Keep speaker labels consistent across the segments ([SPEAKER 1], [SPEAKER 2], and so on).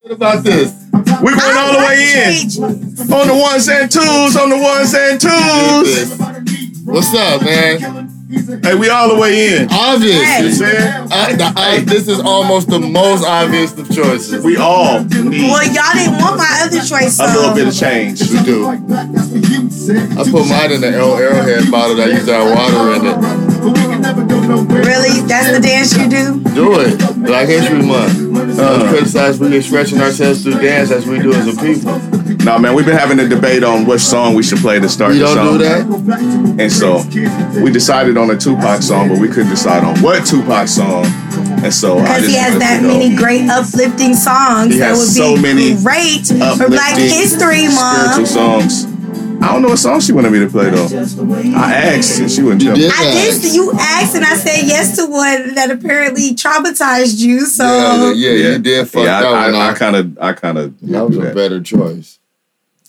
[SPEAKER 1] What about this? We went all the way in on the ones and twos, on the ones and twos.
[SPEAKER 2] What's up, man?
[SPEAKER 1] Hey, we all the way in.
[SPEAKER 2] Obvious.
[SPEAKER 1] You
[SPEAKER 3] Hey.
[SPEAKER 1] saying?
[SPEAKER 2] I, the, I, this is almost the most obvious of choices.
[SPEAKER 1] We all need
[SPEAKER 3] Well, y'all didn't want my other choice, so
[SPEAKER 1] a little bit of change.
[SPEAKER 2] We do. I put mine in the L Arrowhead bottle that I used to have water in it.
[SPEAKER 3] really, that's the dance you do.
[SPEAKER 2] Do it. Black History Month. Uh, criticized for expressing ourselves through dance as we do as a people.
[SPEAKER 1] No, man, we've been having a debate on which song we should play to start
[SPEAKER 2] We
[SPEAKER 1] the
[SPEAKER 2] don't
[SPEAKER 1] song.
[SPEAKER 2] do that.
[SPEAKER 1] And so we decided on a Tupac song, but we couldn't decide on what Tupac song. And so I
[SPEAKER 3] Because
[SPEAKER 1] just
[SPEAKER 3] he has
[SPEAKER 1] wanted
[SPEAKER 3] that
[SPEAKER 1] to go.
[SPEAKER 3] many great uplifting songs
[SPEAKER 1] He
[SPEAKER 3] that
[SPEAKER 1] has
[SPEAKER 3] would
[SPEAKER 1] so
[SPEAKER 3] be
[SPEAKER 1] many
[SPEAKER 3] great for
[SPEAKER 1] uplifting,
[SPEAKER 3] Black History
[SPEAKER 1] spiritual
[SPEAKER 3] Month.
[SPEAKER 1] songs. I don't know what song she wanted me to play though. I asked and she wouldn't tell me.
[SPEAKER 2] did?
[SPEAKER 3] I did. You asked, and I said yes to one that apparently traumatized you. So
[SPEAKER 2] Yeah, yeah, you did fuck
[SPEAKER 1] yeah,
[SPEAKER 2] that
[SPEAKER 1] I,
[SPEAKER 2] one
[SPEAKER 1] I, I
[SPEAKER 2] up.
[SPEAKER 1] kind of, I kind of.
[SPEAKER 2] That was a better choice.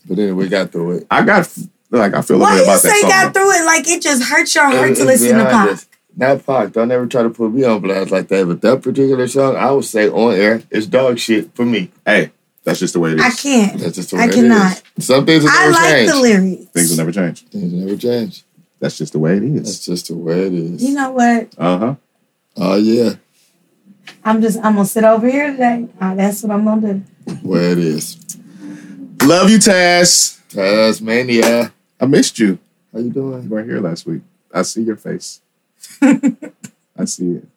[SPEAKER 2] But anyway, we got through it.
[SPEAKER 1] I got like I feel a
[SPEAKER 3] why
[SPEAKER 1] way
[SPEAKER 3] do you
[SPEAKER 1] about that
[SPEAKER 3] say
[SPEAKER 1] song.
[SPEAKER 3] got through it like it just hurts your
[SPEAKER 2] It-
[SPEAKER 3] heart
[SPEAKER 2] it's
[SPEAKER 3] to listen to
[SPEAKER 2] behind
[SPEAKER 3] pop?
[SPEAKER 2] us. Not Pac. Don't ever try to put me on blast like that. But that particular song, I would say on air, it's dog shit for me.
[SPEAKER 1] hey, that's just the way it
[SPEAKER 3] I
[SPEAKER 1] is.
[SPEAKER 3] can't.
[SPEAKER 2] That's just the way
[SPEAKER 3] I
[SPEAKER 2] it
[SPEAKER 3] cannot.
[SPEAKER 2] is. Some things will
[SPEAKER 3] I
[SPEAKER 2] never
[SPEAKER 3] like
[SPEAKER 2] change.
[SPEAKER 3] the lyrics.
[SPEAKER 1] Things will never change.
[SPEAKER 2] Things will never change.
[SPEAKER 1] That's just the way it
[SPEAKER 2] That's
[SPEAKER 1] is.
[SPEAKER 2] just the way it is.
[SPEAKER 3] You know what?
[SPEAKER 1] Uh huh.
[SPEAKER 2] oh yeah,
[SPEAKER 3] I'm just I'm gonna sit over here today. Uh, that's what I'm gonna do.
[SPEAKER 2] where it is.
[SPEAKER 1] Love you, Taz.
[SPEAKER 2] Tasmania.
[SPEAKER 1] I missed you.
[SPEAKER 2] How you
[SPEAKER 1] You
[SPEAKER 2] doing?
[SPEAKER 1] weren't here last week. I see your face. I see it.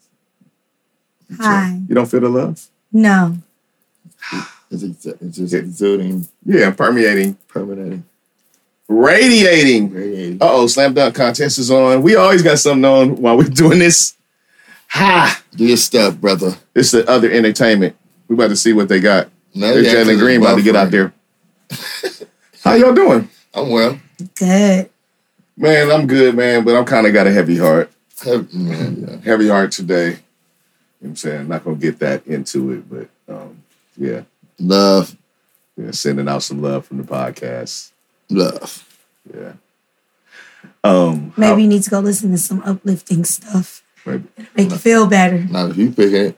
[SPEAKER 3] Hi.
[SPEAKER 1] You don't feel the love?
[SPEAKER 3] No.
[SPEAKER 2] It's, ex- it's just
[SPEAKER 1] Yeah.
[SPEAKER 2] exuding,
[SPEAKER 1] Yeah, permeating,
[SPEAKER 2] permanent,
[SPEAKER 1] radiating.
[SPEAKER 2] radiating.
[SPEAKER 1] Uh oh, slam dunk contest is on. We always got something on while we're doing this. Ha!
[SPEAKER 2] Do your stuff, brother.
[SPEAKER 1] It's the other entertainment. We about to see what they got.
[SPEAKER 2] Now
[SPEAKER 1] They're
[SPEAKER 2] you're
[SPEAKER 1] Jalen
[SPEAKER 2] actually
[SPEAKER 1] Green about to get out
[SPEAKER 2] buffering.
[SPEAKER 1] there. How y'all doing?
[SPEAKER 2] I'm well.
[SPEAKER 3] Good.
[SPEAKER 1] Man, I'm good, man, but I'm kind of got a heavy heart.
[SPEAKER 2] Have- man, yeah.
[SPEAKER 1] Heavy heart today. You know what I'm saying? not going to get that into it, but um, yeah.
[SPEAKER 2] Love,
[SPEAKER 1] yeah. Sending out some love from the podcast.
[SPEAKER 2] love.
[SPEAKER 1] Yeah. Um,
[SPEAKER 3] Maybe
[SPEAKER 2] Oh.
[SPEAKER 1] how-
[SPEAKER 3] you need to go listen to some uplifting stuff.
[SPEAKER 1] Maybe.
[SPEAKER 3] Make you feel better.
[SPEAKER 2] Not if you pick it.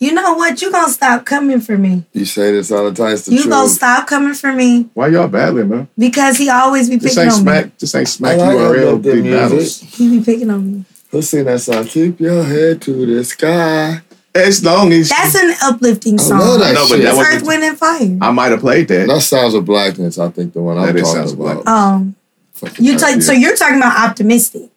[SPEAKER 3] You know what? You gonna stop coming for me.
[SPEAKER 2] You say this all the time. It's the
[SPEAKER 3] You
[SPEAKER 2] truth.
[SPEAKER 3] gonna stop coming for me
[SPEAKER 1] Why y'all battling, man?
[SPEAKER 3] because he always be
[SPEAKER 1] This
[SPEAKER 3] picking
[SPEAKER 1] ain't
[SPEAKER 3] on me.
[SPEAKER 1] smack. This ain't
[SPEAKER 2] I
[SPEAKER 1] smack
[SPEAKER 2] like
[SPEAKER 1] URL
[SPEAKER 2] uplifting
[SPEAKER 1] big battles.
[SPEAKER 2] music.
[SPEAKER 3] He be picking on me.
[SPEAKER 2] Who sing that song? Keep your head to the sky.
[SPEAKER 1] As long as
[SPEAKER 3] That's an uplifting
[SPEAKER 2] I
[SPEAKER 3] song.
[SPEAKER 2] love that
[SPEAKER 1] No, but
[SPEAKER 2] shit.
[SPEAKER 1] that
[SPEAKER 3] It's
[SPEAKER 1] was-
[SPEAKER 3] Earth, Wind, and Fire.
[SPEAKER 1] I might have played that.
[SPEAKER 2] That sounds of blackness. I think the one I'm
[SPEAKER 1] That is Sounds
[SPEAKER 2] talking
[SPEAKER 1] of
[SPEAKER 2] about.
[SPEAKER 3] Um,
[SPEAKER 2] Fucking
[SPEAKER 3] you
[SPEAKER 2] that's
[SPEAKER 3] ta-
[SPEAKER 2] it.
[SPEAKER 3] so you're talking about optimistic.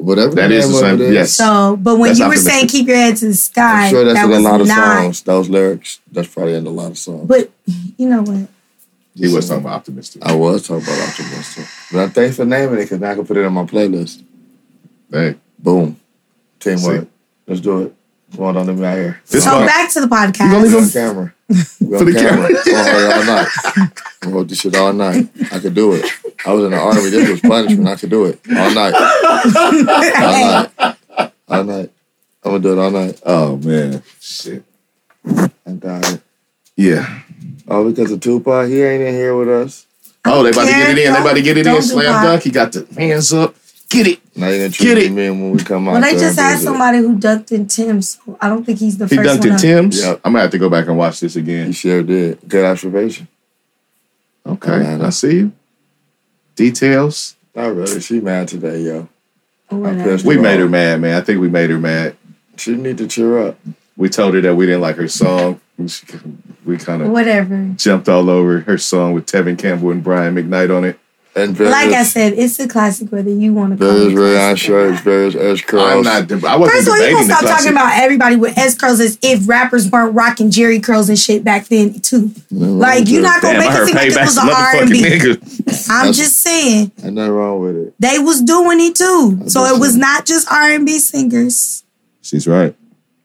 [SPEAKER 2] whatever
[SPEAKER 1] That
[SPEAKER 2] the
[SPEAKER 1] is
[SPEAKER 2] name
[SPEAKER 1] the
[SPEAKER 2] of
[SPEAKER 1] same-
[SPEAKER 2] it is,
[SPEAKER 1] yes.
[SPEAKER 3] So, but when
[SPEAKER 1] That's
[SPEAKER 3] you were saying
[SPEAKER 1] optimistic.
[SPEAKER 3] keep your head to the sky,
[SPEAKER 2] I'm sure that's
[SPEAKER 3] that
[SPEAKER 2] in a
[SPEAKER 3] was
[SPEAKER 2] lot of
[SPEAKER 3] not.
[SPEAKER 2] songs. Those lyrics. That's probably in a lot of songs.
[SPEAKER 3] But you know what?
[SPEAKER 1] He was talking about optimistic.
[SPEAKER 2] I was talking about optimistic, but I thanks for naming it because now I can put it on my playlist.
[SPEAKER 1] Hey,
[SPEAKER 2] Boom, teamwork.
[SPEAKER 1] See.
[SPEAKER 2] Let's do it. Come on, don't leave me out here.
[SPEAKER 1] This
[SPEAKER 3] So
[SPEAKER 1] one-
[SPEAKER 3] back to the
[SPEAKER 1] gonna leave
[SPEAKER 3] podcast.
[SPEAKER 1] him-
[SPEAKER 2] We on camera. We on
[SPEAKER 1] For the
[SPEAKER 2] camera.
[SPEAKER 1] camera.
[SPEAKER 2] I'm gonna hold it all night. I'm gonna hold this shit all night. I could do it. I was in the army. This was punishment. I could do it all night. All night. All night. I'm gonna do it all night.
[SPEAKER 1] oh man, shit.
[SPEAKER 2] I got it.
[SPEAKER 1] Yeah.
[SPEAKER 2] Oh, because of Tupac, he ain't in here with us.
[SPEAKER 1] Oh, they about to get it in. They about to get it in.
[SPEAKER 3] Don't do
[SPEAKER 1] Slam
[SPEAKER 3] that.
[SPEAKER 1] dunk. He got the hands up. Get it.
[SPEAKER 2] Now you gonna
[SPEAKER 1] Get
[SPEAKER 2] treat
[SPEAKER 1] it.
[SPEAKER 2] me and when we come out.
[SPEAKER 3] well, they
[SPEAKER 2] there
[SPEAKER 3] just
[SPEAKER 2] and
[SPEAKER 3] had
[SPEAKER 2] visit.
[SPEAKER 3] somebody who dunked in Tim's. So I don't think he's the
[SPEAKER 1] He
[SPEAKER 3] first
[SPEAKER 1] dunked
[SPEAKER 3] one.
[SPEAKER 1] in
[SPEAKER 3] up.
[SPEAKER 1] Tim's.
[SPEAKER 2] Yep.
[SPEAKER 1] I'm gonna have to go back and watch this
[SPEAKER 2] You
[SPEAKER 1] again.
[SPEAKER 2] sure did. Good observation.
[SPEAKER 1] Okay,
[SPEAKER 2] Atlanta.
[SPEAKER 1] I see you. Details.
[SPEAKER 2] Not really. She mad today, yo.
[SPEAKER 3] Or whatever.
[SPEAKER 2] pissed.
[SPEAKER 1] We
[SPEAKER 2] Wow.
[SPEAKER 1] made her mad, man. I think we made her mad.
[SPEAKER 2] She need to cheer up.
[SPEAKER 1] We told her that we didn't like her song. and she- We kind of
[SPEAKER 3] Whatever.
[SPEAKER 1] jumped all over her song with Tevin Campbell and Brian McKnight on it.
[SPEAKER 2] And various,
[SPEAKER 3] Like I said, it's a classic whether you want to call
[SPEAKER 2] various
[SPEAKER 3] it.
[SPEAKER 2] rayon
[SPEAKER 3] classic or
[SPEAKER 2] shirts,
[SPEAKER 3] not.
[SPEAKER 2] various S curls.
[SPEAKER 1] I'm not. deb- I wasn't
[SPEAKER 3] First of all, you
[SPEAKER 1] debating
[SPEAKER 3] gonna
[SPEAKER 1] the
[SPEAKER 3] stop
[SPEAKER 1] classic.
[SPEAKER 3] talking about everybody with S curls as if rappers weren't rocking Jerry curls and shit back then too. Like you're not gonna
[SPEAKER 1] Damn, I
[SPEAKER 3] make it
[SPEAKER 1] heard
[SPEAKER 3] seem like it
[SPEAKER 1] payback's
[SPEAKER 3] was
[SPEAKER 1] a
[SPEAKER 3] a R and
[SPEAKER 1] motherfucking
[SPEAKER 3] B.
[SPEAKER 1] nigga.
[SPEAKER 3] I'm just saying
[SPEAKER 2] Ain't nothing wrong with it.
[SPEAKER 3] they was doing it too. So
[SPEAKER 2] just
[SPEAKER 3] it was
[SPEAKER 2] saying.
[SPEAKER 3] not just R and B singers.
[SPEAKER 1] She's right.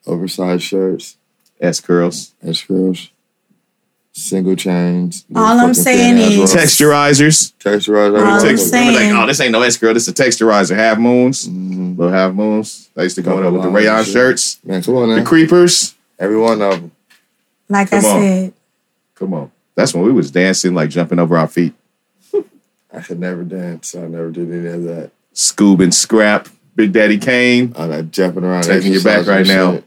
[SPEAKER 2] Oversized shirts,
[SPEAKER 1] S curls,
[SPEAKER 2] S curls, single chains. little
[SPEAKER 3] All I'm
[SPEAKER 2] fucking
[SPEAKER 3] saying
[SPEAKER 2] thin-ass
[SPEAKER 3] is-
[SPEAKER 2] roll.
[SPEAKER 1] texturizers.
[SPEAKER 2] texturized.
[SPEAKER 3] All I'm
[SPEAKER 2] everything.
[SPEAKER 1] Text-
[SPEAKER 3] saying-
[SPEAKER 1] they be like, oh, this ain't no S girl. This is a texturizer. Half moons, little half moons. They used to go
[SPEAKER 2] Couple
[SPEAKER 1] up with the
[SPEAKER 2] lines
[SPEAKER 1] rayon
[SPEAKER 2] and shit.
[SPEAKER 1] shirts,
[SPEAKER 2] Man, come on
[SPEAKER 1] the
[SPEAKER 2] now.
[SPEAKER 1] creepers.
[SPEAKER 2] Every one of them.
[SPEAKER 3] Like I
[SPEAKER 1] Come on.
[SPEAKER 3] said,
[SPEAKER 1] Come on, that's when we was dancing, like jumping over our feet,
[SPEAKER 2] I could never dance. so I never did any of that.
[SPEAKER 1] Scoob and Scrap, Big Daddy Kane.
[SPEAKER 2] I'm like jumping around.
[SPEAKER 1] Taking you back
[SPEAKER 2] exercising
[SPEAKER 1] right
[SPEAKER 2] and
[SPEAKER 1] now.
[SPEAKER 2] shit.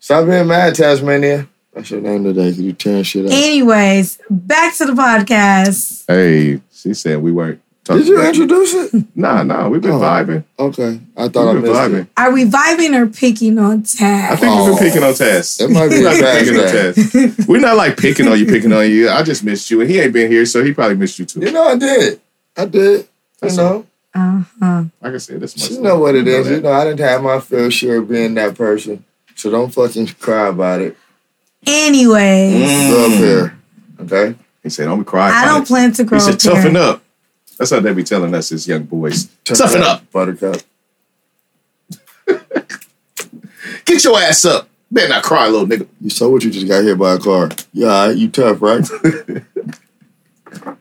[SPEAKER 2] Stop being mad, Tasmania. That's your name today. You tearing shit up.
[SPEAKER 3] Anyways, back to the podcast.
[SPEAKER 1] Hey, she said we weren't. talking
[SPEAKER 2] Did you
[SPEAKER 1] about-
[SPEAKER 2] introduce it?
[SPEAKER 1] Nah, nah, we've been
[SPEAKER 2] Oh.
[SPEAKER 1] vibing.
[SPEAKER 2] Okay, I
[SPEAKER 1] We've
[SPEAKER 2] thought I
[SPEAKER 1] been
[SPEAKER 2] missed
[SPEAKER 1] vibing.
[SPEAKER 2] it.
[SPEAKER 3] Are we vibing or picking on
[SPEAKER 1] I
[SPEAKER 3] Tad?
[SPEAKER 1] think we've
[SPEAKER 2] Oh.
[SPEAKER 1] been picking on Taz.
[SPEAKER 2] It might be
[SPEAKER 1] We're
[SPEAKER 2] a
[SPEAKER 1] not
[SPEAKER 2] bad
[SPEAKER 1] picking on
[SPEAKER 2] day.
[SPEAKER 1] Taz. We're not like picking on you, picking on you. I just missed you, and he ain't been here, so he probably missed you too.
[SPEAKER 2] You know I did. I did. You
[SPEAKER 1] That's
[SPEAKER 2] know,
[SPEAKER 3] Uh-huh.
[SPEAKER 1] Like I said, this much.
[SPEAKER 2] she know what it is. You
[SPEAKER 1] that.
[SPEAKER 2] know, I didn't have my fair share of being that person. So don't fucking cry about it.
[SPEAKER 3] Anyways,
[SPEAKER 1] Mm.
[SPEAKER 2] It's up there. Okay.
[SPEAKER 1] He said, "Don't cry."
[SPEAKER 3] I
[SPEAKER 1] about
[SPEAKER 3] don't
[SPEAKER 1] it."
[SPEAKER 3] plan to grow
[SPEAKER 1] He said,
[SPEAKER 3] up here.
[SPEAKER 1] "Toughen up." That's how they be telling us as young boys.
[SPEAKER 2] Tough
[SPEAKER 1] Toughen up.
[SPEAKER 2] Buttercup.
[SPEAKER 1] Get your ass up. Better not cry, little nigga.
[SPEAKER 2] You saw what you just got hit by a car. You all right? You tough, right?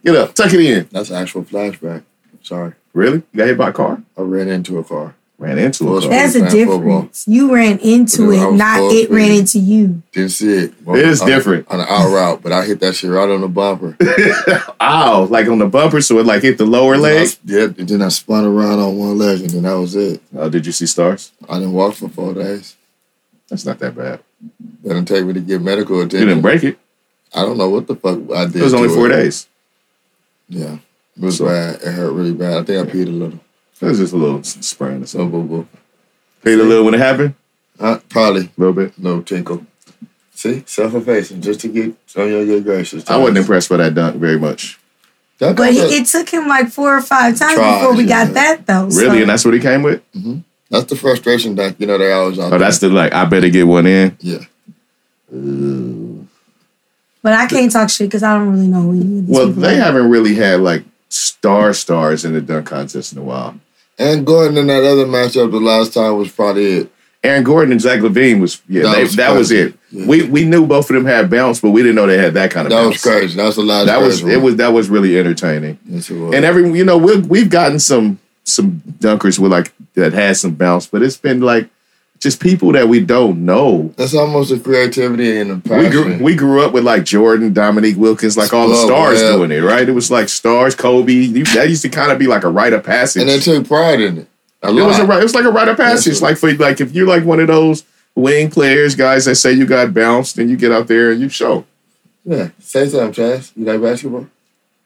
[SPEAKER 1] Get up. Tuck it in.
[SPEAKER 2] That's an actual flashback. Sorry.
[SPEAKER 1] Really? You got hit by a car?
[SPEAKER 2] I ran into a car.
[SPEAKER 1] Ran into a car.
[SPEAKER 3] That's a
[SPEAKER 2] Playing football.
[SPEAKER 3] difference. You ran into
[SPEAKER 2] Because I
[SPEAKER 3] it,
[SPEAKER 2] was
[SPEAKER 3] not
[SPEAKER 2] supposed
[SPEAKER 3] it
[SPEAKER 2] to
[SPEAKER 3] ran
[SPEAKER 2] be.
[SPEAKER 3] into you.
[SPEAKER 2] Didn't see it. Well,
[SPEAKER 1] It is
[SPEAKER 2] on-
[SPEAKER 1] different.
[SPEAKER 2] On the out route, but I hit that shit right on the bumper.
[SPEAKER 1] Ow! Like on the bumper, so it like hit the lower
[SPEAKER 2] And I
[SPEAKER 1] leg.
[SPEAKER 2] s- yeah, and then I spun around on one leg, and then that was it.
[SPEAKER 1] Oh, did you see stars?
[SPEAKER 2] I didn't walk for four days.
[SPEAKER 1] That's not that bad.
[SPEAKER 2] It didn't take me to get medical
[SPEAKER 1] You
[SPEAKER 2] attention.
[SPEAKER 1] didn't break it.
[SPEAKER 2] I don't know what the fuck I did.
[SPEAKER 1] It was only
[SPEAKER 2] to
[SPEAKER 1] four days.
[SPEAKER 2] Yeah, it was
[SPEAKER 1] So-
[SPEAKER 2] bad. It hurt really bad. I think I peed a little.
[SPEAKER 1] It was just a little s- sprain or
[SPEAKER 2] So
[SPEAKER 1] something.
[SPEAKER 2] boo boo.
[SPEAKER 1] Feel a little when it happened?
[SPEAKER 2] Uh, probably
[SPEAKER 1] A little bit.
[SPEAKER 2] no tinkle. See, self-effacing just to get on your good gracious.
[SPEAKER 1] I wasn't impressed by that dunk very much.
[SPEAKER 2] That-
[SPEAKER 3] But he,
[SPEAKER 2] that-
[SPEAKER 3] it took him like four or five times
[SPEAKER 2] Tries,
[SPEAKER 3] before we
[SPEAKER 2] yeah.
[SPEAKER 3] got that though.
[SPEAKER 1] Really?
[SPEAKER 3] So.
[SPEAKER 1] And that's what he came with?
[SPEAKER 2] that's the frustration that you know they always on.
[SPEAKER 1] Oh, that's the like, I better get one in.
[SPEAKER 2] yeah.
[SPEAKER 3] But I can't talk shit because I don't really know who any of these
[SPEAKER 1] Well,
[SPEAKER 3] people
[SPEAKER 1] they
[SPEAKER 3] are.
[SPEAKER 1] haven't really had like star stars in the dunk contest in a while.
[SPEAKER 2] And Gordon in that other matchup the last time was probably it.
[SPEAKER 1] Aaron Gordon and Zach Levine was yeah,
[SPEAKER 2] That
[SPEAKER 1] they,
[SPEAKER 2] was
[SPEAKER 1] that was
[SPEAKER 2] crazy.
[SPEAKER 1] it.
[SPEAKER 2] Yeah.
[SPEAKER 1] We we knew both of them had bounce, but we didn't know they had that kind of
[SPEAKER 2] That was
[SPEAKER 1] bounce.
[SPEAKER 2] crazy. That was the last.
[SPEAKER 1] That was
[SPEAKER 2] crazy
[SPEAKER 1] it
[SPEAKER 2] one.
[SPEAKER 1] was that was really entertaining.
[SPEAKER 2] Yes, it was.
[SPEAKER 1] And every you know, we we've gotten some some dunkers with like that had some bounce, but it's been like just people that we don't know.
[SPEAKER 2] that's almost the creativity and the
[SPEAKER 1] We
[SPEAKER 2] passion.
[SPEAKER 1] grew, we grew up with like Jordan, Dominique Wilkins, like all the
[SPEAKER 2] Love,
[SPEAKER 1] stars
[SPEAKER 2] yeah.
[SPEAKER 1] doing it, right? It was like stars, Kobe. You- That used to kind of be like a rite of passage.
[SPEAKER 2] and they took pride in it. A
[SPEAKER 1] It
[SPEAKER 2] lot.
[SPEAKER 1] was a ri- it was like a rite of
[SPEAKER 2] Yes,
[SPEAKER 1] passage.
[SPEAKER 2] sir.
[SPEAKER 1] like for like if you're like one of those wing players, guys that say you got bounced, and you get out there and you show.
[SPEAKER 2] Yeah. Say something, Chaz. You like basketball?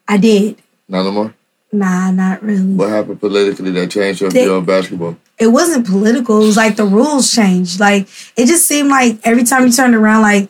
[SPEAKER 3] I did.
[SPEAKER 2] Not no more.
[SPEAKER 3] Nah, not really.
[SPEAKER 2] What happened politically that changed your
[SPEAKER 3] They-
[SPEAKER 2] view on basketball?
[SPEAKER 3] It wasn't political. It was like the rules changed. Like it just seemed like every time you turned around, like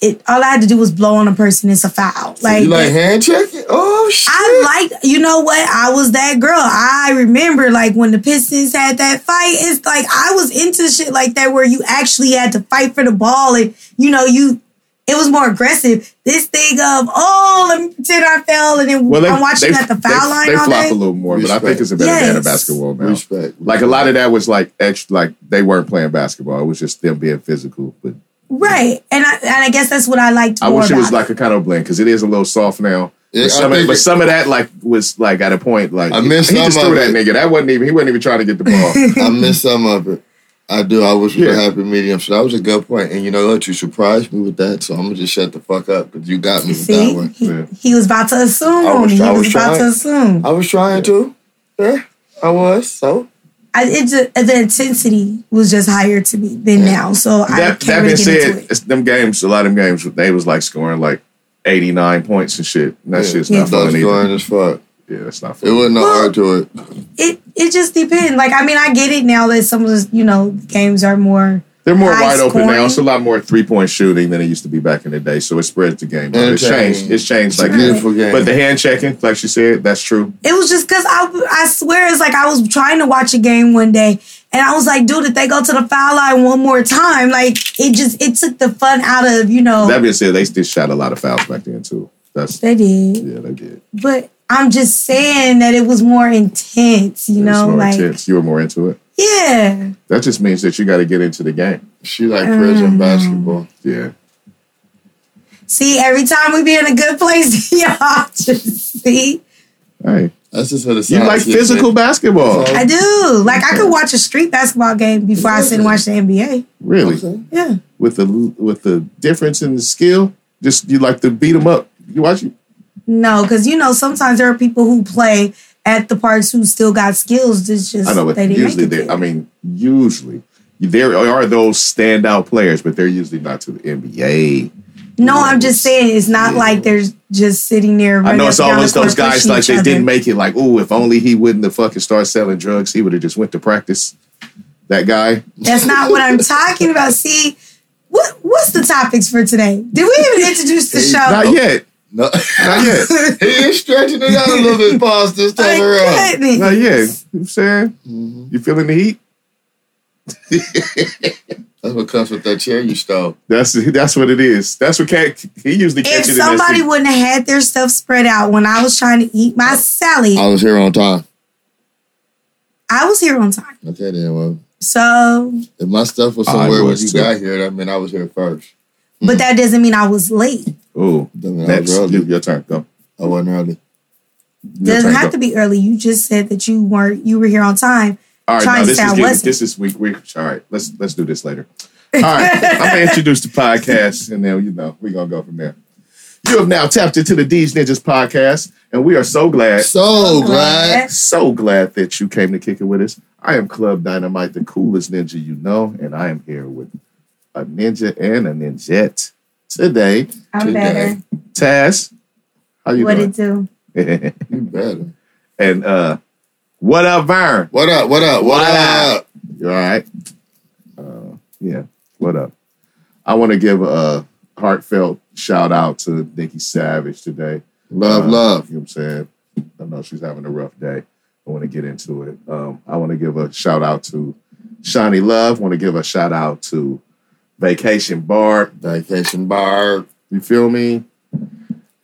[SPEAKER 3] it all I had to do was blow on a person. It's a foul. Like,
[SPEAKER 2] you like hand checking? Oh shit!
[SPEAKER 3] I liked, you know what? I was that girl. I remember like when the Pistons had that fight. It's like I was into shit like that where you actually had to fight for the ball and you know you. It was more aggressive. This thing of oh, let me pretend I fell and then I'm watching at the foul
[SPEAKER 1] they,
[SPEAKER 3] line
[SPEAKER 1] they
[SPEAKER 3] all
[SPEAKER 1] flop
[SPEAKER 3] day.
[SPEAKER 1] a little more, but I think
[SPEAKER 2] Respect.
[SPEAKER 1] it's a better game of
[SPEAKER 3] Yes.
[SPEAKER 1] basketball now.
[SPEAKER 2] Respect.
[SPEAKER 1] Like a lot of that was like extra, like they weren't playing basketball. It was just them being physical. But
[SPEAKER 3] Right, and I, and I guess that's what I liked
[SPEAKER 1] I
[SPEAKER 3] more
[SPEAKER 1] wish it
[SPEAKER 3] about
[SPEAKER 1] was like a kind of blend because it is a little soft now.
[SPEAKER 2] Yeah, I
[SPEAKER 1] but, some of,
[SPEAKER 2] think
[SPEAKER 1] but
[SPEAKER 2] it-
[SPEAKER 1] some of that like was like at a point like
[SPEAKER 2] I missed
[SPEAKER 1] he just
[SPEAKER 2] some
[SPEAKER 1] threw
[SPEAKER 2] of
[SPEAKER 1] that
[SPEAKER 2] it.
[SPEAKER 1] nigga. That wasn't even he wasn't even trying to get the ball.
[SPEAKER 2] I miss some of it. I do. I wish it was
[SPEAKER 1] Yeah.
[SPEAKER 2] a happy medium. So that was a good point. And you know what? You surprised me with that. So I'm gonna just shut the fuck up because you got me with
[SPEAKER 3] See,
[SPEAKER 2] that one.
[SPEAKER 3] he,
[SPEAKER 1] Yeah.
[SPEAKER 3] he was about to assume.
[SPEAKER 2] I was-
[SPEAKER 3] he
[SPEAKER 2] I
[SPEAKER 3] was,
[SPEAKER 2] was
[SPEAKER 3] about to
[SPEAKER 2] trying.
[SPEAKER 3] assume.
[SPEAKER 2] I was trying to. Yeah, I was. So
[SPEAKER 3] I, it just, the intensity was just higher to me than now, so I
[SPEAKER 1] that
[SPEAKER 3] can't
[SPEAKER 1] that
[SPEAKER 3] really
[SPEAKER 1] being
[SPEAKER 3] get
[SPEAKER 1] said,
[SPEAKER 3] into it.
[SPEAKER 1] it's them games. A lot of them games they was like scoring like eighty nine points and shit. And that shit's
[SPEAKER 3] Yeah.
[SPEAKER 1] not
[SPEAKER 2] that's
[SPEAKER 1] fun either.
[SPEAKER 2] going as fuck.
[SPEAKER 1] Yeah, that's not
[SPEAKER 2] It
[SPEAKER 1] fun.
[SPEAKER 2] wasn't no
[SPEAKER 3] Well-
[SPEAKER 2] art to it.
[SPEAKER 3] it it just depends. Like I mean, I get it now that some of the you know games are more.
[SPEAKER 1] They're more
[SPEAKER 3] high
[SPEAKER 1] wide open now.
[SPEAKER 3] scoring.
[SPEAKER 1] It's a lot more three point shooting than it used to be back in the day. So it spreads the game. out.
[SPEAKER 2] And
[SPEAKER 1] It's
[SPEAKER 2] it
[SPEAKER 1] changed.
[SPEAKER 2] changed.
[SPEAKER 1] It's changed.
[SPEAKER 2] It's a
[SPEAKER 1] Like
[SPEAKER 2] beautiful game.
[SPEAKER 1] But the hand checking, like she said, that's true.
[SPEAKER 3] It was just because I I swear it's like I was trying to watch a game one day and I was like, dude, if they go to the foul line one more time, like it just it took the fun out of you know
[SPEAKER 1] That being said, they still shot a lot of fouls back then too. That's
[SPEAKER 3] they did.
[SPEAKER 1] yeah, they did.
[SPEAKER 3] But I'm just saying that it was more intense, you
[SPEAKER 1] It was
[SPEAKER 3] know,
[SPEAKER 1] more
[SPEAKER 3] like
[SPEAKER 1] intense. You were more into it.
[SPEAKER 3] yeah.
[SPEAKER 1] That just means that you got to get into the game.
[SPEAKER 2] She like
[SPEAKER 3] um,
[SPEAKER 2] prison basketball.
[SPEAKER 1] Yeah.
[SPEAKER 3] See, every time we be in a good place, y'all just see.
[SPEAKER 1] Hey,
[SPEAKER 2] That's just what it
[SPEAKER 1] you
[SPEAKER 2] sounds.
[SPEAKER 1] like
[SPEAKER 2] yeah,
[SPEAKER 1] physical
[SPEAKER 2] man.
[SPEAKER 1] basketball?
[SPEAKER 2] That's
[SPEAKER 3] I do. Like I could watch a street basketball game before I sit and watch the NBA.
[SPEAKER 1] Really?
[SPEAKER 2] Okay.
[SPEAKER 3] Yeah.
[SPEAKER 1] with the with the difference in the skill. Just you like to beat them up. You watch it.
[SPEAKER 3] No, because you know sometimes there are people who play at the parks who still got skills. It's just
[SPEAKER 1] I know, but
[SPEAKER 3] they didn't
[SPEAKER 1] usually
[SPEAKER 3] make it
[SPEAKER 1] they.
[SPEAKER 3] there.
[SPEAKER 1] I mean, usually there are those standout players, but they're usually not to the NBA.
[SPEAKER 3] No, I'm just saying it's not
[SPEAKER 1] Yeah.
[SPEAKER 3] like they're just sitting
[SPEAKER 1] I
[SPEAKER 3] there. running
[SPEAKER 1] know
[SPEAKER 3] up
[SPEAKER 1] it's
[SPEAKER 3] and down
[SPEAKER 1] always
[SPEAKER 3] the court
[SPEAKER 1] those guys
[SPEAKER 3] pushing
[SPEAKER 1] like
[SPEAKER 3] each
[SPEAKER 1] they
[SPEAKER 3] other.
[SPEAKER 1] didn't make it. Like, oh, if only he wouldn't have fucking started selling drugs, he would have just went to practice. That guy.
[SPEAKER 3] That's not what I'm talking about. See, what what's the topics for today? Did we even introduce the
[SPEAKER 2] Hey,
[SPEAKER 3] show?
[SPEAKER 1] Not yet.
[SPEAKER 2] No,
[SPEAKER 1] Not yet.
[SPEAKER 2] he is stretching it out a little bit, pause this time
[SPEAKER 3] My
[SPEAKER 2] around.
[SPEAKER 3] goodness.
[SPEAKER 1] Not yet. You know what I'm saying? You feeling the heat?
[SPEAKER 2] That's what comes with that chair you stole.
[SPEAKER 1] That's that's what it is. That's what cat he usually
[SPEAKER 3] If
[SPEAKER 1] catches it. in that
[SPEAKER 3] somebody
[SPEAKER 1] seat.
[SPEAKER 3] wouldn't have had their stuff spread out when I was trying to eat my salad,
[SPEAKER 1] Oh.
[SPEAKER 2] I was here on time.
[SPEAKER 3] I was here on time.
[SPEAKER 2] Okay, then. Well,
[SPEAKER 3] So,
[SPEAKER 2] if my stuff was
[SPEAKER 1] I
[SPEAKER 2] somewhere when
[SPEAKER 1] was
[SPEAKER 2] you
[SPEAKER 1] too.
[SPEAKER 2] got here, that meant I was here first.
[SPEAKER 1] Mm.
[SPEAKER 3] but that doesn't mean I was late.
[SPEAKER 1] Oh,
[SPEAKER 2] That meant I
[SPEAKER 1] that's
[SPEAKER 2] was early.
[SPEAKER 1] your turn. Go.
[SPEAKER 2] I wasn't early.
[SPEAKER 1] Your
[SPEAKER 3] doesn't
[SPEAKER 1] turn,
[SPEAKER 3] have
[SPEAKER 1] go.
[SPEAKER 3] to be early. You just said that you weren't. You were here on time.
[SPEAKER 1] All right,
[SPEAKER 3] trying
[SPEAKER 1] no,
[SPEAKER 3] to
[SPEAKER 1] this is
[SPEAKER 3] sound
[SPEAKER 1] getting,
[SPEAKER 3] wasted.
[SPEAKER 1] this is week week. All right, let's let's do this later. All right, I'm gonna introduce the podcast, and then you know we're gonna go from there. You have now tapped into the D's Ninjas podcast, and we are so glad,
[SPEAKER 2] So glad.
[SPEAKER 3] glad.
[SPEAKER 1] so glad that you came to kick it with us. I am Club Dynamite, the coolest ninja you know, and I am here with a ninja and a ninjette today.
[SPEAKER 3] I'm
[SPEAKER 2] Today.
[SPEAKER 3] better.
[SPEAKER 1] Taz, how you
[SPEAKER 3] What
[SPEAKER 1] doing?
[SPEAKER 3] it do?
[SPEAKER 2] You better.
[SPEAKER 1] and uh, what up, Vern?
[SPEAKER 2] What up? What up? What,
[SPEAKER 1] What
[SPEAKER 2] up?
[SPEAKER 1] You all right? Uh, yeah. What up? I want to give a heartfelt shout out to Nikki Savage today.
[SPEAKER 2] Love,
[SPEAKER 1] Uh,
[SPEAKER 2] love.
[SPEAKER 1] You know what I'm saying? I know she's having a rough day. I want to get into it. Um, I want to give a shout out to Shawnee Love. want to give a shout out to Vacation Bar.
[SPEAKER 2] Vacation bar.
[SPEAKER 1] You feel me?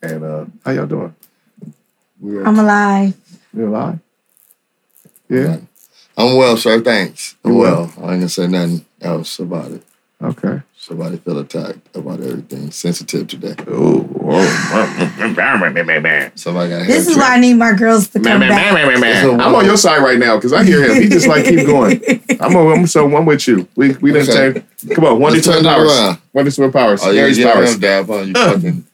[SPEAKER 1] And uh, how y'all doing?
[SPEAKER 2] We
[SPEAKER 3] I'm alive.
[SPEAKER 1] You alive? Yeah.
[SPEAKER 2] I'm well, sir. Thanks. I'm
[SPEAKER 1] You
[SPEAKER 2] well. I ain't gonna say nothing else about it.
[SPEAKER 1] Okay.
[SPEAKER 2] Somebody feel attacked about everything. Sensitive today.
[SPEAKER 1] Oh, oh.
[SPEAKER 2] Somebody got
[SPEAKER 3] This is why I need my girls to come back.
[SPEAKER 1] I'm on your side right now because I hear him. He just like keep going. I'm on, I'm so I'm with you. We we didn't
[SPEAKER 2] Okay.
[SPEAKER 1] change. Come on, one to
[SPEAKER 2] Let's
[SPEAKER 1] twin
[SPEAKER 2] turn it
[SPEAKER 1] powers.
[SPEAKER 2] around.
[SPEAKER 1] One to twin powers.
[SPEAKER 2] Oh, yeah,
[SPEAKER 1] Aries
[SPEAKER 2] yeah,
[SPEAKER 1] powers.
[SPEAKER 2] I'm down for you fucking.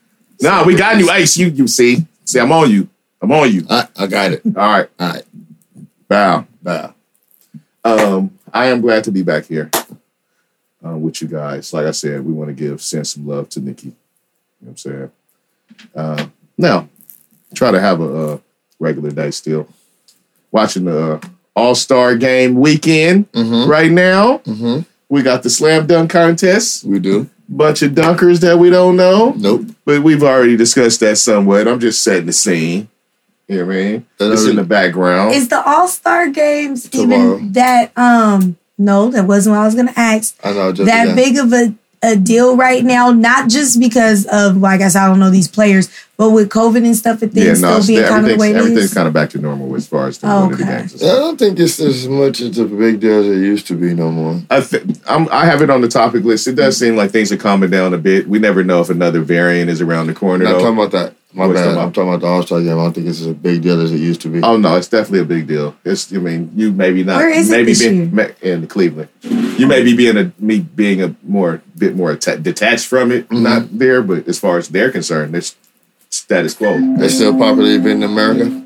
[SPEAKER 1] Nah, we got you, Ace. You you see, see, I'm on you. I'm on you.
[SPEAKER 2] I, I got it.
[SPEAKER 1] All right,
[SPEAKER 2] All right.
[SPEAKER 1] bow.
[SPEAKER 2] Bow.
[SPEAKER 1] Um, I am glad to be back here uh, with you guys. Like I said, we want to give send some love to Nikki. You know what I'm saying? Uh, now, try to have a uh, regular day still. Watching the uh, All Star Game weekend
[SPEAKER 2] Mhm.
[SPEAKER 1] right now.
[SPEAKER 2] Mhm.
[SPEAKER 1] We got the slam dunk contest.
[SPEAKER 2] We do.
[SPEAKER 1] Bunch of dunkers that we don't know,
[SPEAKER 2] Nope.
[SPEAKER 1] but we've already discussed that somewhat. I'm just setting the scene. You know what I mean?
[SPEAKER 2] That
[SPEAKER 1] It's in
[SPEAKER 2] already-
[SPEAKER 1] the background.
[SPEAKER 3] Is the All Star Games
[SPEAKER 2] Tomorrow.
[SPEAKER 3] even that? Um, no, that wasn't what I was gonna ask.
[SPEAKER 2] I know. Just
[SPEAKER 3] that
[SPEAKER 2] yeah.
[SPEAKER 3] big of a, a deal right now, not just because of like I said, I don't know these players, but with COVID and stuff and things still being kind of the way
[SPEAKER 1] everything's,
[SPEAKER 3] it
[SPEAKER 1] everything's
[SPEAKER 3] is.
[SPEAKER 1] kind of back to normal as far as the one of the
[SPEAKER 3] Okay.
[SPEAKER 1] games. is-
[SPEAKER 2] I don't think it's as much as a big deal as it used to be no more.
[SPEAKER 1] I, th- I'm, I have it on the topic list. It does seem like things are calming down a bit. We never know if another variant is around the corner.
[SPEAKER 2] Not
[SPEAKER 1] Though.
[SPEAKER 2] talking about that. My
[SPEAKER 1] What you
[SPEAKER 2] bad.
[SPEAKER 1] talking
[SPEAKER 2] I'm talking about the All Star game. I don't think it's as a big deal as it used to be.
[SPEAKER 1] Oh no, it's definitely a big deal. It's I mean, you maybe not.
[SPEAKER 3] Where is it
[SPEAKER 1] maybe
[SPEAKER 3] this
[SPEAKER 1] being ma- in Cleveland. You may be being a me being a more bit more atta- detached from it.
[SPEAKER 3] Mm-hmm.
[SPEAKER 1] Not there, but as far as they're concerned, it's status quo.
[SPEAKER 2] It's still popular even in America.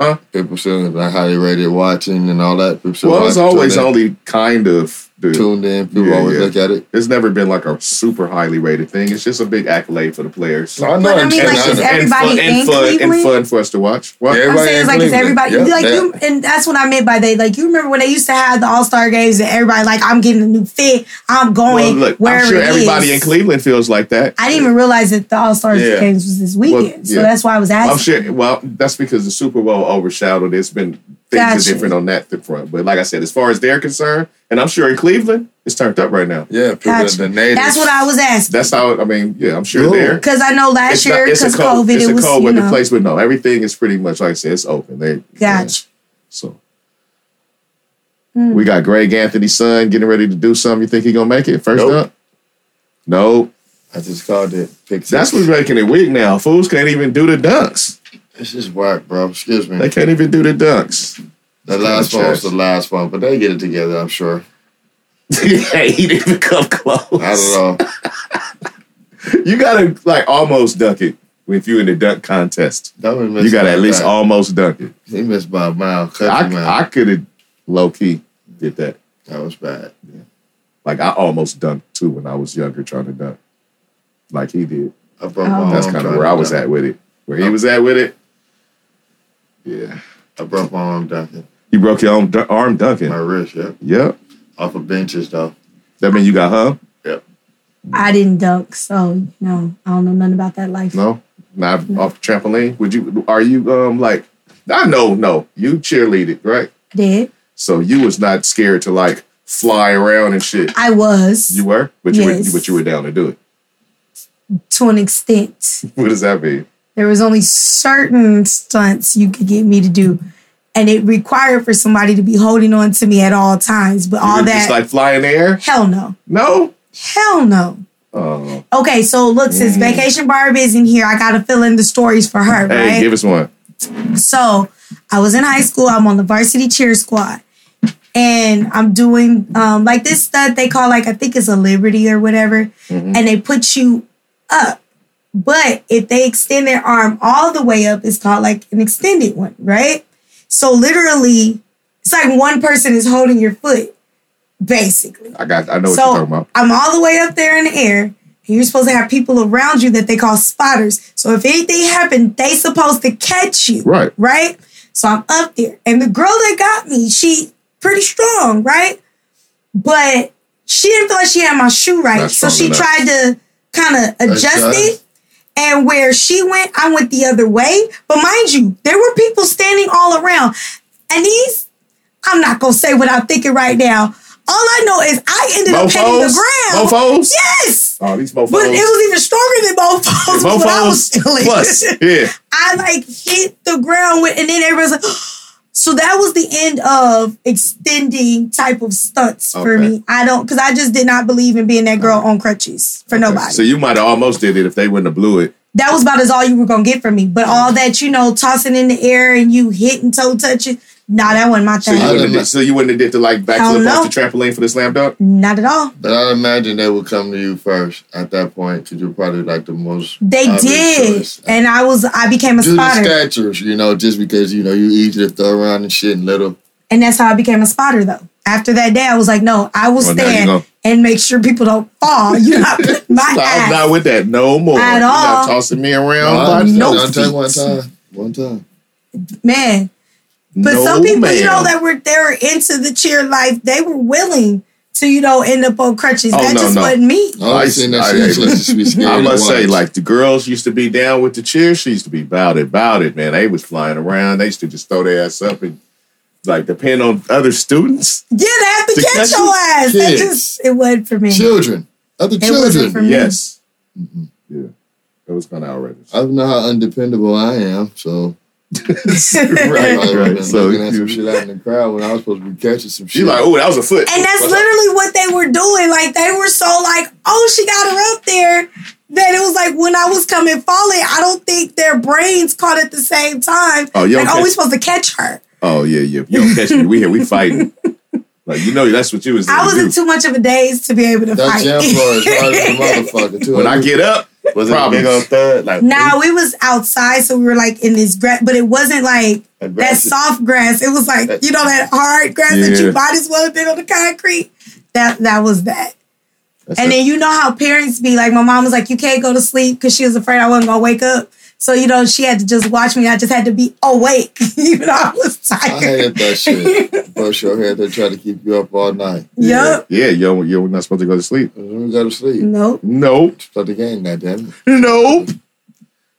[SPEAKER 1] Huh?
[SPEAKER 2] People still like highly rated watching and all that. People still
[SPEAKER 1] Well, it's
[SPEAKER 2] watch,
[SPEAKER 1] always
[SPEAKER 2] tuned
[SPEAKER 1] only kind of the.
[SPEAKER 2] in, tuned in. People
[SPEAKER 1] Yeah,
[SPEAKER 2] always
[SPEAKER 1] yeah.
[SPEAKER 2] look at it.
[SPEAKER 1] It's never been like a super highly rated thing. It's just a big accolade for the players.
[SPEAKER 2] I know.
[SPEAKER 3] But I
[SPEAKER 2] I'm
[SPEAKER 3] mean,
[SPEAKER 2] saying
[SPEAKER 3] like,
[SPEAKER 2] I
[SPEAKER 3] is
[SPEAKER 2] know.
[SPEAKER 3] every-
[SPEAKER 1] and fun, and
[SPEAKER 3] everybody in
[SPEAKER 1] fun, and
[SPEAKER 3] Cleveland?
[SPEAKER 1] fun for us to watch. What?
[SPEAKER 2] Yeah.
[SPEAKER 3] I'm
[SPEAKER 2] Everybody
[SPEAKER 3] saying
[SPEAKER 2] in
[SPEAKER 3] it's like it's
[SPEAKER 2] Cleveland.
[SPEAKER 3] everybody
[SPEAKER 2] Yep,
[SPEAKER 3] like
[SPEAKER 2] that.
[SPEAKER 3] you, and that's what I meant by they like you remember when they used to have the All Star Games and everybody like I'm getting a new fit, I'm
[SPEAKER 1] Well,
[SPEAKER 3] going
[SPEAKER 1] look,
[SPEAKER 3] wherever
[SPEAKER 1] I'm sure
[SPEAKER 3] it
[SPEAKER 1] everybody
[SPEAKER 3] is."
[SPEAKER 1] in Cleveland feels like that.
[SPEAKER 3] I didn't even realize that the All Star
[SPEAKER 1] Yeah.
[SPEAKER 3] Games was this
[SPEAKER 1] Well,
[SPEAKER 3] weekend, so
[SPEAKER 1] yeah.
[SPEAKER 3] that's why I was asking.
[SPEAKER 1] I'm sure. Well, that's because the Super Bowl overshadowed. It's been things
[SPEAKER 3] Gotcha.
[SPEAKER 1] are different on that th- front. But like I said, as far as they're concerned, and I'm sure in Cleveland, it's turned up right now.
[SPEAKER 2] Yeah, people
[SPEAKER 3] Gotcha.
[SPEAKER 2] the natives.
[SPEAKER 3] That's what I was asking
[SPEAKER 1] That's how. I mean, yeah, I'm sure
[SPEAKER 2] Cool.
[SPEAKER 1] there.
[SPEAKER 3] because I know last
[SPEAKER 1] It's,
[SPEAKER 3] year
[SPEAKER 1] not, it's a
[SPEAKER 3] because
[SPEAKER 1] cold.
[SPEAKER 3] COVID
[SPEAKER 1] it's
[SPEAKER 3] it
[SPEAKER 1] a
[SPEAKER 3] was
[SPEAKER 1] cold
[SPEAKER 3] you
[SPEAKER 1] weather
[SPEAKER 3] know
[SPEAKER 1] place, but no, everything is pretty much like I said. It's open. They yeah.
[SPEAKER 3] Gotcha.
[SPEAKER 1] So. We got Greg Anthony's son getting ready to do something. You think he gonna make it first
[SPEAKER 2] Nope.
[SPEAKER 1] up? Nope.
[SPEAKER 2] I just called it. Pick
[SPEAKER 1] That's
[SPEAKER 2] six.
[SPEAKER 1] what's making it weak now. Fools can't even do the dunks.
[SPEAKER 2] This is whack, bro. Excuse me.
[SPEAKER 1] They can't even do the dunks.
[SPEAKER 2] The last
[SPEAKER 1] Trash.
[SPEAKER 2] one was the last one, but they get it together, I'm sure.
[SPEAKER 1] hey, he didn't even come close.
[SPEAKER 2] I don't know.
[SPEAKER 1] You gotta like almost dunk it if you in the dunk contest.
[SPEAKER 2] That one missed
[SPEAKER 1] You gotta
[SPEAKER 2] by
[SPEAKER 1] at least
[SPEAKER 2] that.
[SPEAKER 1] almost dunk it.
[SPEAKER 2] He missed by a mile. Country
[SPEAKER 1] I
[SPEAKER 2] mile.
[SPEAKER 1] I could have low key did that.
[SPEAKER 2] that was bad.
[SPEAKER 1] Like I almost dunked too when I was younger trying to dunk, like he did.
[SPEAKER 2] I broke
[SPEAKER 3] Oh.
[SPEAKER 2] my
[SPEAKER 1] That's
[SPEAKER 2] own
[SPEAKER 1] kind of
[SPEAKER 2] dunk
[SPEAKER 1] where I was
[SPEAKER 2] dunk.
[SPEAKER 1] at with it. Where he was at with it,
[SPEAKER 2] Yeah. I broke my
[SPEAKER 1] um,
[SPEAKER 2] arm dunking.
[SPEAKER 1] you broke your own dun- arm dunking.
[SPEAKER 2] My wrist, yeah.
[SPEAKER 1] Yep.
[SPEAKER 2] Off of benches, though.
[SPEAKER 1] That mean you got hung?
[SPEAKER 3] I didn't dunk, so no, I don't know nothing about that life.
[SPEAKER 1] No, not off the trampoline. Would you? Are you um like? I know, no. You cheerleaded, right?
[SPEAKER 3] I did.
[SPEAKER 1] So you was not scared to like fly around and shit.
[SPEAKER 3] I was
[SPEAKER 1] You were, but you
[SPEAKER 3] Yes.
[SPEAKER 1] were, but you were down to do it.
[SPEAKER 3] to an extent.
[SPEAKER 1] What does that mean?
[SPEAKER 3] There was only certain stunts you could get me to do. And it required for somebody to be holding on to me at all times. But all
[SPEAKER 1] you
[SPEAKER 3] that
[SPEAKER 1] just like fly in the air?
[SPEAKER 3] hell no.
[SPEAKER 1] No.
[SPEAKER 3] Hell no.
[SPEAKER 1] Oh,
[SPEAKER 3] Okay, so look, since Vacation Barb isn't here, I gotta fill in the stories for her,
[SPEAKER 1] Mm. hey,
[SPEAKER 3] right?
[SPEAKER 1] give us one.
[SPEAKER 3] So I was in high school. I'm on the varsity cheer squad. And I'm doing um, like this stunt they call like I think it's a liberty or whatever.
[SPEAKER 1] Mm-hmm.
[SPEAKER 3] And they put you up. But if they extend their arm all the way up, it's called like an extended one, right? So literally, it's like one person is holding your foot, basically
[SPEAKER 1] I got. I know what you're
[SPEAKER 3] so
[SPEAKER 1] talking about.
[SPEAKER 3] I'm all the way up there in the air. And you're supposed to have people around you that they call spotters. So if anything happened, they supposed to catch you.
[SPEAKER 1] Right.
[SPEAKER 3] Right? So I'm up there. And the girl that got me, she pretty strong, right? But she didn't feel like she had my shoe right.
[SPEAKER 1] Not
[SPEAKER 3] so
[SPEAKER 1] strong
[SPEAKER 3] she
[SPEAKER 1] enough.
[SPEAKER 3] tried to kind of adjust
[SPEAKER 2] Adjust.
[SPEAKER 3] it. And where she went, I went the other way. But mind you, there were people standing all around. And these, I'm not gonna say what I'm thinking right now. All I know is I ended up hitting the
[SPEAKER 1] Mofos.
[SPEAKER 3] ground.
[SPEAKER 1] Mofos.
[SPEAKER 3] Yes.
[SPEAKER 1] Oh, these mofos.
[SPEAKER 3] But it was even stronger than mofos.
[SPEAKER 1] mofos.
[SPEAKER 3] What I was doing.
[SPEAKER 1] Plus, yeah.
[SPEAKER 3] I like hit the ground with, and then everybody's like, so that was the end of extending type of stunts for
[SPEAKER 1] Okay. Oh.
[SPEAKER 3] me. I don't, because I just did not believe in being that girl on crutches for nobody.
[SPEAKER 1] So you might have almost did it if they wouldn't have blew it.
[SPEAKER 3] that was about as all you were gonna get from me. But all
[SPEAKER 1] Mm.
[SPEAKER 3] that you know, tossing in the air and you hitting toe touching, nah, that wasn't my
[SPEAKER 1] So
[SPEAKER 3] thing.
[SPEAKER 1] you wouldn't have
[SPEAKER 2] didn't-
[SPEAKER 1] did, so you wouldn't have did the like backflip
[SPEAKER 3] know.
[SPEAKER 1] off the trampoline for the slam dunk.
[SPEAKER 3] not at all.
[SPEAKER 2] But I'd imagine they would come to you first at that point because you're probably like the most.
[SPEAKER 3] They
[SPEAKER 2] obvious
[SPEAKER 3] did,
[SPEAKER 2] choice.
[SPEAKER 3] and I was I became a
[SPEAKER 2] Due to the
[SPEAKER 3] spotter,
[SPEAKER 2] statures, you know, just because, you know, you easy to throw around and shit and little.
[SPEAKER 3] and that's how I became a spotter. Though after that day, I was like, no, I will
[SPEAKER 1] Well, now you
[SPEAKER 3] stand
[SPEAKER 1] know.
[SPEAKER 3] and make sure people don't fall. You're not my
[SPEAKER 1] So I'm
[SPEAKER 3] ass.
[SPEAKER 1] not with that no more.
[SPEAKER 3] At
[SPEAKER 1] You're
[SPEAKER 3] all.
[SPEAKER 1] not tossing me around.
[SPEAKER 2] I
[SPEAKER 1] by
[SPEAKER 2] understand.
[SPEAKER 1] no
[SPEAKER 2] I'll tell you one
[SPEAKER 1] feet.
[SPEAKER 2] time. One time.
[SPEAKER 3] man. But
[SPEAKER 1] No,
[SPEAKER 3] some people, you
[SPEAKER 1] ma'am.
[SPEAKER 3] know, that were they were into the cheer life, they were willing to you know end up on crutches.
[SPEAKER 1] Oh,
[SPEAKER 3] that
[SPEAKER 1] no,
[SPEAKER 3] just
[SPEAKER 1] no.
[SPEAKER 3] wasn't me.
[SPEAKER 2] I always seen that
[SPEAKER 1] I-
[SPEAKER 2] shit.
[SPEAKER 1] I-
[SPEAKER 2] She used to be scared.
[SPEAKER 1] I
[SPEAKER 2] to
[SPEAKER 1] must say,
[SPEAKER 2] watch.
[SPEAKER 1] like the girls used to be down with the cheer. She used to be about it, about it, man. They was flying around. They used to just throw their ass up and like depend on other students.
[SPEAKER 3] Yeah, they have to
[SPEAKER 1] To
[SPEAKER 3] catch
[SPEAKER 1] catch
[SPEAKER 3] your
[SPEAKER 1] you?
[SPEAKER 3] ass. That
[SPEAKER 2] Kids.
[SPEAKER 3] just it wasn't for me.
[SPEAKER 2] children, other
[SPEAKER 3] It wasn't for
[SPEAKER 2] children.
[SPEAKER 3] me.
[SPEAKER 1] Yes.
[SPEAKER 2] Mm-hmm.
[SPEAKER 1] Yeah. It was kind of outrageous.
[SPEAKER 2] I know how undependable I am, so I
[SPEAKER 1] Right,
[SPEAKER 2] probably
[SPEAKER 1] right.
[SPEAKER 2] would've been
[SPEAKER 1] So
[SPEAKER 2] looking at some
[SPEAKER 1] you-
[SPEAKER 2] shit out in the crowd when I was supposed to be catching some shit.
[SPEAKER 1] She's like, oh, that was a foot.
[SPEAKER 3] And that's
[SPEAKER 1] What's up?
[SPEAKER 3] literally what they were doing. Like they were so like, oh, she got her up there. That it was like when I was coming falling, I don't think their brains caught at the same time.
[SPEAKER 1] Oh, you
[SPEAKER 3] like,
[SPEAKER 1] don't
[SPEAKER 3] oh, we
[SPEAKER 1] catch-
[SPEAKER 3] supposed to catch her.
[SPEAKER 1] Oh yeah, yeah. You don't catch me. We here. We fighting. Like you know, that's what you was.
[SPEAKER 3] I
[SPEAKER 1] there to
[SPEAKER 3] wasn't
[SPEAKER 1] do.
[SPEAKER 3] too much of a daze to be able to
[SPEAKER 2] that
[SPEAKER 3] fight.
[SPEAKER 2] jam floor is hard as a motherfucker, too.
[SPEAKER 1] When I get up,
[SPEAKER 2] was
[SPEAKER 1] problems.
[SPEAKER 2] thud? Like,
[SPEAKER 3] Nah, we was outside, so we were like in this grass, but it wasn't like
[SPEAKER 2] That
[SPEAKER 3] that
[SPEAKER 2] grass is-
[SPEAKER 3] soft grass. It was like you know that hard grass that you
[SPEAKER 1] Yeah.
[SPEAKER 3] might as well have been on the concrete. That that was that.
[SPEAKER 2] That's
[SPEAKER 3] and
[SPEAKER 2] it.
[SPEAKER 3] then you know how parents be like, my mom was like, you can't go to sleep because she was afraid I wasn't gonna wake up. So you know she had to just watch me. I just had to be awake, even though I was
[SPEAKER 2] I
[SPEAKER 3] tired.
[SPEAKER 2] hated that shit. Brush your head, they try to keep you up all night.
[SPEAKER 3] Yup.
[SPEAKER 1] yeah, yo, you're not supposed to go to sleep.
[SPEAKER 2] As soon as I go to sleep,
[SPEAKER 3] Nope.
[SPEAKER 1] Nope.
[SPEAKER 2] start the game now, damn it.
[SPEAKER 1] Nope.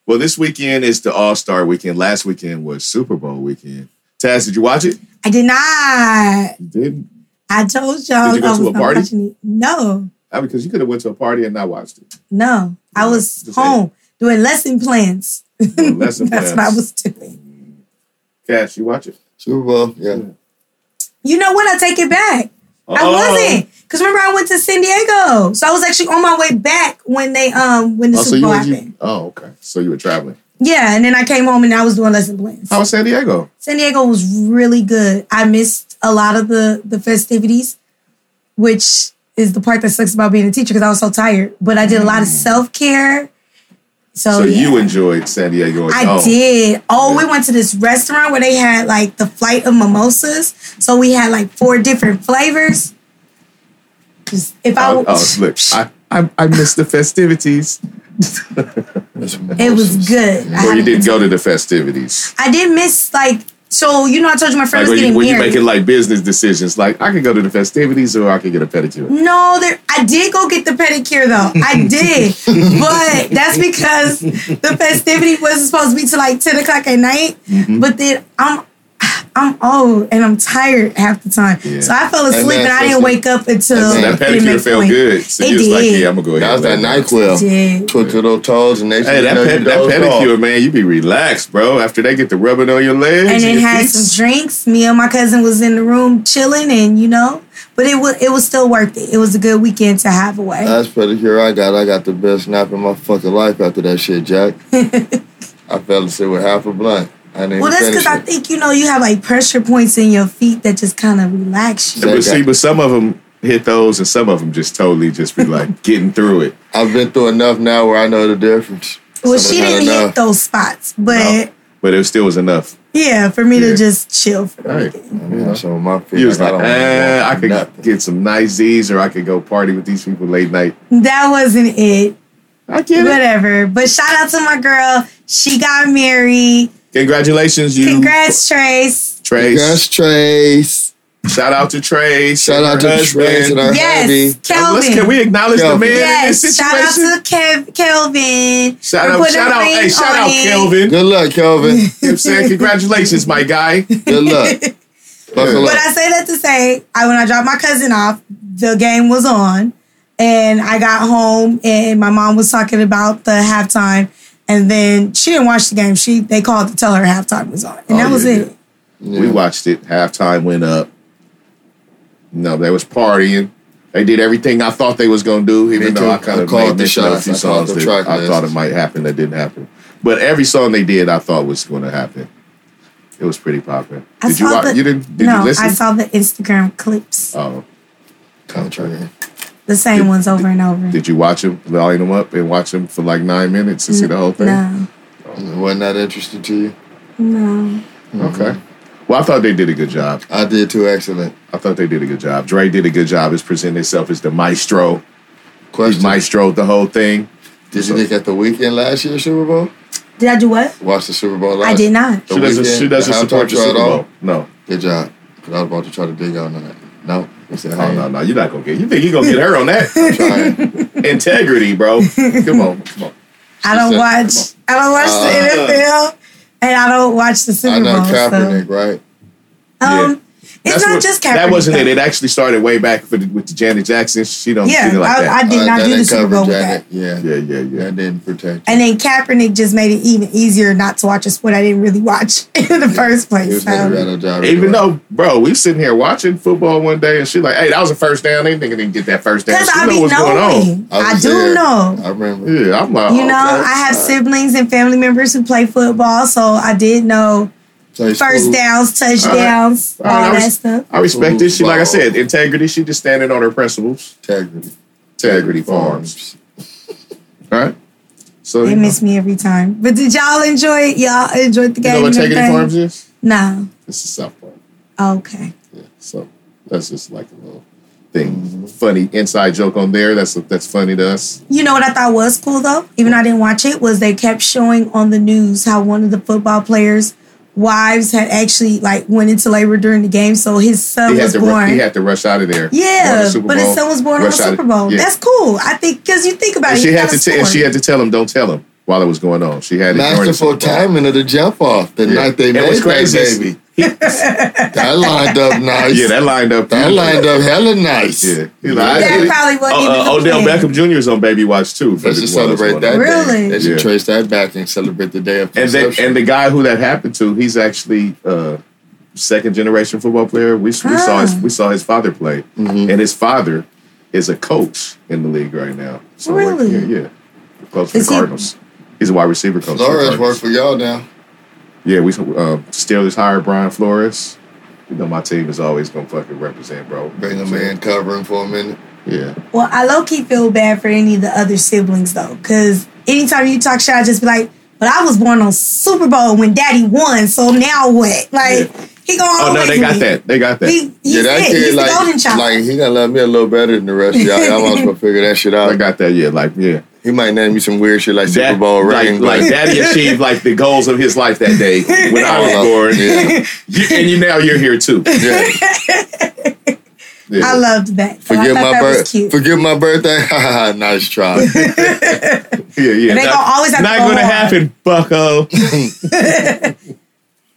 [SPEAKER 1] Well, this weekend is the All Star weekend. Last weekend was Super Bowl weekend. Taz, did you watch it?
[SPEAKER 3] I did not.
[SPEAKER 1] You didn't.
[SPEAKER 3] I told y'all
[SPEAKER 1] Did you go
[SPEAKER 3] I
[SPEAKER 1] to
[SPEAKER 3] was
[SPEAKER 1] a
[SPEAKER 3] not
[SPEAKER 1] party?
[SPEAKER 3] watching it. No.
[SPEAKER 1] Ah, because you could have went to a party and not watched it.
[SPEAKER 3] No, I was
[SPEAKER 1] Just
[SPEAKER 3] home doing lesson plans.
[SPEAKER 1] Doing lesson
[SPEAKER 3] That's what I
[SPEAKER 1] plans.
[SPEAKER 3] was doing.
[SPEAKER 1] Cash, you watch it.
[SPEAKER 2] Super Bowl, yeah.
[SPEAKER 3] You know what? I take it back. I
[SPEAKER 1] Oh.
[SPEAKER 3] wasn't because remember I went to San Diego, so I was actually on my way back when they um when the
[SPEAKER 1] Oh, so
[SPEAKER 3] Super
[SPEAKER 1] you
[SPEAKER 3] Bowl
[SPEAKER 1] were
[SPEAKER 3] happened.
[SPEAKER 1] you, oh, okay. So you were traveling.
[SPEAKER 3] Yeah, and then I came home and I was doing lesson plans.
[SPEAKER 1] How was San Diego?
[SPEAKER 3] San Diego was really good. I missed a lot of the the festivities, which is the part that sucks about being a teacher because I was so tired. But I did a lot of self care. So,
[SPEAKER 1] Mm. so
[SPEAKER 3] Oh, yeah.
[SPEAKER 1] you enjoyed San Diego. on your
[SPEAKER 3] I
[SPEAKER 1] own.
[SPEAKER 3] did. Oh,
[SPEAKER 1] Yeah.
[SPEAKER 3] we went to this restaurant where they had like the flight of mimosas. So we had like four different flavors. Just if I,
[SPEAKER 1] Oh,
[SPEAKER 3] would-
[SPEAKER 1] oh, look, I, I I missed the festivities.
[SPEAKER 3] it was good. I
[SPEAKER 1] Or you
[SPEAKER 3] haven't-
[SPEAKER 1] didn't go to the festivities.
[SPEAKER 3] I did miss like so. You know, I told you my friend
[SPEAKER 1] Like when
[SPEAKER 3] was
[SPEAKER 1] you,
[SPEAKER 3] getting
[SPEAKER 1] when you
[SPEAKER 3] married.
[SPEAKER 1] making like business decisions, like I could go to the festivities or I could get a pedicure.
[SPEAKER 3] No, there. I did go get the pedicure though. I did, but that's because the festivity was supposed to be to like ten o'clock at night. But then I'm, I'm old and I'm tired half the time,
[SPEAKER 1] Yeah.
[SPEAKER 3] so I fell asleep
[SPEAKER 2] man,
[SPEAKER 3] and I didn't
[SPEAKER 2] listen.
[SPEAKER 3] wake up until
[SPEAKER 1] So that
[SPEAKER 3] the
[SPEAKER 1] pedicure
[SPEAKER 3] next
[SPEAKER 1] felt
[SPEAKER 3] morning.
[SPEAKER 1] good. So
[SPEAKER 3] It
[SPEAKER 1] you was like,
[SPEAKER 3] did.
[SPEAKER 1] yeah, I'm gonna go ahead.
[SPEAKER 2] That was that
[SPEAKER 1] and lay down.
[SPEAKER 2] NyQuil.
[SPEAKER 3] Did.
[SPEAKER 2] Put your little toes and they
[SPEAKER 1] Hey, that, ped- that pedicure, man, you be relaxed, bro. After they get the rubbing on your legs,
[SPEAKER 3] and
[SPEAKER 1] your
[SPEAKER 3] it had
[SPEAKER 1] feet.
[SPEAKER 3] some drinks. Me and my cousin was in the room chilling, and you know, but it was it was still worth it. It was a good weekend to have away.
[SPEAKER 1] Uh,
[SPEAKER 2] That's pedicure I got. I got the best nap in my fucking life after that shit, Jack. I fell asleep with half a blunt. I didn't
[SPEAKER 3] well,
[SPEAKER 2] even
[SPEAKER 3] that's because
[SPEAKER 2] finish
[SPEAKER 3] I
[SPEAKER 2] it.
[SPEAKER 3] think you know you have like pressure points in your feet that just kind of relax you.
[SPEAKER 1] But
[SPEAKER 2] Exactly.
[SPEAKER 1] see, but some of them hit those, and some of them just totally just be like getting through it.
[SPEAKER 2] I've been through enough now where I know the difference.
[SPEAKER 3] Well,
[SPEAKER 2] Some
[SPEAKER 3] she
[SPEAKER 2] of them
[SPEAKER 3] didn't
[SPEAKER 2] not
[SPEAKER 3] hit
[SPEAKER 2] enough.
[SPEAKER 3] those spots, but
[SPEAKER 1] uh, No. But it still was enough.
[SPEAKER 3] yeah, for me
[SPEAKER 1] Yeah.
[SPEAKER 3] to just chill for the
[SPEAKER 1] Right.
[SPEAKER 3] weekend.
[SPEAKER 2] I mean, some of my feet.
[SPEAKER 1] You was
[SPEAKER 2] like,
[SPEAKER 1] like,
[SPEAKER 2] I,
[SPEAKER 3] "Ah,
[SPEAKER 1] eh, I
[SPEAKER 2] don't
[SPEAKER 1] could
[SPEAKER 2] want nothing.
[SPEAKER 1] get some nice Z's, or I could go party with these people late night.
[SPEAKER 3] That wasn't it.
[SPEAKER 1] I get it.
[SPEAKER 3] Whatever. But shout out to my girl. She got married.
[SPEAKER 1] Congratulations, you,
[SPEAKER 3] Congrats, Trace.
[SPEAKER 1] Trace.
[SPEAKER 2] Gus Trace.
[SPEAKER 1] Shout out to Trace.
[SPEAKER 2] Shout
[SPEAKER 1] and
[SPEAKER 2] out to
[SPEAKER 1] her
[SPEAKER 2] Trace and her
[SPEAKER 3] Yes,
[SPEAKER 2] hubby.
[SPEAKER 3] Kelvin.
[SPEAKER 1] Let's, can we acknowledge the
[SPEAKER 2] Kelvin.
[SPEAKER 1] man in
[SPEAKER 3] yes.
[SPEAKER 1] this
[SPEAKER 3] Shout out
[SPEAKER 1] situation?
[SPEAKER 3] to Kev- Kelvin.
[SPEAKER 1] Shout
[SPEAKER 3] for
[SPEAKER 1] out,
[SPEAKER 3] putting
[SPEAKER 1] shout
[SPEAKER 3] a
[SPEAKER 1] out, hey,
[SPEAKER 3] ring
[SPEAKER 1] shout
[SPEAKER 3] on
[SPEAKER 1] out,
[SPEAKER 3] it.
[SPEAKER 1] Kelvin. You know
[SPEAKER 2] Good luck, Kelvin.
[SPEAKER 1] what I'm saying? Congratulations, my guy.
[SPEAKER 2] Good luck. Buckle
[SPEAKER 3] But
[SPEAKER 2] up.
[SPEAKER 3] I say that to say, I when I dropped my cousin off, the game was on, and I got home, and my mom was talking about the halftime, and then she didn't watch the game. She they called to tell her halftime was on, and
[SPEAKER 1] Oh,
[SPEAKER 3] that was
[SPEAKER 1] yeah,
[SPEAKER 3] it.
[SPEAKER 1] We watched it. Halftime went up. No, they was partying. They did everything I thought they was gonna do, even
[SPEAKER 2] Me
[SPEAKER 1] though I
[SPEAKER 2] too.
[SPEAKER 1] kind
[SPEAKER 2] I
[SPEAKER 1] of
[SPEAKER 2] called
[SPEAKER 1] made
[SPEAKER 2] the
[SPEAKER 1] mention of a
[SPEAKER 2] shots.
[SPEAKER 1] few
[SPEAKER 2] I called
[SPEAKER 1] songs
[SPEAKER 2] the
[SPEAKER 1] that
[SPEAKER 2] track
[SPEAKER 1] I thought it
[SPEAKER 2] lists.
[SPEAKER 1] might happen that didn't happen. But every song they did, I thought was gonna happen. It was pretty popular.
[SPEAKER 3] I
[SPEAKER 1] did you
[SPEAKER 3] saw
[SPEAKER 1] watch?
[SPEAKER 3] the-
[SPEAKER 1] you didn't? Did
[SPEAKER 3] no,
[SPEAKER 1] you listen?
[SPEAKER 3] I saw the Instagram clips,
[SPEAKER 1] oh,
[SPEAKER 2] Contract.
[SPEAKER 3] the same
[SPEAKER 1] Did-
[SPEAKER 3] ones over and over.
[SPEAKER 1] did you watch them? Volume them up and watch them for like nine minutes and see the whole thing.
[SPEAKER 3] No,
[SPEAKER 2] Wasn't that interesting to you?
[SPEAKER 3] no.
[SPEAKER 1] Okay. Well, I thought they did a good job.
[SPEAKER 2] I did too. Excellent.
[SPEAKER 1] I thought they did a good job. Dre did a good job. He's presenting himself as the maestro. He's
[SPEAKER 2] Question.
[SPEAKER 1] maestro the whole thing.
[SPEAKER 2] Did you look at the weekend last year Super Bowl?
[SPEAKER 3] Did I do what?
[SPEAKER 2] Watch the Super Bowl last
[SPEAKER 3] I did not.
[SPEAKER 2] The
[SPEAKER 1] she doesn't.
[SPEAKER 2] weekend,
[SPEAKER 1] she doesn't
[SPEAKER 2] the
[SPEAKER 1] support
[SPEAKER 2] halftime
[SPEAKER 1] the
[SPEAKER 2] show at
[SPEAKER 1] Super
[SPEAKER 2] all?
[SPEAKER 1] Bowl. No.
[SPEAKER 2] Good job. 'Cause I was about to try to dig out on that. No. I said,
[SPEAKER 1] Oh
[SPEAKER 2] hey,
[SPEAKER 1] no, no. You're not gonna get. You think you're gonna get her on that
[SPEAKER 2] trying.
[SPEAKER 1] integrity, bro? Come on, come on.
[SPEAKER 3] I don't
[SPEAKER 2] said-
[SPEAKER 3] watch. I don't watch
[SPEAKER 2] Uh.
[SPEAKER 3] the NFL, and I don't watch the Super
[SPEAKER 2] I know
[SPEAKER 3] Bowl.
[SPEAKER 2] Kaepernick, right?
[SPEAKER 3] So, um,
[SPEAKER 1] Yeah.
[SPEAKER 3] it's
[SPEAKER 1] That's
[SPEAKER 3] not
[SPEAKER 1] what-
[SPEAKER 3] just Kaepernick.
[SPEAKER 1] That wasn't it.
[SPEAKER 3] though.
[SPEAKER 1] It actually started way back for the, with the Janet Jackson. She don't.
[SPEAKER 3] Yeah,
[SPEAKER 1] Yeah, like
[SPEAKER 3] I-
[SPEAKER 1] that.
[SPEAKER 3] I did
[SPEAKER 2] Uh,
[SPEAKER 3] not
[SPEAKER 2] that
[SPEAKER 3] do the
[SPEAKER 2] didn't
[SPEAKER 3] Super
[SPEAKER 2] cover
[SPEAKER 3] Bowl with
[SPEAKER 2] Janet. Yeah.
[SPEAKER 1] yeah, yeah, yeah.
[SPEAKER 2] That didn't protect.
[SPEAKER 3] And then Kaepernick just made it even easier not to watch a sport I didn't really watch in the first
[SPEAKER 2] He
[SPEAKER 3] place.
[SPEAKER 2] was never
[SPEAKER 3] So.
[SPEAKER 2] got a job.
[SPEAKER 1] Even though, bro, we sitting here watching football one day, and she like, "Hey, that was a first down. They nigga didn't get that first down."
[SPEAKER 3] Because
[SPEAKER 1] She
[SPEAKER 3] I
[SPEAKER 1] know
[SPEAKER 3] be
[SPEAKER 1] what's going on.
[SPEAKER 3] knowing. I,
[SPEAKER 2] was
[SPEAKER 3] do
[SPEAKER 2] there.
[SPEAKER 3] know.
[SPEAKER 2] I remember.
[SPEAKER 1] Yeah, I'm like,
[SPEAKER 3] you
[SPEAKER 1] oh,
[SPEAKER 3] know,
[SPEAKER 1] okay.
[SPEAKER 3] I have siblings and family members who play football, so I did know
[SPEAKER 2] Say
[SPEAKER 3] first
[SPEAKER 2] school.
[SPEAKER 3] downs, touchdowns, all,
[SPEAKER 1] All right, I
[SPEAKER 3] that
[SPEAKER 1] was-
[SPEAKER 3] stuff.
[SPEAKER 1] I respect this. She, like I
[SPEAKER 2] Football.
[SPEAKER 1] said, integrity. She just standing on her principles.
[SPEAKER 2] Integrity.
[SPEAKER 1] Integrity Farms. All right. So
[SPEAKER 3] They
[SPEAKER 1] you know,
[SPEAKER 3] miss me every time. But did y'all enjoy it? Y'all enjoyed the
[SPEAKER 1] you
[SPEAKER 3] game?
[SPEAKER 1] know what
[SPEAKER 3] and
[SPEAKER 1] Integrity
[SPEAKER 3] everything?
[SPEAKER 1] Farms is?
[SPEAKER 3] No.
[SPEAKER 1] It's a South Park.
[SPEAKER 3] Okay.
[SPEAKER 1] Yeah. So that's just like a little thing, funny inside joke on there. That's that's funny to us.
[SPEAKER 3] You know what I thought was cool though, even though I didn't watch it, was they kept showing on the news how one of the football players' wives had actually like went into labor during the game, so his son
[SPEAKER 1] He had
[SPEAKER 3] was
[SPEAKER 1] to
[SPEAKER 3] born.
[SPEAKER 1] ru- he had to rush out of there. Won the
[SPEAKER 3] yeah,
[SPEAKER 1] Super
[SPEAKER 3] but
[SPEAKER 1] Bowl,
[SPEAKER 3] his son was born on the
[SPEAKER 1] rush out
[SPEAKER 3] Super
[SPEAKER 1] of-
[SPEAKER 3] Bowl.
[SPEAKER 1] yeah.
[SPEAKER 3] That's cool. I think because you think about
[SPEAKER 1] and
[SPEAKER 3] it,
[SPEAKER 1] she
[SPEAKER 3] you
[SPEAKER 1] had
[SPEAKER 3] got
[SPEAKER 1] to
[SPEAKER 3] a
[SPEAKER 1] t- and
[SPEAKER 3] sport.
[SPEAKER 1] she had to tell him don't tell him while it was going on. She had it during the
[SPEAKER 2] Masterful
[SPEAKER 1] Super Bowl.
[SPEAKER 2] timing of the jump off. The
[SPEAKER 1] Yeah.
[SPEAKER 2] night they
[SPEAKER 1] It
[SPEAKER 2] made
[SPEAKER 1] was
[SPEAKER 2] that
[SPEAKER 1] crazy.
[SPEAKER 2] baby. That lined up nice.
[SPEAKER 1] Yeah, that lined up.
[SPEAKER 2] That
[SPEAKER 1] beautifully.
[SPEAKER 2] lined up hella nice.
[SPEAKER 1] Yeah. He like, I
[SPEAKER 2] That
[SPEAKER 1] did it.
[SPEAKER 3] that probably wasn't
[SPEAKER 1] Oh,
[SPEAKER 3] even
[SPEAKER 1] uh,
[SPEAKER 3] the
[SPEAKER 1] Odell
[SPEAKER 3] plan.
[SPEAKER 1] Beckham Jr. is on Baby Watch too. for
[SPEAKER 2] Let's
[SPEAKER 1] the-
[SPEAKER 2] just
[SPEAKER 1] while it's
[SPEAKER 2] celebrate
[SPEAKER 1] going on.
[SPEAKER 2] that
[SPEAKER 3] Really?
[SPEAKER 2] day. They should
[SPEAKER 1] Yeah.
[SPEAKER 2] trace that back and celebrate the day of
[SPEAKER 1] And then,
[SPEAKER 2] conception.
[SPEAKER 1] and the guy who that happened to, he's actually uh, second generation football player. We, we saw his
[SPEAKER 3] Ah.
[SPEAKER 1] we saw his father play,
[SPEAKER 2] Mm-hmm.
[SPEAKER 1] and his father is a coach in the league right now. So like,
[SPEAKER 3] Really?
[SPEAKER 1] yeah, yeah, close to the
[SPEAKER 3] Is he-
[SPEAKER 1] Cardinals. He's a wide receiver coach. for the
[SPEAKER 2] Flores work
[SPEAKER 1] Cardinals.
[SPEAKER 2] for y'all now.
[SPEAKER 1] Yeah, we uh, Steelers hired Brian Flores. You know, my team is always gonna fucking represent, bro.
[SPEAKER 2] Bring him in, cover him for a minute.
[SPEAKER 1] Yeah,
[SPEAKER 3] Well, I low key feel bad for any of the other siblings though, because anytime you talk shit, I just be like, "But I was born on Super Bowl when Daddy won, so now what?" Like, He gonna
[SPEAKER 1] Oh no,
[SPEAKER 3] always
[SPEAKER 1] they got
[SPEAKER 3] win.
[SPEAKER 1] that. They got that.
[SPEAKER 3] He, he's
[SPEAKER 2] yeah, that
[SPEAKER 3] it.
[SPEAKER 2] kid
[SPEAKER 3] He's the golden
[SPEAKER 2] like,
[SPEAKER 3] child.
[SPEAKER 2] like he gonna love me a little better than the rest of y'all. Y'all might as well figure that shit
[SPEAKER 1] I
[SPEAKER 2] out.
[SPEAKER 1] got that. Yeah, like yeah,
[SPEAKER 2] He might name you some weird shit like Super Bowl
[SPEAKER 1] like,
[SPEAKER 2] ring,
[SPEAKER 1] like
[SPEAKER 2] but-
[SPEAKER 1] Daddy achieved like the goals of his life that day when I was
[SPEAKER 2] Oh,
[SPEAKER 1] born.
[SPEAKER 2] yeah,
[SPEAKER 1] You, and you now you're here too.
[SPEAKER 2] yeah.
[SPEAKER 1] Yeah.
[SPEAKER 3] I loved that. So
[SPEAKER 2] Forget
[SPEAKER 3] I thought
[SPEAKER 2] my
[SPEAKER 3] that was
[SPEAKER 2] birthday.
[SPEAKER 3] cute.
[SPEAKER 2] Forget my birthday. nice try.
[SPEAKER 1] yeah, yeah.
[SPEAKER 3] And they
[SPEAKER 1] Not-
[SPEAKER 3] gonna always have to
[SPEAKER 1] not
[SPEAKER 3] go
[SPEAKER 1] gonna
[SPEAKER 3] hard.
[SPEAKER 1] happen, Bucko.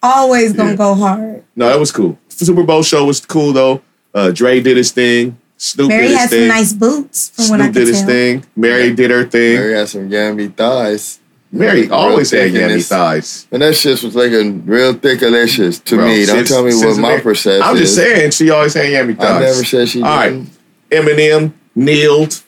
[SPEAKER 3] Always gonna
[SPEAKER 1] Yeah.
[SPEAKER 3] go hard.
[SPEAKER 1] no, that was cool. Super Bowl show was cool though. Uh, Dre did his thing. Snoop
[SPEAKER 3] Mary
[SPEAKER 1] did his
[SPEAKER 3] had
[SPEAKER 1] thing.
[SPEAKER 3] some nice boots from what I
[SPEAKER 1] Snoop
[SPEAKER 3] could
[SPEAKER 1] did his
[SPEAKER 3] tell.
[SPEAKER 1] thing. Mary did her thing.
[SPEAKER 2] Mary had some gamby thighs.
[SPEAKER 1] Mary always had yummy
[SPEAKER 2] Thickness.
[SPEAKER 1] thighs.
[SPEAKER 2] And that shit was like a real thick delicious to
[SPEAKER 1] Bro,
[SPEAKER 2] me. Don't
[SPEAKER 1] since-
[SPEAKER 2] tell me
[SPEAKER 1] since
[SPEAKER 2] what my
[SPEAKER 1] Mary-
[SPEAKER 2] perception
[SPEAKER 1] I'm just
[SPEAKER 2] is.
[SPEAKER 1] saying, she always had yummy thighs.
[SPEAKER 2] I never said she
[SPEAKER 1] All right.
[SPEAKER 2] didn't.
[SPEAKER 1] Eminem kneeled.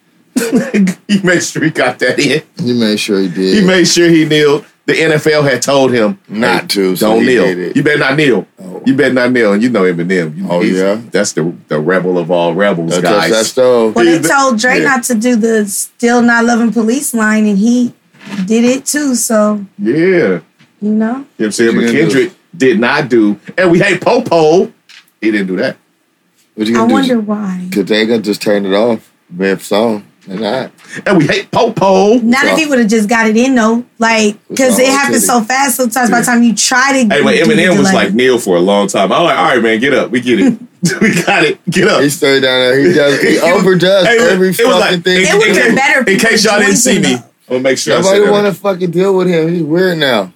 [SPEAKER 1] he made sure he got that in.
[SPEAKER 2] You made sure he did.
[SPEAKER 1] He made sure he kneeled. The NFL had told him
[SPEAKER 2] Not to, so
[SPEAKER 1] Don't
[SPEAKER 2] he
[SPEAKER 1] kneel.
[SPEAKER 2] did it.
[SPEAKER 1] You better not kneel.
[SPEAKER 2] Oh.
[SPEAKER 1] You better not kneel. And you know Eminem. You,
[SPEAKER 2] Oh,
[SPEAKER 1] he's-
[SPEAKER 2] yeah?
[SPEAKER 1] That's the the rebel of all rebels,
[SPEAKER 2] That's
[SPEAKER 1] guys.
[SPEAKER 2] that's though.
[SPEAKER 3] Well, they
[SPEAKER 1] He's-
[SPEAKER 3] told Dre
[SPEAKER 1] yeah.
[SPEAKER 3] not to do the "Still Not Loving Police" line, and he did it too. So
[SPEAKER 1] yeah. You know
[SPEAKER 3] you know,
[SPEAKER 1] what I'm saying?
[SPEAKER 2] What you
[SPEAKER 1] But
[SPEAKER 2] gonna do?
[SPEAKER 1] Kendrick did not do, and we hate Popo. He didn't do that.
[SPEAKER 2] What you
[SPEAKER 3] I
[SPEAKER 2] gonna
[SPEAKER 3] wonder
[SPEAKER 2] do?
[SPEAKER 3] why.
[SPEAKER 2] Cause they gonna just turn it off mid song. And not.
[SPEAKER 1] And we hate Popo.
[SPEAKER 3] Not if
[SPEAKER 2] So-
[SPEAKER 3] he would have just got it in though, like because
[SPEAKER 2] all
[SPEAKER 3] it happens
[SPEAKER 2] titty.
[SPEAKER 3] so fast. Sometimes by the
[SPEAKER 1] Yeah.
[SPEAKER 3] time you try to,
[SPEAKER 1] Hey, but
[SPEAKER 3] do the
[SPEAKER 1] Eminem was
[SPEAKER 3] delay-
[SPEAKER 1] like kneel for a long time. I'm like, all right, man, get up. We get it. we got it. Get up.
[SPEAKER 2] He stayed down there. He does. He
[SPEAKER 1] It was-
[SPEAKER 2] overdoes
[SPEAKER 1] Hey, look,
[SPEAKER 2] every
[SPEAKER 1] it was
[SPEAKER 2] fucking
[SPEAKER 1] like-
[SPEAKER 2] thing.
[SPEAKER 3] It would've
[SPEAKER 1] in-
[SPEAKER 3] been better if
[SPEAKER 1] In
[SPEAKER 3] he
[SPEAKER 1] case y'all didn't
[SPEAKER 3] was
[SPEAKER 1] see me,
[SPEAKER 3] joined
[SPEAKER 1] I'm gonna make sure. I said
[SPEAKER 2] Nobody
[SPEAKER 1] that.
[SPEAKER 2] want to fucking deal with him. He's weird now.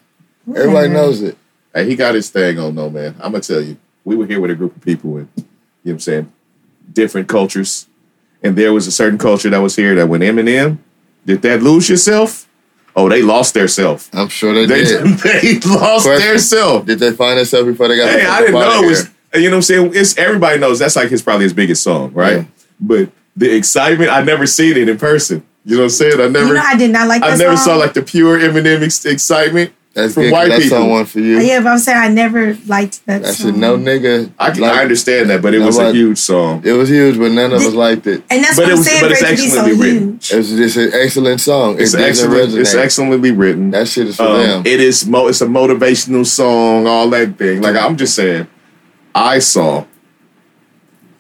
[SPEAKER 2] Everybody knows it.
[SPEAKER 1] Hey, he got his thing on though, man. I'm gonna tell you, we were here with a group of people and you know what I'm saying, different cultures. And there was a certain culture that was here that when Eminem did that lose yourself, oh, they lost their self.
[SPEAKER 2] I'm sure they,
[SPEAKER 1] They,
[SPEAKER 2] did.
[SPEAKER 1] they lost
[SPEAKER 2] Question.
[SPEAKER 1] their self.
[SPEAKER 2] Did they find themselves before they got? the
[SPEAKER 1] Hey,
[SPEAKER 2] fuck
[SPEAKER 1] I didn't
[SPEAKER 2] up outta
[SPEAKER 1] know it
[SPEAKER 2] here?
[SPEAKER 1] was you know what I'm saying? It's everybody knows that's like his probably his biggest song, right?
[SPEAKER 2] Yeah.
[SPEAKER 1] But the excitement, I never seen it in person. You know what I'm saying? I never
[SPEAKER 3] You know, I did not like.
[SPEAKER 1] I
[SPEAKER 3] that
[SPEAKER 1] never
[SPEAKER 3] song.
[SPEAKER 1] saw like the pure Eminem ex- excitement
[SPEAKER 2] That's
[SPEAKER 1] from
[SPEAKER 2] good. 'cause
[SPEAKER 1] white
[SPEAKER 2] that's
[SPEAKER 1] people.
[SPEAKER 2] someone for you.
[SPEAKER 3] Yeah, but I'm saying I never liked that.
[SPEAKER 2] That's a
[SPEAKER 3] song.
[SPEAKER 2] no nigga.
[SPEAKER 1] I, can,
[SPEAKER 2] Like,
[SPEAKER 1] I understand that, but it was a
[SPEAKER 2] Nobody-
[SPEAKER 1] huge song.
[SPEAKER 2] It was huge, but none of us
[SPEAKER 3] Did-
[SPEAKER 2] liked it.
[SPEAKER 3] And that's
[SPEAKER 1] But
[SPEAKER 3] what
[SPEAKER 1] it
[SPEAKER 3] I'm
[SPEAKER 1] was-
[SPEAKER 3] saying.
[SPEAKER 1] but
[SPEAKER 3] But
[SPEAKER 1] it's
[SPEAKER 3] it's so
[SPEAKER 1] excellently written.
[SPEAKER 3] huge.
[SPEAKER 2] It was just an excellent song. It
[SPEAKER 1] It's
[SPEAKER 2] doesn't
[SPEAKER 1] excellent.
[SPEAKER 2] resonate.
[SPEAKER 1] It's excellently written.
[SPEAKER 2] That shit is for
[SPEAKER 1] Um,
[SPEAKER 2] them.
[SPEAKER 1] it is. Mo- it's a motivational song. All that thing. Like I'm just saying, I saw.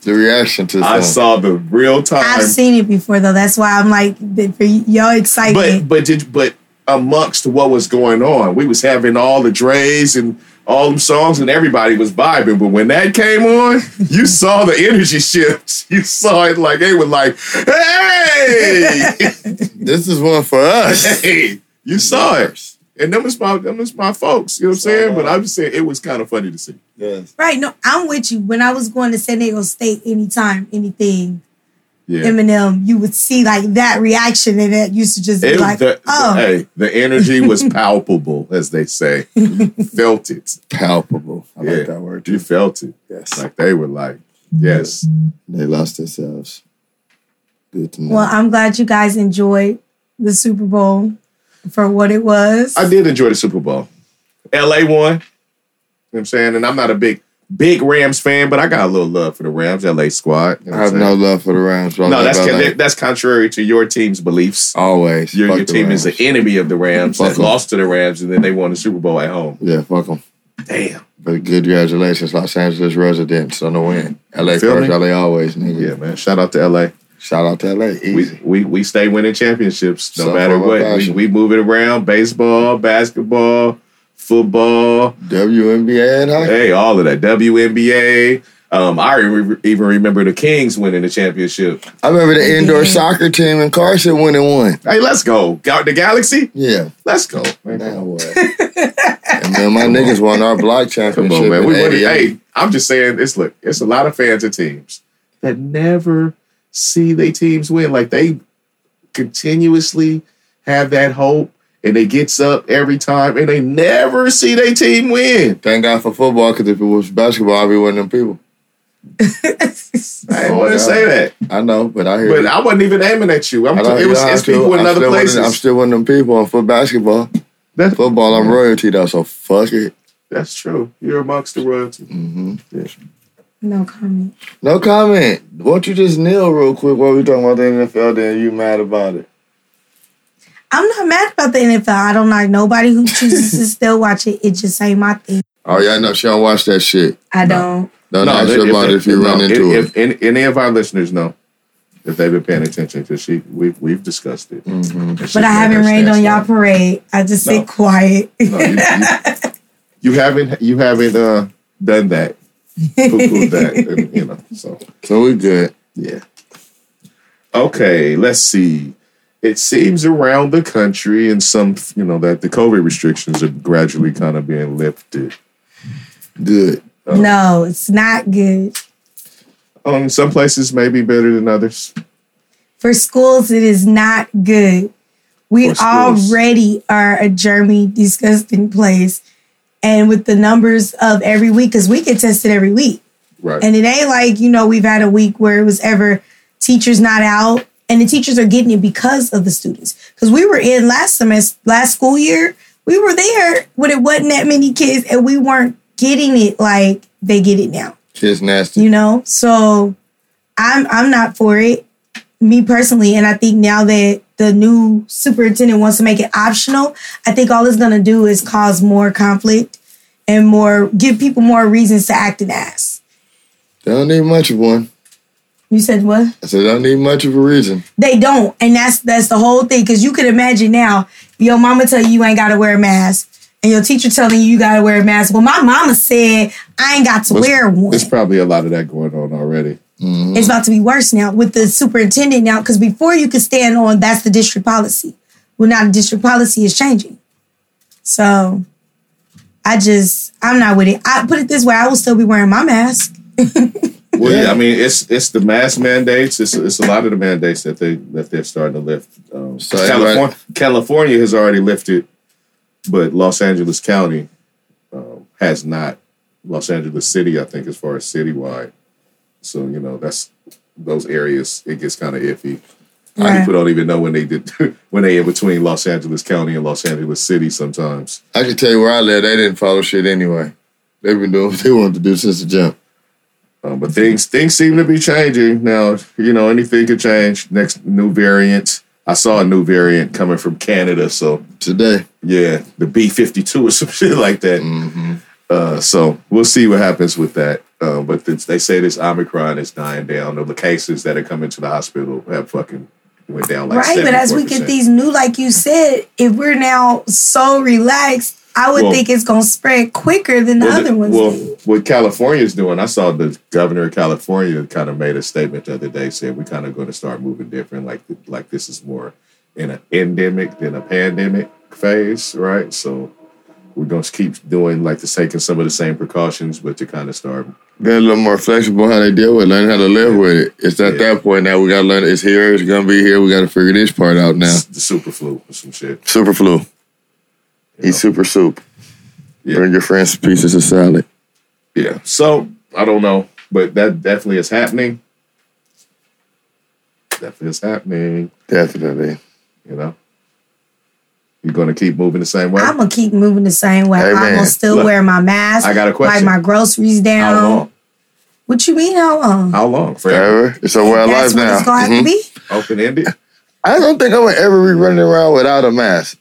[SPEAKER 2] the reaction to the
[SPEAKER 1] I
[SPEAKER 2] song.
[SPEAKER 1] saw the real time.
[SPEAKER 3] I've seen it before though. That's why I'm like the- for y- y'all
[SPEAKER 1] but
[SPEAKER 3] excitement.
[SPEAKER 1] but did but amongst what was going on, we was having all the Dre's and all them songs, and everybody was vibing. But when that came on, you saw the energy shift. You saw it like they were like, hey,
[SPEAKER 2] This is one for us.
[SPEAKER 1] hey. You saw it. And them is my them is my folks. You know what I'm saying? But I'm just saying it was kind of funny to see.
[SPEAKER 2] yes.
[SPEAKER 3] right? No, I'm with you. When I was going to San Diego State, anytime, anything,
[SPEAKER 1] Yeah.
[SPEAKER 3] Eminem, you would see like that reaction, and that used to just be
[SPEAKER 1] It,
[SPEAKER 3] like,
[SPEAKER 1] the,
[SPEAKER 3] oh,
[SPEAKER 1] the, hey, the energy was palpable, as they say. felt it.
[SPEAKER 2] Palpable. I
[SPEAKER 1] Yeah.
[SPEAKER 2] like that word
[SPEAKER 1] You
[SPEAKER 2] too.
[SPEAKER 1] felt it.
[SPEAKER 2] Yes.
[SPEAKER 1] Like they were like, yes.
[SPEAKER 2] They lost themselves. Good to know.
[SPEAKER 3] Well, I'm glad you guys enjoyed the Super Bowl for what it was.
[SPEAKER 1] I did enjoy the Super Bowl. LA won. You know what I'm saying? And I'm not a big, big Rams fan, but I got a little love for the Rams, LA squad. You know
[SPEAKER 2] I
[SPEAKER 1] what
[SPEAKER 2] have
[SPEAKER 1] I'm
[SPEAKER 2] no
[SPEAKER 1] saying?
[SPEAKER 2] love for the Rams. but I
[SPEAKER 1] No,
[SPEAKER 2] love
[SPEAKER 1] that's
[SPEAKER 2] LA.
[SPEAKER 1] con- that's contrary to your team's beliefs.
[SPEAKER 2] always.
[SPEAKER 1] Your,
[SPEAKER 2] Oh, Fuck
[SPEAKER 1] your
[SPEAKER 2] the
[SPEAKER 1] team is
[SPEAKER 2] Rams.
[SPEAKER 1] the enemy of the Rams
[SPEAKER 2] Fuck
[SPEAKER 1] that
[SPEAKER 2] 'em.
[SPEAKER 1] lost to the Rams and then they won the Super Bowl at home.
[SPEAKER 2] Yeah, fuck them.
[SPEAKER 1] Damn.
[SPEAKER 2] But good congratulations, Los Angeles residents on the win. LA
[SPEAKER 1] Feel
[SPEAKER 2] first,
[SPEAKER 1] me?
[SPEAKER 2] LA always, nigga.
[SPEAKER 1] Yeah, man. Shout out to LA.
[SPEAKER 2] Shout out to LA.
[SPEAKER 1] we,
[SPEAKER 2] Easy.
[SPEAKER 1] we we stay winning championships no
[SPEAKER 2] Some
[SPEAKER 1] matter
[SPEAKER 2] form of
[SPEAKER 1] what. We,
[SPEAKER 2] fashion.
[SPEAKER 1] we move it around baseball, basketball, football,
[SPEAKER 2] WNBA and hockey.
[SPEAKER 1] hey, all of that. WNBA. Um, I re- even remember the Kings winning the championship.
[SPEAKER 2] I remember the indoor
[SPEAKER 3] Yeah.
[SPEAKER 2] soccer team in Carson winning one.
[SPEAKER 1] Hey, let's go. Got the Galaxy?
[SPEAKER 2] Yeah.
[SPEAKER 1] Let's go. Man, come
[SPEAKER 2] Now
[SPEAKER 1] on.
[SPEAKER 2] what? and then my niggas won our block championship.
[SPEAKER 1] Come on, man. We
[SPEAKER 2] in
[SPEAKER 1] win it.
[SPEAKER 2] 88.
[SPEAKER 1] Hey, I'm just saying it's look, it's a lot of fans and teams that never see their teams win. Like they continuously have that hope and they gets up every time and they never see their team win.
[SPEAKER 2] Thank God for football, because if it was basketball, I'd be one of them people.
[SPEAKER 1] I didn't
[SPEAKER 2] Oh,
[SPEAKER 1] want to
[SPEAKER 2] God.
[SPEAKER 1] say that.
[SPEAKER 2] I know, but I hear
[SPEAKER 1] But
[SPEAKER 2] you.
[SPEAKER 1] I wasn't even aiming at you. I'm,
[SPEAKER 2] I don't-
[SPEAKER 1] it
[SPEAKER 2] you
[SPEAKER 1] was
[SPEAKER 2] don't
[SPEAKER 1] it's
[SPEAKER 2] have to.
[SPEAKER 1] people in
[SPEAKER 2] I'm
[SPEAKER 1] other
[SPEAKER 2] still one of-
[SPEAKER 1] places.
[SPEAKER 2] I'm still one of them people on foot basketball.
[SPEAKER 1] That's,
[SPEAKER 2] Football, I'm royalty though, so fuck it.
[SPEAKER 1] that's true. You're amongst the royalty.
[SPEAKER 2] hmm
[SPEAKER 3] no comment.
[SPEAKER 2] No comment. Won't you just kneel real quick while we talking about the NFL? Then you mad about it?
[SPEAKER 3] I'm not mad about the NFL. I don't like nobody who chooses to still watch it. It just ain't my thing.
[SPEAKER 2] Oh yeah, no, she don't watch that shit.
[SPEAKER 3] I don't.
[SPEAKER 2] Don't ask her about it if you run into it.
[SPEAKER 1] if, If any, any of our listeners know if they've been paying attention, because she we've we've discussed it.
[SPEAKER 2] Mhm.
[SPEAKER 3] But I haven't rained on y'all
[SPEAKER 1] No,
[SPEAKER 3] parade. I just
[SPEAKER 1] No.
[SPEAKER 3] sit quiet.
[SPEAKER 1] you, you, you haven't you haven't uh, done that. Poo-pooed that, and, you know. So
[SPEAKER 2] So we good.
[SPEAKER 1] yeah. Okay, let's see. It seems around the country and some, you know, that the COVID restrictions are gradually kind of being lifted.
[SPEAKER 2] Good.
[SPEAKER 3] no, it's not good.
[SPEAKER 1] Um, some places may be better than others.
[SPEAKER 3] For schools, it is not good. We
[SPEAKER 1] For schools.
[SPEAKER 3] already are a germy, disgusting place. And with the numbers of every week, because we get tested every week.
[SPEAKER 1] Right.
[SPEAKER 3] And it ain't like, you know, we've had a week where it was ever teachers not out and the teachers are getting it because of the students. Because we were in last semester, last school year, we were there when it wasn't that many kids and we weren't getting it like they get it now
[SPEAKER 2] Kids nasty.
[SPEAKER 3] you know so i'm i'm not for it me personally and i think now that the new superintendent wants to make it optional i think all it's going to do is cause more conflict and more give people more reasons to act an ass
[SPEAKER 2] They don't need much of one.
[SPEAKER 3] you said what
[SPEAKER 2] I said they don't need much of a reason.
[SPEAKER 3] they don't and that's that's the whole thing because you could imagine now your mama tell you you ain't got to wear a mask and your teacher telling you you got to wear a mask well my mama said i ain't got to wear one
[SPEAKER 1] There's probably a lot of that going on already.
[SPEAKER 3] It's about to be worse now with the superintendent now, because before you could stand on that's the district policy. Well, now the district policy is changing. So I just, I'm not with it. I put it this way, I will still be wearing my mask.
[SPEAKER 1] Well, yeah.
[SPEAKER 2] Yeah.
[SPEAKER 1] I mean, it's it's the mask mandates. It's it's a lot of the mandates that they that they're starting to lift. Um,
[SPEAKER 2] So
[SPEAKER 1] California,
[SPEAKER 2] everybody-
[SPEAKER 1] California has already lifted, but Los Angeles County um, has not. Los Angeles City, I think, as far as citywide. So you know, that's those areas. It gets kind of iffy.
[SPEAKER 3] Right.
[SPEAKER 1] People don't even know when they did when they in between Los Angeles County and Los Angeles City. Sometimes
[SPEAKER 2] I can tell you where I live, they didn't follow shit anyway. They've been doing what they wanted to do since the jump.
[SPEAKER 1] Um, but things things seem to be changing now. You know, anything could change. Next new variant. I saw a new variant coming from Canada. So
[SPEAKER 2] Today.
[SPEAKER 1] yeah, the B fifty two or some shit like that. Uh, so we'll see what happens with that. Uh, but th- they say this Omicron is dying down. The cases that are coming to the hospital have fucking went down like
[SPEAKER 3] right. But as we get
[SPEAKER 1] 74%.
[SPEAKER 3] these new, like you said, if we're now so relaxed, I would
[SPEAKER 1] Well-
[SPEAKER 3] think it's going to spread quicker than the
[SPEAKER 1] Well,
[SPEAKER 3] other
[SPEAKER 1] the-
[SPEAKER 3] ones.
[SPEAKER 1] Well,
[SPEAKER 3] did.
[SPEAKER 1] what California's doing, I saw the governor of California kind of made a statement the other day, said we're kind of going to start moving different, like like this is more in an endemic than a pandemic phase, right? So we're going to keep doing like the taking some of the same precautions, but to kind of start.
[SPEAKER 2] They're a little more flexible how they deal with it, learn how to live with it. It's at
[SPEAKER 1] Yeah.
[SPEAKER 2] that point now we gotta learn it's here, it's gonna be here, we gotta figure this part out now.
[SPEAKER 1] s- The super flu or some shit.
[SPEAKER 2] Super flu.
[SPEAKER 1] Yeah.
[SPEAKER 2] Eat super soup.
[SPEAKER 1] Yeah.
[SPEAKER 2] Bring your friends some pieces of salad.
[SPEAKER 1] Yeah. So I don't know, but that definitely is happening. Definitely is happening.
[SPEAKER 2] Definitely.
[SPEAKER 1] You know, you're going to keep moving the same way.
[SPEAKER 3] I'm going to keep moving the same way. I'm
[SPEAKER 2] Amen.
[SPEAKER 3] going to still
[SPEAKER 1] Look,
[SPEAKER 3] wear my mask.
[SPEAKER 1] I got a question.
[SPEAKER 3] Wipe my groceries down.
[SPEAKER 1] How long?
[SPEAKER 3] What you mean, how long?
[SPEAKER 1] How long? Forever?
[SPEAKER 2] Forever. It's a way of life
[SPEAKER 3] That's what
[SPEAKER 2] now.
[SPEAKER 3] it's going to
[SPEAKER 2] Mhm.
[SPEAKER 3] have to be.
[SPEAKER 1] Open ended?
[SPEAKER 2] I don't think I'm gonna ever be running around without a mask.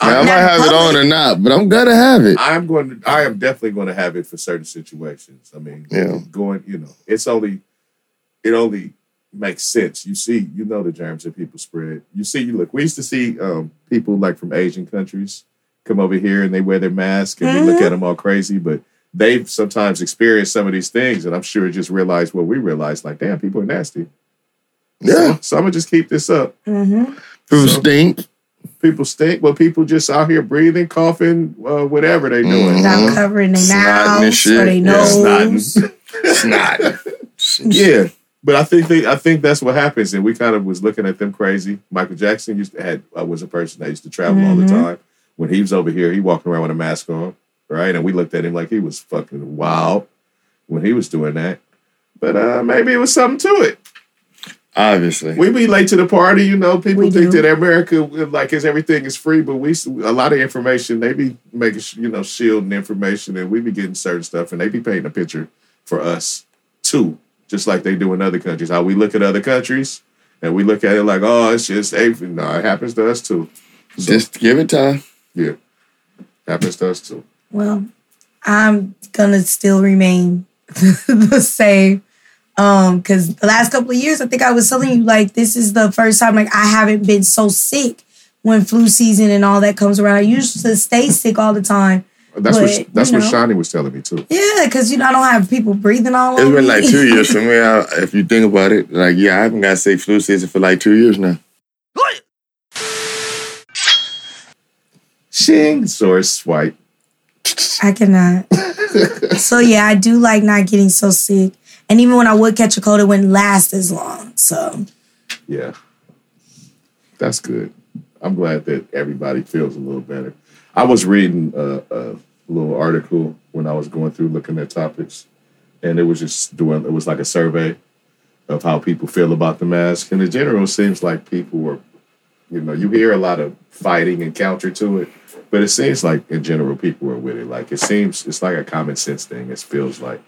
[SPEAKER 2] Now, I
[SPEAKER 3] Not
[SPEAKER 2] might
[SPEAKER 3] in
[SPEAKER 2] have it
[SPEAKER 3] public.
[SPEAKER 2] on or not, but I'm gonna have it.
[SPEAKER 1] I'm going to, I am definitely going to have it for certain situations. I mean,
[SPEAKER 2] Yeah.
[SPEAKER 1] going, you know, it's only, it only makes sense. You see, you know, the germs that people spread. You see, you look, we used to see um, people like from Asian countries come over here and they wear their mask and we look
[SPEAKER 3] Mhm.
[SPEAKER 2] Mm-hmm.
[SPEAKER 1] at them all crazy, but they've sometimes experienced some of these things and I'm sure just realized what we realized like, damn, people are nasty.
[SPEAKER 2] Yeah.
[SPEAKER 1] So, so I'm going to just keep this up.
[SPEAKER 3] Mm-hmm.
[SPEAKER 2] People
[SPEAKER 1] So-
[SPEAKER 2] stink.
[SPEAKER 1] People stink, but people just out here breathing, coughing, uh, whatever they doing.
[SPEAKER 2] Mhm.
[SPEAKER 3] Not covering their
[SPEAKER 2] Snotting and
[SPEAKER 3] mouths
[SPEAKER 2] shit.
[SPEAKER 3] or their
[SPEAKER 2] Yeah,
[SPEAKER 3] nose.
[SPEAKER 1] snotting.
[SPEAKER 2] Snot.
[SPEAKER 1] yeah. But I think they, I think that's what happens, and we kind of was looking at them crazy. Michael Jackson used to had uh, was a person that used to travel all the
[SPEAKER 3] Mhm.
[SPEAKER 1] time. When he was over here, he walking around with a mask on, right? And we looked at him like he was fucking wild when he was doing that. But uh, maybe it was something to it.
[SPEAKER 2] Obviously.
[SPEAKER 1] We be late to the party, you know. People
[SPEAKER 3] We
[SPEAKER 1] think
[SPEAKER 3] do.
[SPEAKER 1] that America, like, is everything is free, but we a lot of information they be making, sh- you know, shielding information, and we be getting certain stuff, and they be painting a picture for us too, just like they do in other countries. How we look at other countries, and we look at it like, oh, it's just April. No, it happens to us too. So,
[SPEAKER 2] Just give it time.
[SPEAKER 1] yeah, happens to us too.
[SPEAKER 3] Well, I'm gonna still remain the same. Um, cause the last couple of years, I think I was telling you, like, this is the first time like I haven't been so sick when flu season and all that comes around. I used to stay sick all the time.
[SPEAKER 1] That's
[SPEAKER 3] But, you
[SPEAKER 1] what that's what
[SPEAKER 3] know.
[SPEAKER 1] Shani was telling me too.
[SPEAKER 3] Yeah, cause you know I don't have people breathing all over
[SPEAKER 2] It's been
[SPEAKER 3] me.
[SPEAKER 2] like two years for me. I, if you think about it, like yeah, I haven't got sick flu season for like two years now.
[SPEAKER 1] Shing source swipe.
[SPEAKER 3] I cannot. so yeah, I do like not getting so sick. And even when I would catch a cold, it wouldn't last as long. So
[SPEAKER 1] Yeah, that's good. I'm glad that everybody feels a little better. I was reading a, a little article when I was going through looking at topics, and it was just doing it was like a survey of how people feel about the mask. And in general, it seems like people were, you know, you hear a lot of fighting and counter to it, but it seems like in general people are with it. Like it seems it's like a common sense thing. It feels like.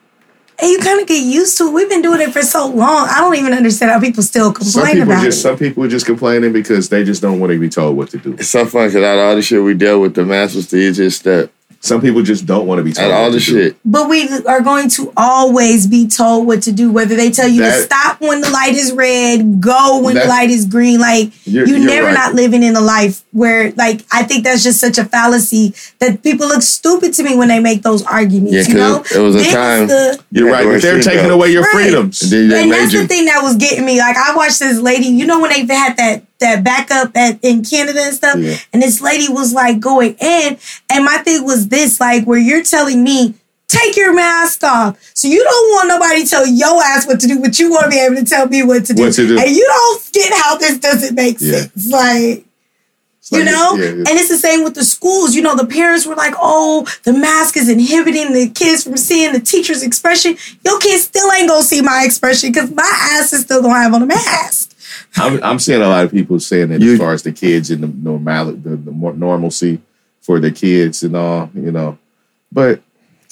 [SPEAKER 3] and you kind of get used to it. We've been doing it for so long. I don't even understand how people still
[SPEAKER 1] Some
[SPEAKER 3] complain
[SPEAKER 1] people
[SPEAKER 3] about
[SPEAKER 1] just
[SPEAKER 3] it.
[SPEAKER 1] some people are just complaining because they just don't want to be told what to do.
[SPEAKER 2] It's so funny because out of all the shit we dealt with, the mask was the easiest step.
[SPEAKER 1] Some people just don't want to be
[SPEAKER 2] Out
[SPEAKER 1] told
[SPEAKER 2] of all
[SPEAKER 1] what
[SPEAKER 2] the
[SPEAKER 1] to do.
[SPEAKER 2] shit,
[SPEAKER 3] But we are going to always be told what to do, whether they tell you to
[SPEAKER 1] That-
[SPEAKER 3] stop when the light is red, go when the
[SPEAKER 1] That-
[SPEAKER 3] light is green. Like
[SPEAKER 1] You're-
[SPEAKER 3] you're,
[SPEAKER 1] you're
[SPEAKER 3] never
[SPEAKER 1] right.
[SPEAKER 3] not living in a life where, like, I think that's just such a fallacy that people look stupid to me when they make those arguments.
[SPEAKER 2] yeah,
[SPEAKER 3] you know,
[SPEAKER 2] because it was a
[SPEAKER 3] Then it's
[SPEAKER 2] time.
[SPEAKER 3] the-
[SPEAKER 1] You're
[SPEAKER 2] Yeah,
[SPEAKER 1] right.
[SPEAKER 2] they
[SPEAKER 1] But
[SPEAKER 2] were
[SPEAKER 1] they're
[SPEAKER 2] seatbelts.
[SPEAKER 1] taking away your
[SPEAKER 3] Right.
[SPEAKER 1] freedoms.
[SPEAKER 2] Then they
[SPEAKER 3] and
[SPEAKER 2] made
[SPEAKER 3] that's
[SPEAKER 2] you.
[SPEAKER 3] the thing that was getting me. Like I watched this lady. You know when they had that that backup at in Canada and stuff,
[SPEAKER 1] Yeah.
[SPEAKER 3] and this lady was like going in, and my thing was this, like where you're telling me. Take your mask off. So you don't want nobody to tell your ass what to do, but you want to be able to tell me what to do.
[SPEAKER 1] What to do.
[SPEAKER 3] And you don't get how this doesn't make
[SPEAKER 1] Yeah.
[SPEAKER 3] sense. Like
[SPEAKER 1] It's like-
[SPEAKER 3] you know?
[SPEAKER 1] yeah,
[SPEAKER 3] and
[SPEAKER 1] it's-
[SPEAKER 3] it's the same with the schools. You know, the parents were like, oh, the mask is inhibiting the kids from seeing the teacher's expression. Your kids still ain't gonna see my expression because my ass is still gonna have on a mask.
[SPEAKER 1] I'm, I'm seeing a lot of people saying that
[SPEAKER 2] You-
[SPEAKER 1] as far as the kids and the normality, the, the more normalcy for the kids and all, you know. But
[SPEAKER 3] It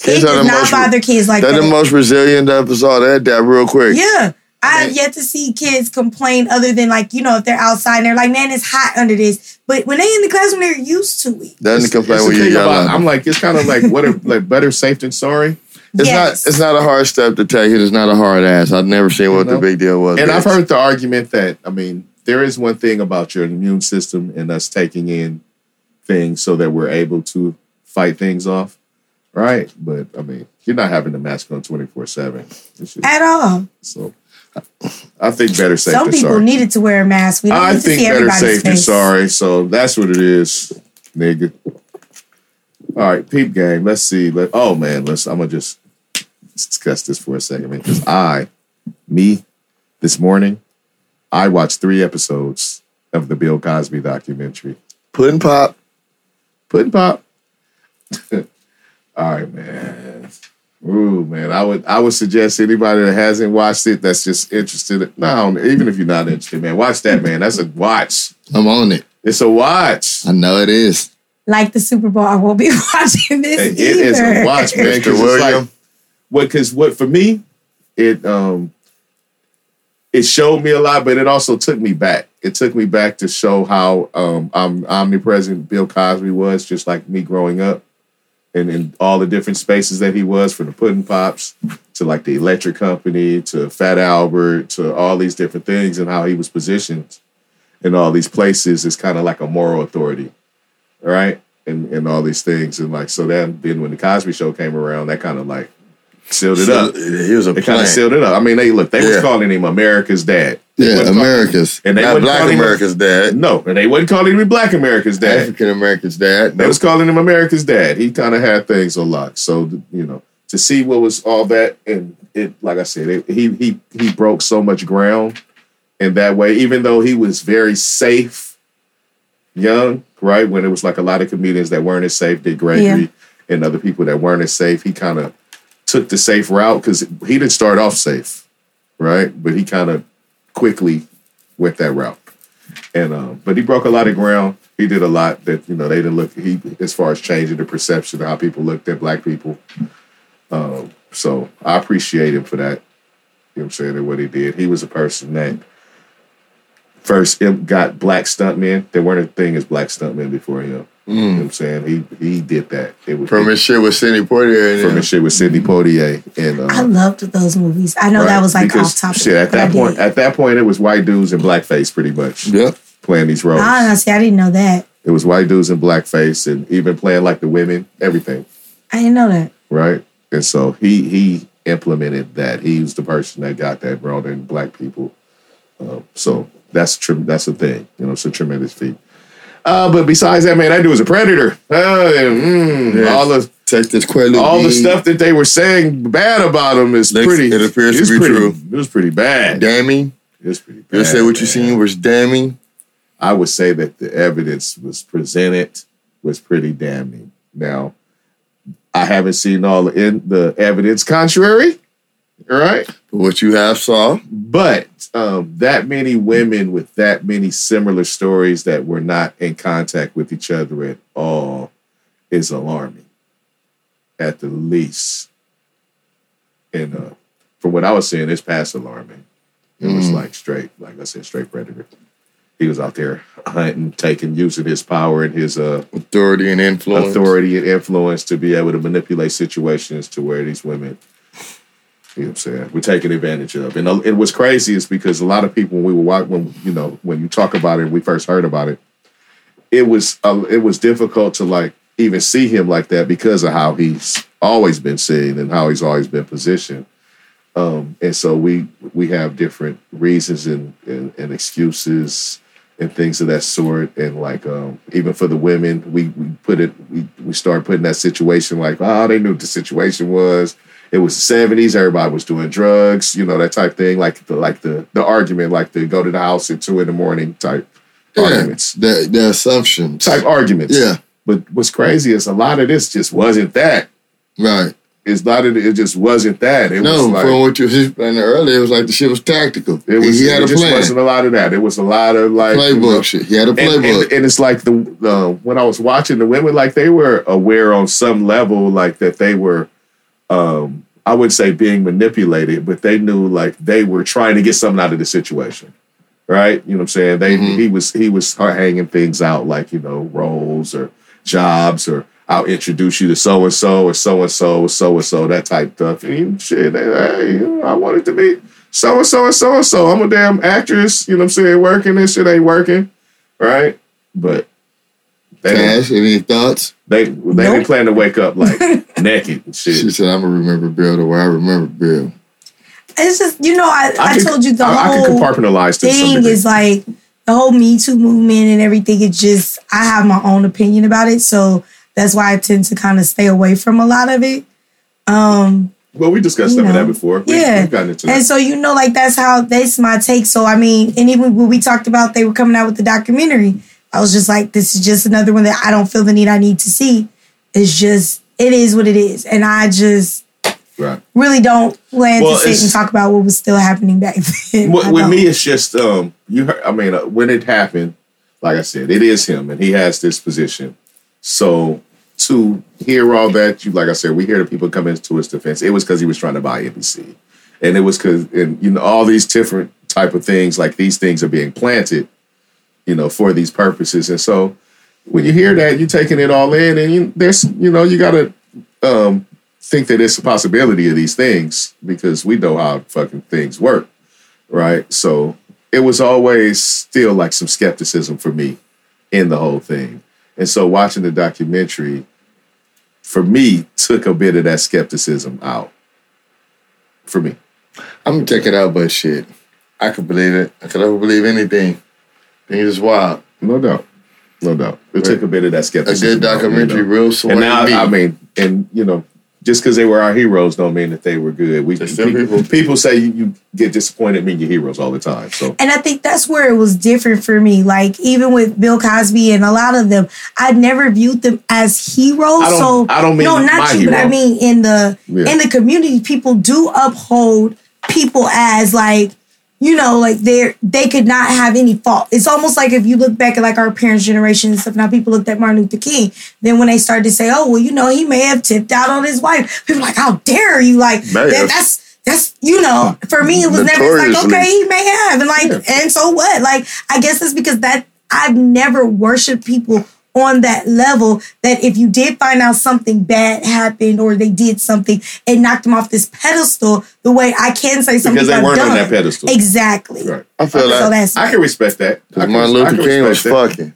[SPEAKER 2] Kids are the
[SPEAKER 3] does not
[SPEAKER 2] most-
[SPEAKER 3] bother kids like
[SPEAKER 2] They're
[SPEAKER 3] that.
[SPEAKER 2] the most resilient of us all. That that real quick.
[SPEAKER 3] yeah. I have yet to see kids complain other than like, you know, if they're outside and they're like, man, it's hot under this. But when they in the classroom, they're used to it.
[SPEAKER 2] Doesn't complain
[SPEAKER 1] it's
[SPEAKER 2] when
[SPEAKER 1] the
[SPEAKER 2] you
[SPEAKER 1] thing
[SPEAKER 2] yell
[SPEAKER 1] about-
[SPEAKER 2] at
[SPEAKER 1] I'm
[SPEAKER 2] 'em.
[SPEAKER 1] like, it's kind of like what are, like better safe than sorry.
[SPEAKER 2] It's
[SPEAKER 3] Yes.
[SPEAKER 2] not. It's not a hard step to take. It is not a hard ass. I've never seen what
[SPEAKER 1] No.
[SPEAKER 2] the big deal was.
[SPEAKER 1] And I've
[SPEAKER 2] bitch.
[SPEAKER 1] heard the argument that I mean, there is one thing about your immune system and us taking in things so that we're able to fight things off, right? But I mean, you're not having the mask on 24 seven.
[SPEAKER 3] At all.
[SPEAKER 1] So I think better safe
[SPEAKER 3] Some
[SPEAKER 1] than
[SPEAKER 3] people
[SPEAKER 1] sorry.
[SPEAKER 3] needed to wear a mask. We don't
[SPEAKER 1] I
[SPEAKER 3] need to
[SPEAKER 1] think
[SPEAKER 3] see
[SPEAKER 1] better
[SPEAKER 3] everybody's
[SPEAKER 1] safe than
[SPEAKER 3] face.
[SPEAKER 1] sorry. So that's what it is, nigga. All right, peep game. Let's see. Let, oh man, let's. I'm gonna just discuss this for a second, man. Because I, me, this morning, I watched three episodes of the Bill Cosby documentary.
[SPEAKER 2] pudding pop.
[SPEAKER 1] Pudding pop. All right, man. Ooh, man. I would I would suggest anybody that hasn't watched it, that's just interested. No, even if you're not interested, man, watch that, man. That's a watch.
[SPEAKER 2] I'm on it.
[SPEAKER 1] It's a watch.
[SPEAKER 2] I know it is.
[SPEAKER 3] Like the Super Bowl, I won't be watching this
[SPEAKER 1] It
[SPEAKER 3] either.
[SPEAKER 1] is a watch, man.
[SPEAKER 2] Mr.
[SPEAKER 1] Because like,
[SPEAKER 2] William.
[SPEAKER 1] what? Because what for me, it um, it showed me a lot, but it also took me back. It took me back to show how um, um omnipresent Bill Cosby was, just like me growing up, and in all the different spaces that he was, from the Puddin' Pops to like the Electric Company to Fat Albert to all these different things, and how he was positioned in all these places is kind of like a moral authority right? And and all these things. And like so then then when the Cosby show came around, that kind of like sealed it up.
[SPEAKER 2] He was a
[SPEAKER 1] It kind of
[SPEAKER 2] plant.
[SPEAKER 1] sealed it up. I mean, they look, they was
[SPEAKER 2] Yeah.
[SPEAKER 1] calling him America's dad. They
[SPEAKER 2] Yeah,
[SPEAKER 1] wasn't call-
[SPEAKER 2] America's.
[SPEAKER 1] And they
[SPEAKER 2] not
[SPEAKER 1] wouldn't
[SPEAKER 2] Black
[SPEAKER 1] call him-
[SPEAKER 2] America's dad.
[SPEAKER 1] No, and they wasn't calling him Black America's dad.
[SPEAKER 2] African Americans dad.
[SPEAKER 1] They was calling him America's dad. He kind of had things on lock. So you know, to see what was all that, and it, like I said, it, he he he broke so much ground in that way. Even though he was very safe, young, right when it was like a lot of comedians that weren't as safe, did Gregory and other people that weren't as safe. He kind of took the safe route because he didn't start off safe, right? But he kind of quickly went that route. And um, but he broke a lot of ground. He did a lot that you know they didn't look he as far as changing the perception of how people looked at black people. Um, so I appreciate him for that. You know what I'm saying and what he did. He was a person that First, Imp got black stuntmen. There weren't a thing as black stuntmen before him. You know what
[SPEAKER 2] Mm.
[SPEAKER 1] I'm saying? He he did that. It was
[SPEAKER 2] From his shit with Sidney Poitier. and
[SPEAKER 1] from
[SPEAKER 2] him.
[SPEAKER 1] his shit with Sidney Poitier and uh,
[SPEAKER 3] I loved those movies. I know that
[SPEAKER 1] Right,
[SPEAKER 3] was like
[SPEAKER 1] because,
[SPEAKER 3] off topic.
[SPEAKER 1] Shit, at
[SPEAKER 3] but I
[SPEAKER 1] that
[SPEAKER 3] did.
[SPEAKER 1] point, at that point, it was white dudes in blackface, pretty much
[SPEAKER 2] Yep.
[SPEAKER 1] playing these roles.
[SPEAKER 3] honestly, I didn't know that.
[SPEAKER 1] It was white dudes in blackface, and even playing like the women, everything,
[SPEAKER 3] I didn't know that.
[SPEAKER 1] right? And so he he implemented that. He was the person that got that brought in black people. Um, so that's true. That's a thing. You know, it's a tremendous feat. Uh, but besides that, man, that dude was a predator. Uh, and, mm,
[SPEAKER 2] Yeah.
[SPEAKER 1] All the
[SPEAKER 2] Texas Quaalude.
[SPEAKER 1] all the stuff that they were saying bad about him is
[SPEAKER 2] Looks-
[SPEAKER 1] pretty.
[SPEAKER 2] it appears to
[SPEAKER 1] it's
[SPEAKER 2] be
[SPEAKER 1] pretty-
[SPEAKER 2] true.
[SPEAKER 1] It was pretty bad.
[SPEAKER 2] Damning.
[SPEAKER 1] It was pretty bad.
[SPEAKER 2] You say what you
[SPEAKER 1] man.
[SPEAKER 2] seen was damning.
[SPEAKER 1] I would say that the evidence was presented was pretty damning. Now, I haven't seen all the in the evidence contrary, right?
[SPEAKER 2] What you have saw.
[SPEAKER 1] But um, that many women with that many similar stories that were not in contact with each other at all is alarming, at the least. And uh, from what I was seeing, it's past alarming. It was
[SPEAKER 2] Mm.
[SPEAKER 1] like straight, like I said, straight predator. He was out there hunting, taking, using his power and his uh,
[SPEAKER 2] Authority and influence.
[SPEAKER 1] authority and influence to be able to manipulate situations to where these women, you know what I'm saying, were taken advantage of. And it was crazy is because a lot of people when we were wa- when you know when you talk about it, we first heard about it, it was uh, it was difficult to like even see him like that because of how he's always been seen and how he's always been positioned. Um, and so we we have different reasons and, and, and excuses and things of that sort. And like um, even for the women, we, we put it we, we start putting that situation like, oh, they knew what the situation was. It was the seventies, everybody was doing drugs, you know, that type thing, like the like the the argument, like the go to the house at two in the morning type
[SPEAKER 2] Yeah.
[SPEAKER 1] arguments.
[SPEAKER 2] The, the assumptions.
[SPEAKER 1] Type arguments.
[SPEAKER 2] Yeah.
[SPEAKER 1] But what's crazy is a lot of this just wasn't that.
[SPEAKER 2] Right.
[SPEAKER 1] It's not it just wasn't that. It
[SPEAKER 2] No,
[SPEAKER 1] was like
[SPEAKER 2] from what you was explaining earlier, it was like the shit was tactical.
[SPEAKER 1] It was.
[SPEAKER 2] he had
[SPEAKER 1] it
[SPEAKER 2] a
[SPEAKER 1] just
[SPEAKER 2] plan.
[SPEAKER 1] wasn't a lot of that. It was a lot of like
[SPEAKER 2] playbook
[SPEAKER 1] you know,
[SPEAKER 2] shit. He had a
[SPEAKER 1] and,
[SPEAKER 2] playbook.
[SPEAKER 1] and, and it's like the uh, when I was watching the women, like they were aware on some level, like that they were. um I would say being manipulated, but they knew like they were trying to get something out of the situation, right? You know what I'm saying? They
[SPEAKER 2] Mhm.
[SPEAKER 1] he was he was hanging things out like you know roles or jobs or I'll introduce you to so and so or so and so so and so that type stuff. And shit, they, hey, you know, I wanted to meet so and so and so and so. I'm a damn actress, you know what I'm saying? Working this shit ain't working, right? But they didn't,
[SPEAKER 2] Cash, any thoughts?
[SPEAKER 1] they, they
[SPEAKER 3] Nope.
[SPEAKER 1] didn't plan to wake up like naked and
[SPEAKER 2] She
[SPEAKER 1] shit.
[SPEAKER 2] said, I'm going to remember Bill the way I remember Bill.
[SPEAKER 3] It's just you know I, I,
[SPEAKER 1] could-
[SPEAKER 3] told you the
[SPEAKER 1] I, I could
[SPEAKER 3] whole
[SPEAKER 1] compartmentalize this.
[SPEAKER 3] thing is like the whole Me Too movement and everything. It just I have my own opinion about it, so that's why I tend to kind of stay away from a lot of it. Um,
[SPEAKER 1] well, we discussed
[SPEAKER 3] you
[SPEAKER 1] some of
[SPEAKER 3] know,
[SPEAKER 1] that before. We,
[SPEAKER 3] yeah.
[SPEAKER 1] we've gotten into
[SPEAKER 3] And
[SPEAKER 1] that.
[SPEAKER 3] so you know, like that's how that's my take. So I mean, and even when we talked about they were coming out with the documentary, I was just like, this is just another one that I don't feel the need I need to see. It's just it is what it is, and I just
[SPEAKER 1] Right.
[SPEAKER 3] really don't plan
[SPEAKER 1] Well,
[SPEAKER 3] to sit
[SPEAKER 1] it's-
[SPEAKER 3] and talk about what was still happening back then. I
[SPEAKER 1] With, with
[SPEAKER 3] don't.
[SPEAKER 1] me, it's just um, you. Heard, I mean, uh, when it happened, like I said, it is him, and he has this position. So to hear all that, you like I said, we hear the people coming to his defense. It was because he was trying to buy NBC, and it was because and you know all these different type of things like these things are being planted, you know, for these purposes. And so when you hear that, you're taking it all in, and you, there's you know you gotta um, think that it's a possibility of these things because we know how fucking things work right? So it was always still like some skepticism for me in the whole thing. And so watching the documentary, for me, took a bit of that skepticism out. For me.
[SPEAKER 2] I'm going to check it out, but shit. I could believe it. I could never believe anything. Things is wild.
[SPEAKER 1] No doubt. No doubt. It took a bit of that
[SPEAKER 2] A good
[SPEAKER 1] skepticism. out, you know?
[SPEAKER 2] documentary, real soul.
[SPEAKER 1] And now, I mean, and you know, just because they were our heroes don't mean that they were good. We
[SPEAKER 2] They're still people.
[SPEAKER 1] people say you, you get disappointed in your heroes all the time. So
[SPEAKER 3] And I think that's where it was different for me. Like even with Bill Cosby and a lot of them, I never viewed them as heroes.
[SPEAKER 1] I don't-
[SPEAKER 3] so
[SPEAKER 1] I don't mean
[SPEAKER 3] no,
[SPEAKER 1] my
[SPEAKER 3] not you, but I
[SPEAKER 1] hero.
[SPEAKER 3] mean in the
[SPEAKER 1] Yeah.
[SPEAKER 3] in the community, people do uphold people as like you know like they're they could not have any fault. It's almost like if you look back at like our parents' generation and stuff. Now people looked at Martin Luther King. Then when they started to say, "Oh well, you know, he may have tipped out on his wife," people like, "How dare you!" Like
[SPEAKER 1] May
[SPEAKER 3] that-
[SPEAKER 1] have.
[SPEAKER 3] that's That's you know, for me it was never it's like
[SPEAKER 2] Notoriously.
[SPEAKER 3] okay, he may have, and like, and so what? Like, I guess it's because that I've never worshipped people on that level. That if you did find out something bad happened or they did something, it knocked them off this pedestal. The way I can say something
[SPEAKER 1] Because they
[SPEAKER 3] I've
[SPEAKER 1] weren't on
[SPEAKER 3] done.
[SPEAKER 1] that pedestal.
[SPEAKER 3] Exactly.
[SPEAKER 1] Right.
[SPEAKER 2] I feel
[SPEAKER 3] Okay,
[SPEAKER 2] like
[SPEAKER 3] so that's-
[SPEAKER 1] I can respect that. I
[SPEAKER 2] Because
[SPEAKER 1] can-
[SPEAKER 2] Martin
[SPEAKER 1] I
[SPEAKER 2] Luther
[SPEAKER 1] can
[SPEAKER 2] King was
[SPEAKER 1] respect that.
[SPEAKER 2] fucking.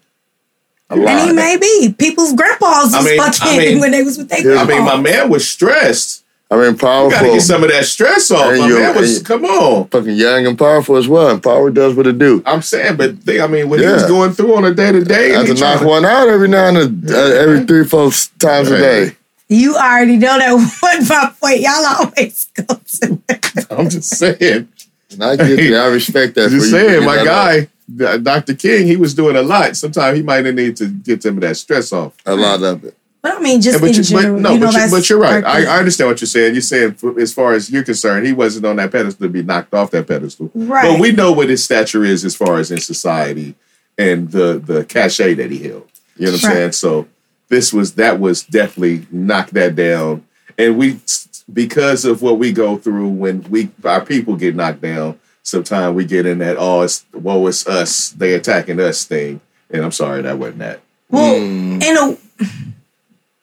[SPEAKER 2] A lot.
[SPEAKER 3] And he may be. People's grandpas was
[SPEAKER 1] I mean- I
[SPEAKER 3] fucking
[SPEAKER 1] mean-
[SPEAKER 3] when they was with their
[SPEAKER 1] I
[SPEAKER 3] grandpas.
[SPEAKER 1] mean, my man was stressed.
[SPEAKER 2] I mean,
[SPEAKER 1] You gotta
[SPEAKER 2] powerful.
[SPEAKER 1] get some of that stress off.
[SPEAKER 2] And
[SPEAKER 1] My
[SPEAKER 2] you-
[SPEAKER 1] man was,
[SPEAKER 2] and-
[SPEAKER 1] come on.
[SPEAKER 2] Fucking young and powerful as well. And power does what it do.
[SPEAKER 1] I'm saying, but they, I mean, what he
[SPEAKER 2] Yeah.
[SPEAKER 1] was going through on a day to day,
[SPEAKER 2] I have to knock one out every now and a, uh, every three, four times a day.
[SPEAKER 3] you already know that one my point. Y'all always go to
[SPEAKER 1] I'm just saying.
[SPEAKER 2] And I get that. I respect that.
[SPEAKER 1] I'm just
[SPEAKER 2] for you
[SPEAKER 1] saying,
[SPEAKER 2] bringing
[SPEAKER 1] my
[SPEAKER 2] that up.
[SPEAKER 1] guy, D- Dr. King, he was doing a lot. Sometimes he might have needed to get some of that stress off.
[SPEAKER 2] A lot of it.
[SPEAKER 3] But I mean, just
[SPEAKER 1] And but,
[SPEAKER 3] in
[SPEAKER 1] you,
[SPEAKER 3] general,
[SPEAKER 1] but no,
[SPEAKER 3] you know,
[SPEAKER 1] but, you,
[SPEAKER 3] that's
[SPEAKER 1] but you're right.
[SPEAKER 3] our
[SPEAKER 1] I,
[SPEAKER 3] thing.
[SPEAKER 1] I understand what you're saying. You're saying, f- as far as you're concerned, he wasn't on that pedestal to be knocked off that pedestal.
[SPEAKER 3] Right.
[SPEAKER 1] But we know what his stature is as far as in society and the the cachet that he held. You know what I'm
[SPEAKER 3] Right.
[SPEAKER 1] saying? So this was that was definitely knocked that down. And we because of what we go through when we our people get knocked down, sometimes we get in that oh it's woe it's us, they attacking us thing. And I'm sorry that wasn't that.
[SPEAKER 3] well, in a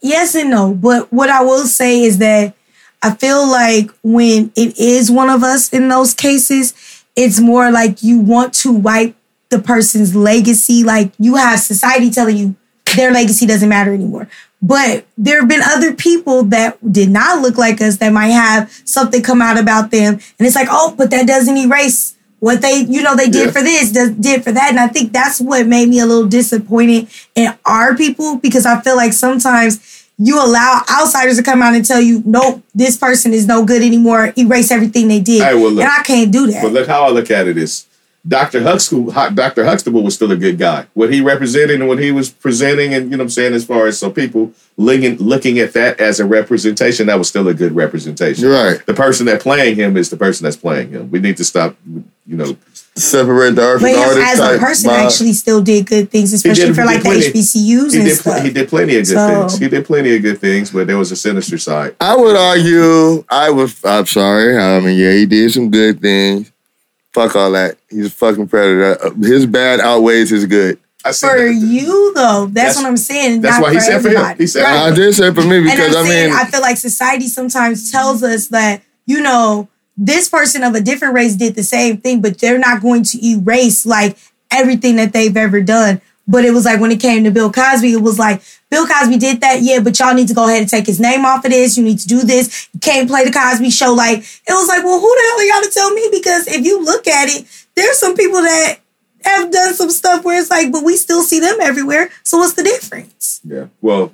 [SPEAKER 3] yes and no. But what I will say is that I feel like when it is one of us in those cases, it's more like you want to wipe the person's legacy. Like you have society telling you their legacy doesn't matter anymore. But there have been other people that did not look like us that might have something come out about them. And it's like, oh, but that doesn't erase what they, you know, they did
[SPEAKER 1] Yeah.
[SPEAKER 3] for this, does, did for that. And I think that's what made me a little disappointed in our people because I feel like sometimes you allow outsiders to come out and tell you, nope, this person is no good anymore, erase everything they did.
[SPEAKER 1] Hey, well, look.
[SPEAKER 3] and I can't do that.
[SPEAKER 1] But look how I look at it is Dr. Huxtable, Hu- Dr. Huxtable was still a good guy. What he represented and what he was presenting, and you know what I'm saying, as far as so people looking, looking at that as a representation, that was still a good representation.
[SPEAKER 2] You're right.
[SPEAKER 1] The person that playing him is the person that's playing him. We need to stop, you know.
[SPEAKER 2] Separate the earth from
[SPEAKER 3] But him
[SPEAKER 2] the artist
[SPEAKER 3] as a
[SPEAKER 2] type
[SPEAKER 3] person
[SPEAKER 2] vibe.
[SPEAKER 3] actually still did good things, especially
[SPEAKER 1] did-
[SPEAKER 3] for
[SPEAKER 1] he
[SPEAKER 3] like the
[SPEAKER 1] did plenty-
[SPEAKER 3] HBCUs
[SPEAKER 1] He
[SPEAKER 3] and
[SPEAKER 1] did, pl-
[SPEAKER 3] stuff.
[SPEAKER 1] he did plenty of good
[SPEAKER 3] So-
[SPEAKER 1] things. He did plenty of good things, but there was a sinister side.
[SPEAKER 2] I would argue. I was. I'm sorry. I mean, yeah, he did some good things. Fuck all that. He's a fucking predator. Uh, His bad outweighs his good.
[SPEAKER 1] I seen
[SPEAKER 3] for
[SPEAKER 1] that.
[SPEAKER 3] you though, that's,
[SPEAKER 1] That's-
[SPEAKER 3] what I'm saying.
[SPEAKER 1] that's
[SPEAKER 3] not
[SPEAKER 1] why he said for him.
[SPEAKER 3] everybody.
[SPEAKER 1] He said-
[SPEAKER 3] Right.
[SPEAKER 2] I did say for me
[SPEAKER 3] and
[SPEAKER 2] because
[SPEAKER 3] I'm
[SPEAKER 2] I
[SPEAKER 3] saying
[SPEAKER 2] mean,
[SPEAKER 3] I feel like society sometimes tells us that you know this person of a different race did the same thing, but they're not going to erase like everything that they've ever done. But it was like when it came to Bill Cosby, it was like Bill Cosby did that, yeah, but y'all need to go ahead and take his name off of this. You need to do this. You can't play the Cosby show. Like it was like, well, who the hell are y'all to tell me? Because if you look at it, there's some people that have done some stuff where it's like, but we still see them everywhere. So what's the difference?
[SPEAKER 1] Yeah. Well,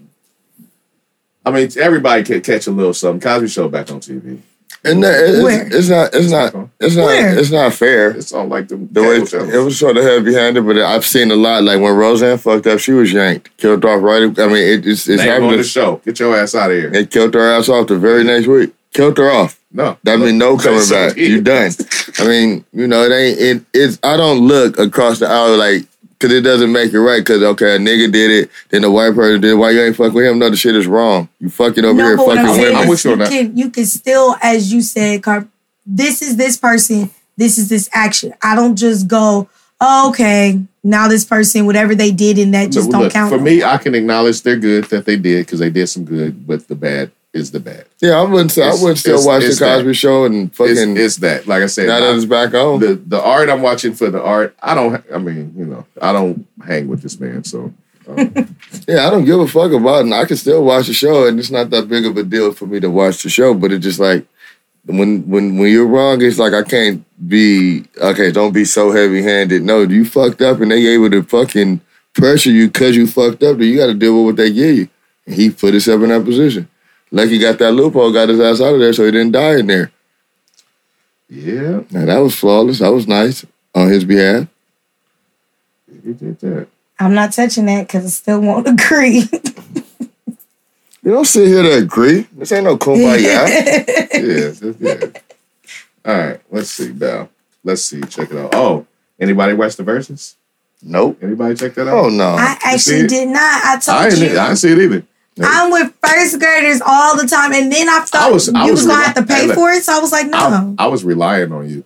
[SPEAKER 1] I mean, everybody can catch a little something. Cosby Show back on TV.
[SPEAKER 2] and that, it-
[SPEAKER 3] Where?
[SPEAKER 2] it's, it's not. It's not. It's not.
[SPEAKER 3] Where?
[SPEAKER 2] It's not fair.
[SPEAKER 1] It's all like the,
[SPEAKER 2] The way it was sort of heavy handed, but I've seen a lot. Like when Roseanne fucked up, she was yanked, killed off right. I mean, it, it's it's
[SPEAKER 1] Name on the
[SPEAKER 2] happening.
[SPEAKER 1] show. Get your ass out of here.
[SPEAKER 2] They killed her ass off the very next week. Killed her off.
[SPEAKER 1] No.
[SPEAKER 2] That mean no coming
[SPEAKER 1] so
[SPEAKER 2] back.
[SPEAKER 1] deep.
[SPEAKER 2] You done. I mean, you know, it ain't it. It's I don't look across the aisle like because it doesn't make it right. Because okay, a nigga did it, then the white person did. it. Why you ain't fuck with him? No, the shit is wrong. You fucking over here
[SPEAKER 3] No, but what I'm
[SPEAKER 2] fucking
[SPEAKER 3] saying
[SPEAKER 2] women.
[SPEAKER 1] I'm with
[SPEAKER 3] is
[SPEAKER 1] you
[SPEAKER 3] you
[SPEAKER 1] on that.
[SPEAKER 3] can you can still, as you said, Carp, this is this person, this is this action. I don't just go, oh, okay, now this person, whatever they did in that just
[SPEAKER 1] Look,
[SPEAKER 3] don't
[SPEAKER 1] look,
[SPEAKER 3] count.
[SPEAKER 1] For me, I can acknowledge they're good that they did because they did some good, but the bad is the bad.
[SPEAKER 2] Yeah, I wouldn't. Say, I
[SPEAKER 1] It's-
[SPEAKER 2] wouldn't still
[SPEAKER 1] it's-
[SPEAKER 2] watch
[SPEAKER 1] it's
[SPEAKER 2] the Cosby
[SPEAKER 1] that.
[SPEAKER 2] Show and
[SPEAKER 1] It's,
[SPEAKER 2] fucking.
[SPEAKER 1] it's that. Like I said,
[SPEAKER 2] now that it's back on.
[SPEAKER 1] the the art I'm watching for the art. I don't. I mean, you know, I don't hang with this man. So um,
[SPEAKER 2] yeah, I don't give a fuck about it. And I can still watch the show, and it's not that big of a deal for me to watch the show. But it's just like when when when you're wrong, it's like I can't be okay. Don't be so heavy handed. No, you fucked up, and they able to fucking pressure you because you fucked up. Then you got to deal with what they give you. And he put himself in that position. Lucky got that loophole, got his ass out of there, so he didn't die in there.
[SPEAKER 1] yeah,
[SPEAKER 2] Now that was flawless. That was nice on his behalf.
[SPEAKER 1] he did that.
[SPEAKER 3] I'm not touching that because I still won't agree.
[SPEAKER 2] You don't sit here to agree. This ain't no kumbaya.
[SPEAKER 1] Yeah, that's good. All right, let's see now. Let's see. Check it out. Oh, anybody watch the verses?
[SPEAKER 2] nope.
[SPEAKER 1] Anybody check that out?
[SPEAKER 2] Oh no.
[SPEAKER 3] I
[SPEAKER 1] Uh, see
[SPEAKER 3] actually
[SPEAKER 1] it?
[SPEAKER 3] did not. I told
[SPEAKER 1] I
[SPEAKER 3] you.
[SPEAKER 1] didn't, I didn't see it either.
[SPEAKER 2] Yeah.
[SPEAKER 3] I'm with first graders all the time, and then I thought
[SPEAKER 1] I was-
[SPEAKER 3] you
[SPEAKER 1] I
[SPEAKER 3] was,
[SPEAKER 1] was
[SPEAKER 3] gonna
[SPEAKER 1] rela-
[SPEAKER 3] have to
[SPEAKER 1] Hey,
[SPEAKER 3] pay
[SPEAKER 1] look.
[SPEAKER 3] for it, so I was like, no,
[SPEAKER 1] I, I was relying on you.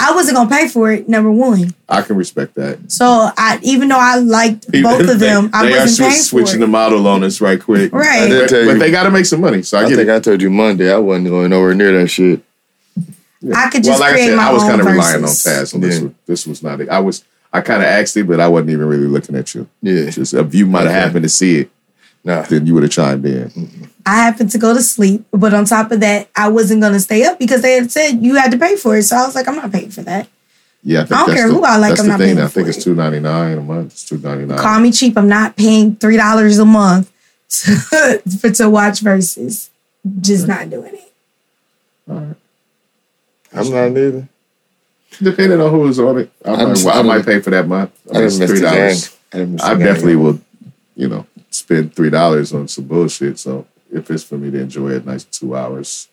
[SPEAKER 3] I wasn't gonna pay for it. Number one,
[SPEAKER 1] I can respect that.
[SPEAKER 3] so I even though I liked both of them, I
[SPEAKER 1] they are
[SPEAKER 3] wasn't
[SPEAKER 1] swi-
[SPEAKER 3] paying
[SPEAKER 1] switching
[SPEAKER 3] for
[SPEAKER 1] the
[SPEAKER 3] it.
[SPEAKER 1] model on us right quick.
[SPEAKER 3] Right. I
[SPEAKER 1] But,
[SPEAKER 3] did
[SPEAKER 2] tell
[SPEAKER 1] but
[SPEAKER 2] you.
[SPEAKER 1] they got to make some money, so I,
[SPEAKER 2] I
[SPEAKER 1] get
[SPEAKER 2] think
[SPEAKER 1] it.
[SPEAKER 2] I told you Monday I wasn't going nowhere near that shit.
[SPEAKER 3] I could just create my
[SPEAKER 1] I was
[SPEAKER 3] own
[SPEAKER 1] kind of relying on
[SPEAKER 3] verses.
[SPEAKER 1] Taz. and This,
[SPEAKER 2] Yeah.
[SPEAKER 1] was, this was not it. I was. I kind of asked it, but I wasn't even really looking at you.
[SPEAKER 2] Yeah.
[SPEAKER 1] Just if you might have
[SPEAKER 2] Okay. Mm.
[SPEAKER 1] happened to see it,
[SPEAKER 2] Nah.
[SPEAKER 1] then you would have chimed in.
[SPEAKER 3] I happened to go to sleep, but on top of that, I wasn't gonna stay up because they had said you had to pay for it. So I was like, I'm not paying for that.
[SPEAKER 1] Yeah, I, think
[SPEAKER 3] I don't
[SPEAKER 1] that's
[SPEAKER 3] care
[SPEAKER 1] the,
[SPEAKER 3] who I like,
[SPEAKER 1] That's
[SPEAKER 3] I'm
[SPEAKER 1] the
[SPEAKER 3] not
[SPEAKER 1] thing.
[SPEAKER 3] paying
[SPEAKER 1] I think
[SPEAKER 3] for
[SPEAKER 1] it's
[SPEAKER 3] it.
[SPEAKER 1] two ninety nine a month. It's two ninety
[SPEAKER 3] Call
[SPEAKER 1] nine.
[SPEAKER 3] me cheap. I'm not paying three dollars a month to, for to watch versus. Just
[SPEAKER 1] Uh-huh.
[SPEAKER 3] not doing it.
[SPEAKER 2] I'm not either.
[SPEAKER 1] Depending on who is on it, I,
[SPEAKER 2] I'm
[SPEAKER 1] might,
[SPEAKER 2] just-
[SPEAKER 1] I
[SPEAKER 2] I'm-
[SPEAKER 1] might pay for that month. I
[SPEAKER 2] I
[SPEAKER 1] mean,
[SPEAKER 2] didn't
[SPEAKER 1] it's
[SPEAKER 2] miss
[SPEAKER 1] three
[SPEAKER 2] the gang.
[SPEAKER 1] dollars.
[SPEAKER 2] I, done missed
[SPEAKER 1] I
[SPEAKER 2] the gang.
[SPEAKER 1] definitely will, you know, spend three dollars on some bullshit. So if it's for me to enjoy a nice two hours,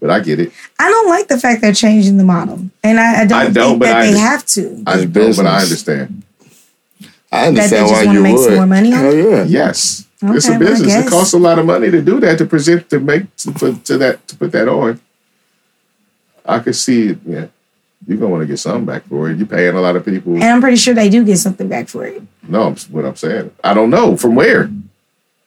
[SPEAKER 1] but I get it.
[SPEAKER 3] I don't like the fact they're changing the model, and I, I don't
[SPEAKER 1] I
[SPEAKER 3] think
[SPEAKER 1] don't, but
[SPEAKER 3] that
[SPEAKER 1] I
[SPEAKER 3] they
[SPEAKER 1] under-
[SPEAKER 3] have to.
[SPEAKER 1] I
[SPEAKER 2] It's
[SPEAKER 1] don't, but I
[SPEAKER 2] business.
[SPEAKER 1] understand.
[SPEAKER 2] I
[SPEAKER 3] they
[SPEAKER 2] understand
[SPEAKER 3] just
[SPEAKER 2] why
[SPEAKER 3] wanna
[SPEAKER 2] you
[SPEAKER 3] make
[SPEAKER 2] would.
[SPEAKER 3] some more money on
[SPEAKER 2] Hell yeah.
[SPEAKER 1] Yes, it's
[SPEAKER 3] Okay,
[SPEAKER 1] a
[SPEAKER 3] well, I
[SPEAKER 1] business. It
[SPEAKER 3] guess.
[SPEAKER 1] costs a lot of money to do that to present to make to, put to that to put that on. I could see it. Yeah, you're gonna want to get something back for it. You're paying a lot of people.
[SPEAKER 3] And I'm pretty sure they do get something back for it.
[SPEAKER 1] No, I'm, what I'm saying. I don't know from where.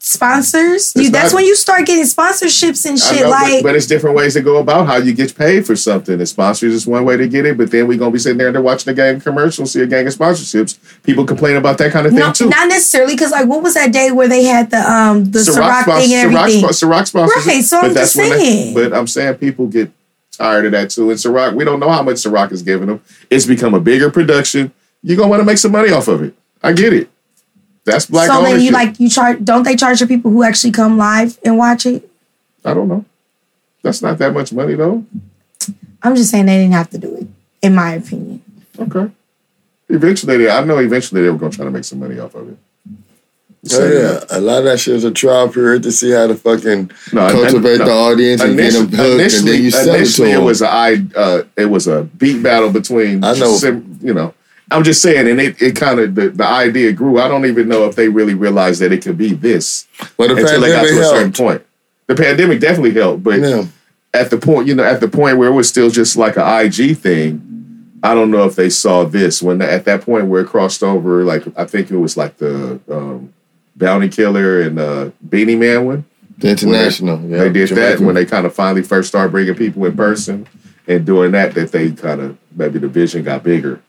[SPEAKER 3] Sponsors, you,
[SPEAKER 1] It's
[SPEAKER 3] that's
[SPEAKER 1] not-
[SPEAKER 3] when you start getting sponsorships and
[SPEAKER 1] I
[SPEAKER 3] shit.
[SPEAKER 1] know, but-
[SPEAKER 3] like,
[SPEAKER 1] but, it's different ways to go about how you get paid for something. And sponsors is one way to get it, but then we're gonna be sitting there and they're watching a gang of commercials, see a gang of sponsorships. People complain about that kind of thing
[SPEAKER 3] no,
[SPEAKER 1] too.
[SPEAKER 3] not necessarily because like, what was that day where they had the um the Ciroc,
[SPEAKER 1] sponsors-
[SPEAKER 3] thing and
[SPEAKER 1] Ciroc
[SPEAKER 3] everything?
[SPEAKER 1] spon- Ciroc sponsors.
[SPEAKER 3] Right, so
[SPEAKER 1] but
[SPEAKER 3] I'm
[SPEAKER 1] that's
[SPEAKER 3] just
[SPEAKER 1] when they-
[SPEAKER 3] saying.
[SPEAKER 1] but I'm saying people get tired of that too. And Ciroc, we don't know how much Ciroc is giving them. It's become a bigger production. You're gonna want to make some money off of it. I get it. That's black
[SPEAKER 3] so
[SPEAKER 1] ownership.
[SPEAKER 3] then you like you charge? Don't they charge the people who actually come live and watch it?
[SPEAKER 1] I don't know. That's not that much money though.
[SPEAKER 3] I'm just saying they didn't have to do it, in my opinion.
[SPEAKER 1] Okay. Eventually, they, I know eventually they were going to try to make some money off of it.
[SPEAKER 2] Hell Oh, yeah. A lot of that shit is a trial period to see how to fucking
[SPEAKER 1] No, and-
[SPEAKER 2] cultivate
[SPEAKER 1] Uh, no.
[SPEAKER 2] the audience and
[SPEAKER 1] Initially,
[SPEAKER 2] get them hooked and then you
[SPEAKER 1] initially,
[SPEAKER 2] sell it to
[SPEAKER 1] initially it,
[SPEAKER 2] them.
[SPEAKER 1] was a I, uh, it was a beat battle between
[SPEAKER 2] I know.
[SPEAKER 1] sim- you know I'm just saying and it, it kind of the, the idea grew I don't even know if they really realized that it could be this
[SPEAKER 2] but the
[SPEAKER 1] until they got to
[SPEAKER 2] pandemic
[SPEAKER 1] a certain
[SPEAKER 2] helped.
[SPEAKER 1] point the pandemic definitely helped but
[SPEAKER 2] Yeah.
[SPEAKER 1] at the point, you know, at the point where it was still just like an IG thing, I don't know if they saw this when at that point where it crossed over. Like I think it was like the um, Bounty Killer and uh, Beanie Man one.
[SPEAKER 2] The international. yeah,
[SPEAKER 1] they did that
[SPEAKER 2] Jamaican.
[SPEAKER 1] when they kind of finally first started bringing people in person and doing that. That they kind of maybe the vision got bigger.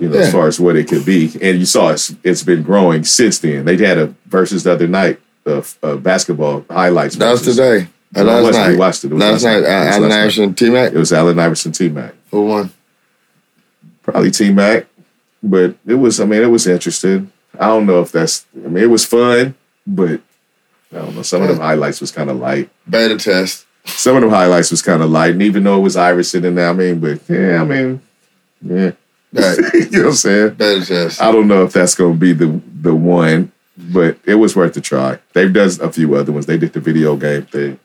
[SPEAKER 1] You know,
[SPEAKER 2] Yeah.
[SPEAKER 1] as far as what it could be, and you saw it's it's been growing since then. They had a versus the other night of uh, basketball highlights.
[SPEAKER 2] That was
[SPEAKER 1] versus.
[SPEAKER 2] today. Uh,
[SPEAKER 1] No, it
[SPEAKER 2] last
[SPEAKER 1] wasn't.
[SPEAKER 2] night.
[SPEAKER 1] We watched it. It was
[SPEAKER 2] last
[SPEAKER 1] last
[SPEAKER 2] night.
[SPEAKER 1] night. It was
[SPEAKER 2] Al
[SPEAKER 1] last
[SPEAKER 2] Nash T Mac.
[SPEAKER 1] It was Allen Iverson, T Mac.
[SPEAKER 2] Who won?
[SPEAKER 1] probably T Mac. But it was, I mean, it was interesting. I don't know if that's, I mean, it was fun, but I don't know. Some of them highlights was kind of light.
[SPEAKER 2] Beta test.
[SPEAKER 1] Some of them highlights was kind of light, and even though it was Iverson in there, I mean, but yeah, I mean, yeah,
[SPEAKER 2] Right.
[SPEAKER 1] you know what I'm saying.
[SPEAKER 2] Beta test.
[SPEAKER 1] I don't know if that's going to be the the one, but it was worth a try. They've done a few other ones. They did the video game thing.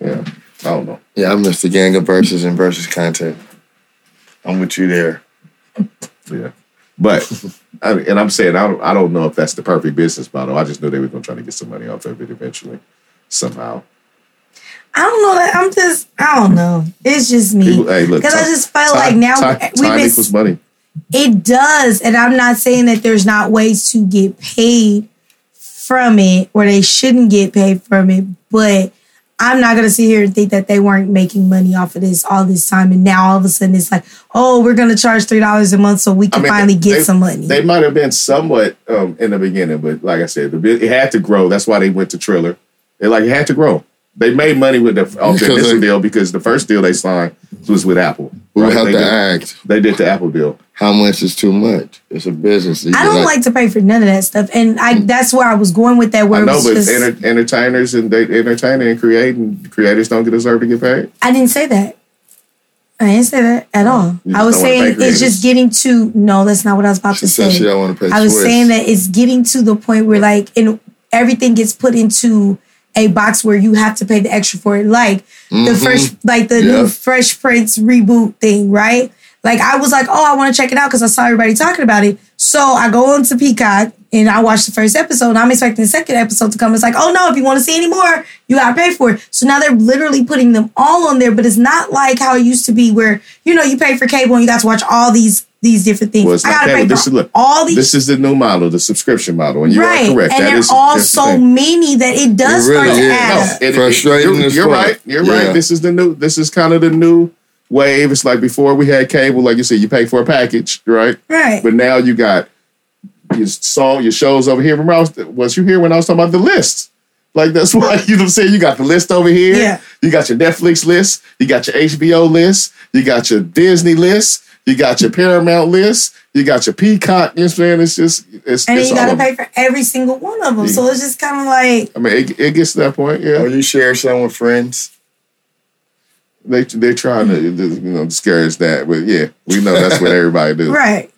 [SPEAKER 1] Yeah, I don't know.
[SPEAKER 2] Yeah, I missed the gang of verses and versus content. I'm with you there.
[SPEAKER 1] Yeah, but I mean, and I'm saying I don't I don't know if that's the perfect business model. I just knew they were going to try to get some money off of it eventually, somehow.
[SPEAKER 3] I don't know that I'm just I don't know. It's just me
[SPEAKER 1] People- hey, look,
[SPEAKER 3] because Mm. I
[SPEAKER 1] time-
[SPEAKER 3] just felt like
[SPEAKER 1] Time-
[SPEAKER 3] now
[SPEAKER 1] time,
[SPEAKER 3] we've
[SPEAKER 1] time
[SPEAKER 3] been
[SPEAKER 1] equals money.
[SPEAKER 3] It does. And I'm not saying that there's not ways to get paid from it or they shouldn't get paid from it, but I'm not gonna sit here and think that they weren't making money off of this all this time and now all of a sudden it's like, oh, we're gonna charge three dollars a month so we can
[SPEAKER 1] I mean,
[SPEAKER 3] finally get
[SPEAKER 1] they-
[SPEAKER 3] some money.
[SPEAKER 1] They might have been somewhat um, in the beginning, but like I said, the, bu- it had to grow. That's why they went to Triller. It like it had to grow. They made money with the off the
[SPEAKER 2] Because
[SPEAKER 1] initial
[SPEAKER 2] they-
[SPEAKER 1] deal because the first deal they signed was with Apple.
[SPEAKER 2] We
[SPEAKER 1] right?
[SPEAKER 2] have
[SPEAKER 1] they,
[SPEAKER 2] to
[SPEAKER 1] did,
[SPEAKER 2] act.
[SPEAKER 1] they did the Apple deal.
[SPEAKER 2] How much is too much? It's a business. You
[SPEAKER 3] I don't
[SPEAKER 2] gotta-
[SPEAKER 3] like to pay for none of that stuff. And I that's where I was going with that where
[SPEAKER 1] Mm. I
[SPEAKER 3] it
[SPEAKER 1] know,
[SPEAKER 3] was
[SPEAKER 1] but
[SPEAKER 3] just,
[SPEAKER 1] enter, entertainers and they entertaining and creating creators don't deserve to get paid.
[SPEAKER 3] I didn't say that. I didn't say that at all.
[SPEAKER 1] Mm. You just
[SPEAKER 3] I was
[SPEAKER 1] don't wanna pay
[SPEAKER 3] saying it's
[SPEAKER 1] creators.
[SPEAKER 3] just getting to no, that's not what I was about
[SPEAKER 2] She
[SPEAKER 3] to say.
[SPEAKER 2] said she don't want to pay.
[SPEAKER 3] I was
[SPEAKER 2] Swiss.
[SPEAKER 3] saying that it's getting to the point where like and everything gets put into a box where you have to pay the extra for it. Like the
[SPEAKER 2] Mhm.
[SPEAKER 1] Mm-hmm.
[SPEAKER 3] fresh like the
[SPEAKER 2] Yeah.
[SPEAKER 3] new Fresh Prince reboot thing, right? Like I was like, oh, I want to check it out because I saw everybody talking about it. So I go onto Peacock And I watched the first episode and I'm expecting the second episode to come. It's like, oh no, if you want to see any more, you gotta pay for it. So now they're literally putting them all on there, but it's not like how it used to be where, you know, you pay for cable and you got to watch all these these different things.
[SPEAKER 1] Well, it's
[SPEAKER 3] I
[SPEAKER 1] not
[SPEAKER 3] gotta
[SPEAKER 1] cable.
[SPEAKER 3] pay
[SPEAKER 1] This
[SPEAKER 3] for
[SPEAKER 1] is- look,
[SPEAKER 3] all these
[SPEAKER 1] This is the new model, the subscription model, and you
[SPEAKER 3] right.
[SPEAKER 1] are correct.
[SPEAKER 3] And
[SPEAKER 1] That
[SPEAKER 3] they're
[SPEAKER 1] is-
[SPEAKER 3] all
[SPEAKER 1] that's the
[SPEAKER 3] so
[SPEAKER 1] thing.
[SPEAKER 3] many that it does
[SPEAKER 2] It really
[SPEAKER 3] start to
[SPEAKER 2] is.
[SPEAKER 1] No,
[SPEAKER 3] add
[SPEAKER 2] Yeah.
[SPEAKER 3] up.
[SPEAKER 1] it- it-
[SPEAKER 2] Frustrating
[SPEAKER 1] You're,
[SPEAKER 2] as
[SPEAKER 1] you're
[SPEAKER 2] fuck.
[SPEAKER 1] right. You're
[SPEAKER 2] Yeah.
[SPEAKER 1] right. This is the new. This is kind of the new wave. It's like before we had cable, like you said, you pay for a package, right?
[SPEAKER 3] Right.
[SPEAKER 1] But now you got your song, your shows over here. Remember, I was, was you here when I was talking about the list? Like that's why you know what I'm saying. You got the list over here.
[SPEAKER 3] Yeah.
[SPEAKER 1] You got your Netflix list. You got your HBO list. You got your Disney list. You got your Paramount list. You got your Peacock. You know what I'm saying? It's just it's.
[SPEAKER 3] and then
[SPEAKER 1] it's
[SPEAKER 3] you
[SPEAKER 1] all
[SPEAKER 3] gotta
[SPEAKER 1] over.
[SPEAKER 3] pay for every single one of them.
[SPEAKER 1] Yeah.
[SPEAKER 3] So it's just kind of like
[SPEAKER 1] I mean, it, it gets to that point. Yeah.
[SPEAKER 2] Or you share some with friends.
[SPEAKER 1] They they're trying to you know discourage that, but yeah, we know that's what everybody do.
[SPEAKER 3] right.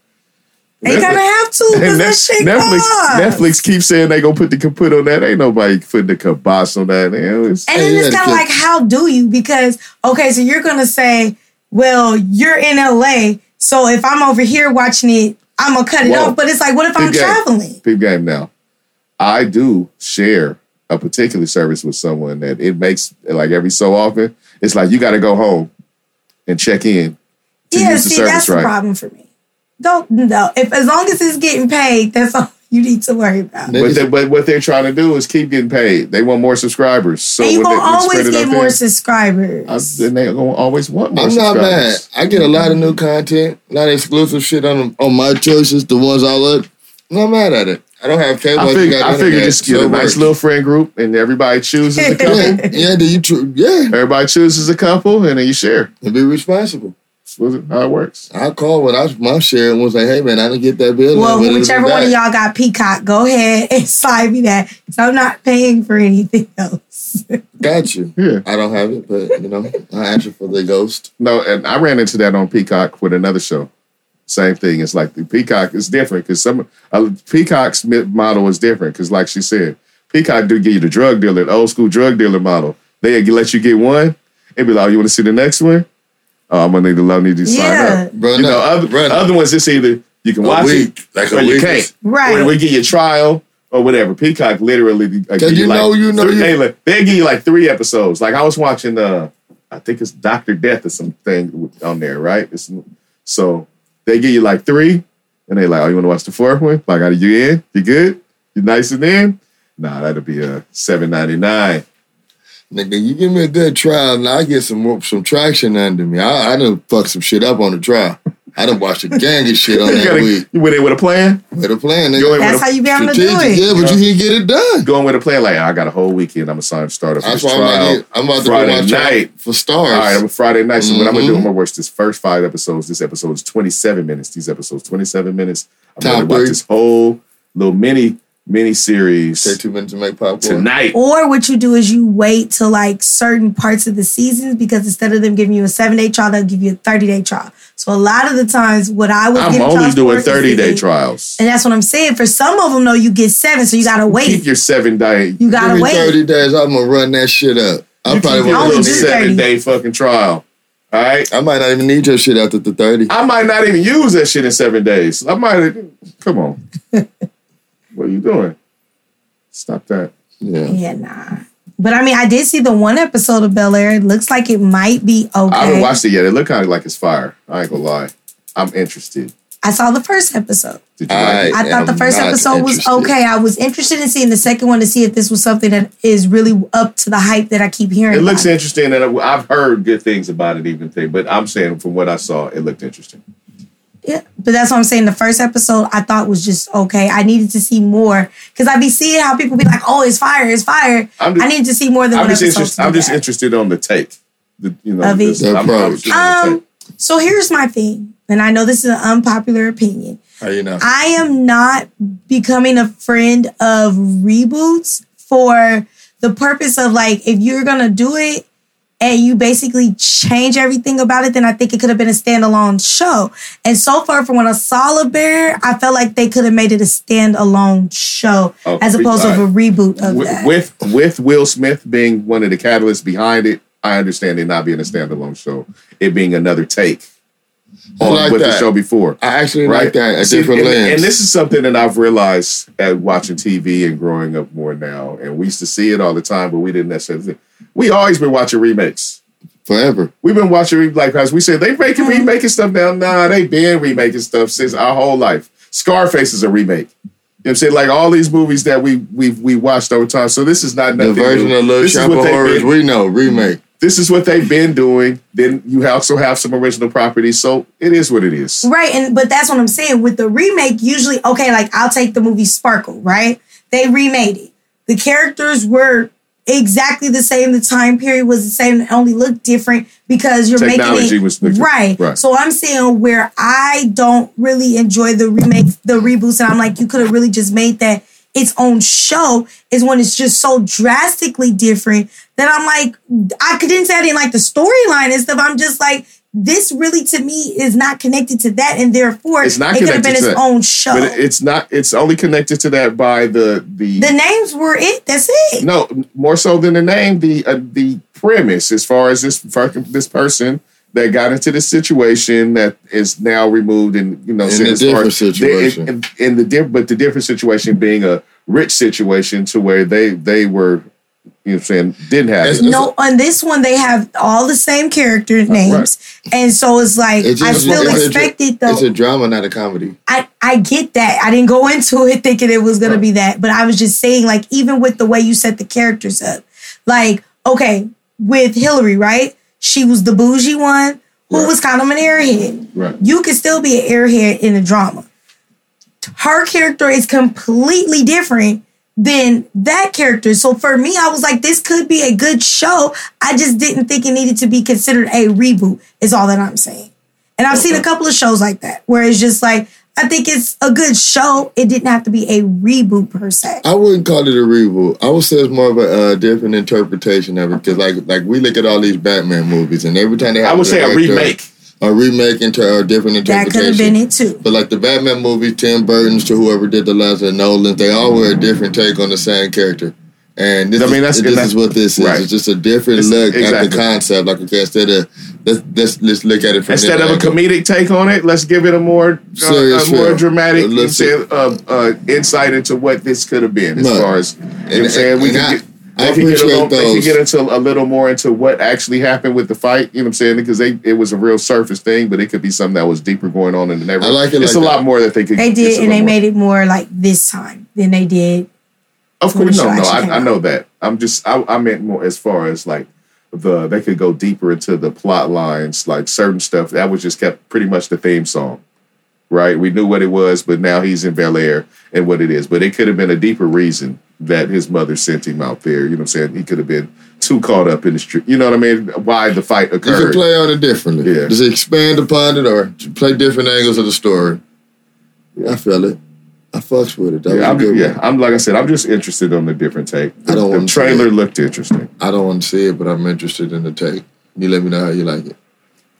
[SPEAKER 3] They
[SPEAKER 1] Netflix-
[SPEAKER 3] gotta have to because
[SPEAKER 1] And
[SPEAKER 3] that
[SPEAKER 1] Netflix,
[SPEAKER 3] shit
[SPEAKER 1] Netflix,
[SPEAKER 3] costs.
[SPEAKER 1] Netflix keeps saying they gonna put the kaput on that. Ain't nobody putting the kibosh on that. You know, it's-
[SPEAKER 3] And then
[SPEAKER 2] Yeah,
[SPEAKER 3] it's
[SPEAKER 2] yeah,
[SPEAKER 3] kind of
[SPEAKER 2] yeah.
[SPEAKER 3] like, how do you? Because okay, so you're gonna say, well, you're in LA, so if I'm over here watching it, I'm gonna cut it
[SPEAKER 1] Whoa.
[SPEAKER 3] off. But it's like, what if I'm
[SPEAKER 1] Big game.
[SPEAKER 3] traveling?
[SPEAKER 1] big game now. I do share a particular service with someone that it makes like every so often. It's like you got to go home and check in to
[SPEAKER 3] Yeah,
[SPEAKER 1] use the
[SPEAKER 3] see,
[SPEAKER 1] service,
[SPEAKER 3] that's
[SPEAKER 1] right?
[SPEAKER 3] the problem for me. Don't no. If as long as it's getting paid, that's all you need to worry about.
[SPEAKER 2] They
[SPEAKER 1] But,
[SPEAKER 2] just-
[SPEAKER 1] they, but what they're trying to do is keep getting paid. They want more subscribers. So
[SPEAKER 3] and you
[SPEAKER 1] when
[SPEAKER 3] gonna
[SPEAKER 1] they- when
[SPEAKER 3] always
[SPEAKER 1] spread it
[SPEAKER 3] get
[SPEAKER 1] out
[SPEAKER 3] more
[SPEAKER 1] there, I,
[SPEAKER 3] subscribers.
[SPEAKER 1] then they're gonna always want more.
[SPEAKER 2] I'm not
[SPEAKER 1] subscribers.
[SPEAKER 2] mad. I get a lot of new content, a lot of exclusive shit on on my choices, the ones I look. I'm not mad at it. I don't have cable.
[SPEAKER 1] I
[SPEAKER 2] just
[SPEAKER 1] figure,
[SPEAKER 2] got
[SPEAKER 1] I figure
[SPEAKER 2] internet,
[SPEAKER 1] just get
[SPEAKER 2] so
[SPEAKER 1] a
[SPEAKER 2] it
[SPEAKER 1] nice
[SPEAKER 2] works.
[SPEAKER 1] little friend group, and everybody chooses a couple.
[SPEAKER 2] Yeah, yeah. Do you? Tr- yeah,
[SPEAKER 1] everybody chooses a couple, and then you share.
[SPEAKER 2] and be responsible.
[SPEAKER 1] That's what- how it works.
[SPEAKER 2] I called when I was my share and was like, "Hey man, I didn't get that bill."
[SPEAKER 3] Well,
[SPEAKER 2] But it was
[SPEAKER 3] whichever one of
[SPEAKER 2] back.
[SPEAKER 3] y'all got Peacock, go ahead and slide me that. So I'm not paying for anything else.
[SPEAKER 2] got you.
[SPEAKER 1] Yeah.
[SPEAKER 2] I don't have it, but you know, I answer for the ghost.
[SPEAKER 1] No, and I ran into that on Peacock with another show. Same thing. It's like the Peacock is different because some uh, Peacock's mi- model is different because, like she said, Peacock do give you the drug dealer, the old school drug dealer model. They let you get one, and be like, oh, "You want to see the next one? Oh, I'm gonna need to love need to sign
[SPEAKER 3] Yeah.
[SPEAKER 1] up."
[SPEAKER 2] Bro,
[SPEAKER 1] you
[SPEAKER 2] no,
[SPEAKER 1] know, other,
[SPEAKER 2] bro, no.
[SPEAKER 1] other ones it's either you can
[SPEAKER 2] A
[SPEAKER 1] watch
[SPEAKER 2] week,
[SPEAKER 1] it
[SPEAKER 2] like a
[SPEAKER 1] or you
[SPEAKER 2] week.
[SPEAKER 1] can't.
[SPEAKER 3] Right.
[SPEAKER 1] Or we get your trial or whatever. Peacock literally uh, give
[SPEAKER 2] you know-
[SPEAKER 1] like
[SPEAKER 2] you know
[SPEAKER 1] three,
[SPEAKER 2] you-
[SPEAKER 1] they, like, they give you like three episodes. Like I was watching uh I think it's Doctor Death or something on there, right? It's, so they give you like three, and they like, oh, you want to watch the fourth one? Like, are you in? You good? You nice and in? Nah, that'll be a seven ninety nine.
[SPEAKER 2] Nigga, you give me a good trial, and I get some more, some traction under me. I, I done fuck some shit up on the trial. I done watched a gang of shit on
[SPEAKER 1] You,
[SPEAKER 2] that
[SPEAKER 1] gotta-
[SPEAKER 2] week.
[SPEAKER 1] you went in with a plan.
[SPEAKER 2] With a plan,
[SPEAKER 1] You
[SPEAKER 2] nigga.
[SPEAKER 1] ain't
[SPEAKER 3] That's how you be able to do
[SPEAKER 2] Strategic,
[SPEAKER 3] it.
[SPEAKER 2] yeah, but you didn't get it done.
[SPEAKER 1] Going with a plan, like I got a whole weekend. I'm gonna sign start up for
[SPEAKER 2] That's
[SPEAKER 1] this
[SPEAKER 2] why I'm,
[SPEAKER 1] trial.
[SPEAKER 2] like, I'm about to
[SPEAKER 1] Friday
[SPEAKER 2] go watch trial
[SPEAKER 1] night.
[SPEAKER 2] for stars.
[SPEAKER 1] All right, I'm a Friday night. So what I'm gonna do?
[SPEAKER 2] Mhm.
[SPEAKER 1] I'm gonna watch this first five episodes. This episode is 27 minutes. These episodes 27 minutes. I'm
[SPEAKER 2] Time
[SPEAKER 1] gonna watch
[SPEAKER 2] three.
[SPEAKER 1] this whole little mini mini series
[SPEAKER 2] Take two minutes to make popcorn.
[SPEAKER 1] tonight.
[SPEAKER 3] Or what you do is you wait till like certain parts of the seasons because instead of them giving you a seven day trial, they'll give you a 30 day trial. So a lot of the times, what I was
[SPEAKER 1] I'm
[SPEAKER 3] getting
[SPEAKER 1] only
[SPEAKER 3] trials
[SPEAKER 1] doing
[SPEAKER 3] for is
[SPEAKER 1] 30 day
[SPEAKER 3] eight.
[SPEAKER 1] trials.
[SPEAKER 3] And that's what I'm saying. For some of them, though, you get seven, so you gotta
[SPEAKER 1] Keep
[SPEAKER 3] wait.
[SPEAKER 1] your seven day.
[SPEAKER 3] You
[SPEAKER 2] Give
[SPEAKER 3] gotta
[SPEAKER 2] me
[SPEAKER 3] wait.
[SPEAKER 2] 30 days, I'm gonna run that shit up. I
[SPEAKER 1] You keep
[SPEAKER 2] probably
[SPEAKER 1] your little
[SPEAKER 3] only
[SPEAKER 2] won't
[SPEAKER 3] do
[SPEAKER 2] need
[SPEAKER 3] that.
[SPEAKER 2] it.
[SPEAKER 1] seven day fucking trial. All right.
[SPEAKER 2] I might not even need your shit after the 30.
[SPEAKER 1] I might not even use that shit in seven days. I might. Come on. what are you doing? Stop that.
[SPEAKER 2] Yeah.
[SPEAKER 3] Yeah, nah. But I mean, I did see the one episode of Bel Air. It looks like it might be okay.
[SPEAKER 1] I haven't watched it yet. It looked kind of like it's fire. I ain't gonna lie. I'm interested.
[SPEAKER 3] I saw the first episode.
[SPEAKER 1] Did you
[SPEAKER 2] I-
[SPEAKER 1] like it?
[SPEAKER 3] I thought
[SPEAKER 2] am
[SPEAKER 3] the first
[SPEAKER 2] not
[SPEAKER 3] episode
[SPEAKER 2] interested.
[SPEAKER 3] was okay. I was interested in seeing the second one to see if this was something that is really up to the hype that I keep hearing.
[SPEAKER 1] It looks
[SPEAKER 3] about.
[SPEAKER 1] interesting, and I've heard good things about it, even thing. But I'm saying, from what I saw, it looked interesting.
[SPEAKER 3] Yeah, but that's what I'm saying. The first episode I thought was just okay. I needed to see more because I be seeing how people be like, "Oh, it's fire, it's fire."
[SPEAKER 1] I'm just-
[SPEAKER 3] I needed to see more than
[SPEAKER 1] I'm
[SPEAKER 3] one
[SPEAKER 1] just
[SPEAKER 3] episode. to
[SPEAKER 1] interested.
[SPEAKER 3] do
[SPEAKER 1] I'm just
[SPEAKER 3] that.
[SPEAKER 1] interested on the take. The, you know,
[SPEAKER 3] Of it.
[SPEAKER 1] this-
[SPEAKER 2] The
[SPEAKER 1] I'm- I'm
[SPEAKER 2] approach.
[SPEAKER 1] interested on the
[SPEAKER 3] Um,
[SPEAKER 1] take.
[SPEAKER 3] so here's my thing, and I know this is an unpopular opinion.
[SPEAKER 2] How you know?
[SPEAKER 3] I am not becoming a friend of reboots for the purpose of like if you're gonna do it and you basically change everything about it, then I think it could have been a standalone show. And so far, from when I saw La Bear, I felt like they could have made it a standalone show
[SPEAKER 1] Oh,
[SPEAKER 3] as opposed to a reboot of
[SPEAKER 1] With,
[SPEAKER 3] that.
[SPEAKER 1] with with Will Smith being one of the catalysts behind it, I understand it not being a standalone show, it being another take
[SPEAKER 2] I
[SPEAKER 1] on
[SPEAKER 2] like
[SPEAKER 1] with the
[SPEAKER 2] that.
[SPEAKER 1] show before.
[SPEAKER 2] I actually
[SPEAKER 1] right?
[SPEAKER 2] like that. A
[SPEAKER 1] See,
[SPEAKER 2] different
[SPEAKER 1] and,
[SPEAKER 2] lens.
[SPEAKER 1] And this is something that I've realized at watching TV and growing up more now. And we used to see it all the time, but we didn't necessarily. see it. We always been watching remakes.
[SPEAKER 2] forever.
[SPEAKER 1] We've been watching re- like as we said they making remaking stuff now. Nah, they been remaking stuff since our whole life. Scarface is a remake. You know what I'm saying? Like all these movies that we we we watched over time. So this is not
[SPEAKER 2] The
[SPEAKER 1] nothing
[SPEAKER 2] version
[SPEAKER 1] new.
[SPEAKER 2] of Little
[SPEAKER 1] this
[SPEAKER 2] Shop of
[SPEAKER 1] they
[SPEAKER 2] Horrors
[SPEAKER 1] been-
[SPEAKER 2] we know remake.
[SPEAKER 1] this is what they've been doing. Then you also have some original properties. So it is what it is.
[SPEAKER 3] Right, and but that's what I'm saying. With the remake, usually okay, like I'll take the movie Sparkle, right? They remade it. The characters were exactly the same. The time period was the same. It only looked different because you're
[SPEAKER 1] Technology
[SPEAKER 3] making it
[SPEAKER 1] was different.
[SPEAKER 3] right.
[SPEAKER 1] Right.
[SPEAKER 3] So I'm saying where I don't really enjoy the remake, the reboots, and I'm like, you could have really just made that its own show. Is when it's just so drastically different that I'm like, I couldn't say I didn't like the storyline and stuff. I'm just like. This really, to me, is not connected to that, and therefore,
[SPEAKER 1] It's not
[SPEAKER 3] it could have
[SPEAKER 1] connected
[SPEAKER 3] been
[SPEAKER 1] to that.
[SPEAKER 3] its own show.
[SPEAKER 1] But it's not. It's only connected to that by the the,
[SPEAKER 3] the names were it. That's it.
[SPEAKER 1] no more so than the name. The uh, the premise as far as this fucking- this person that got into this situation that is now removed and you know
[SPEAKER 2] In
[SPEAKER 1] said
[SPEAKER 2] a
[SPEAKER 1] as far
[SPEAKER 2] different
[SPEAKER 1] as- they-
[SPEAKER 2] situation.
[SPEAKER 1] in, in, in the diff, but the different situation being a rich situation to where they they were you know what I'm saying didn't have
[SPEAKER 2] It's-
[SPEAKER 1] it.
[SPEAKER 3] No, on this one they have all the same character names, and so it's like
[SPEAKER 2] It's
[SPEAKER 3] I
[SPEAKER 2] just-
[SPEAKER 3] still
[SPEAKER 2] it's a-
[SPEAKER 3] expected
[SPEAKER 2] It's
[SPEAKER 3] though.
[SPEAKER 2] a drama, not a comedy.
[SPEAKER 3] I I get that. I didn't go into it thinking it was gonna
[SPEAKER 1] Right.
[SPEAKER 3] be that, but I was just saying like even with the way you set the characters up, like okay, with Hillary, right? She was the bougie one who
[SPEAKER 1] Right.
[SPEAKER 3] was kind of an airhead.
[SPEAKER 1] Right.
[SPEAKER 3] You could still be an airhead in a drama. Her character is completely different than that character. So for me, I was like, this could be a good show. I just didn't think it needed to be considered a reboot, is all that I'm saying. And I've seen a couple of shows like that where it's just like, I think it's a good show. It didn't have to be a reboot per se.
[SPEAKER 2] I wouldn't call it a reboot. I would say it's more of a uh, different interpretation of it because, like, like we look at all these Batman movies, and every time they have
[SPEAKER 1] I would say a
[SPEAKER 2] director,
[SPEAKER 1] remake.
[SPEAKER 2] a remake into a different
[SPEAKER 3] That
[SPEAKER 2] interpretation.
[SPEAKER 3] could have been it too.
[SPEAKER 2] But like the Batman movies, Tim Burton's to whoever did the last of Nolan's, they all were a different take on the same character. And this,
[SPEAKER 1] I mean,
[SPEAKER 2] is-
[SPEAKER 1] that's-
[SPEAKER 2] this
[SPEAKER 1] that's-
[SPEAKER 2] is what this is.
[SPEAKER 1] right.
[SPEAKER 2] It's just a different
[SPEAKER 1] It's-
[SPEAKER 2] look at the
[SPEAKER 1] exactly.
[SPEAKER 2] concept. Like okay, instead of let's let's, let's look at it from
[SPEAKER 1] Instead
[SPEAKER 2] this
[SPEAKER 1] of a
[SPEAKER 2] angle.
[SPEAKER 1] comedic take on it, let's give it a more uh,
[SPEAKER 2] Serious
[SPEAKER 1] a more
[SPEAKER 2] feel.
[SPEAKER 1] dramatic you know what I'm
[SPEAKER 2] Let's see.
[SPEAKER 1] saying, uh, uh, insight into what this could have been as
[SPEAKER 2] Look,
[SPEAKER 1] far as you know what I'm
[SPEAKER 2] and-
[SPEAKER 1] saying. We
[SPEAKER 2] and
[SPEAKER 1] can
[SPEAKER 2] I-
[SPEAKER 1] get,
[SPEAKER 2] I
[SPEAKER 1] they can get a
[SPEAKER 2] appreciate
[SPEAKER 1] little, They can
[SPEAKER 2] those.
[SPEAKER 1] get into a little more into what actually happened with the fight. You know what I'm saying? Because they it was a real surface thing, but it could be something that was deeper going on in the neighborhood.
[SPEAKER 2] I like it
[SPEAKER 1] It's
[SPEAKER 2] like
[SPEAKER 1] a
[SPEAKER 2] that.
[SPEAKER 1] lot more that they could.
[SPEAKER 3] They
[SPEAKER 1] it's a
[SPEAKER 3] did, and
[SPEAKER 1] lot
[SPEAKER 3] they
[SPEAKER 1] more.
[SPEAKER 3] made it more like this time than they did.
[SPEAKER 1] Of
[SPEAKER 3] when
[SPEAKER 1] course,
[SPEAKER 3] the
[SPEAKER 1] no,
[SPEAKER 3] show
[SPEAKER 1] no,
[SPEAKER 3] actually came
[SPEAKER 1] I, I
[SPEAKER 3] out.
[SPEAKER 1] know that. I'm just, I, I meant more as far as like the they could go deeper into the plot lines, like certain stuff that was just kept pretty much the theme song, right? We knew what it was, but now he's in Bel Air and what it is. But it could have been a deeper reason that his mother sent him out there. You know what I'm saying? He could have been too caught up in the street. You know what I mean? Why the fight
[SPEAKER 2] You can
[SPEAKER 1] occurred?
[SPEAKER 2] play on it differently.
[SPEAKER 1] Yeah.
[SPEAKER 2] Just expand upon it or play different angles of the story. I feel it. I fucks with it. That
[SPEAKER 1] yeah,
[SPEAKER 2] was a good
[SPEAKER 1] I'm, yeah,
[SPEAKER 2] one.
[SPEAKER 1] I'm like I said, I'm just interested on the different take.
[SPEAKER 2] I don't
[SPEAKER 1] the
[SPEAKER 2] want to
[SPEAKER 1] trailer
[SPEAKER 2] see it.
[SPEAKER 1] looked interesting.
[SPEAKER 2] I don't want to see it, but I'm interested in the take. You let me know how you like it.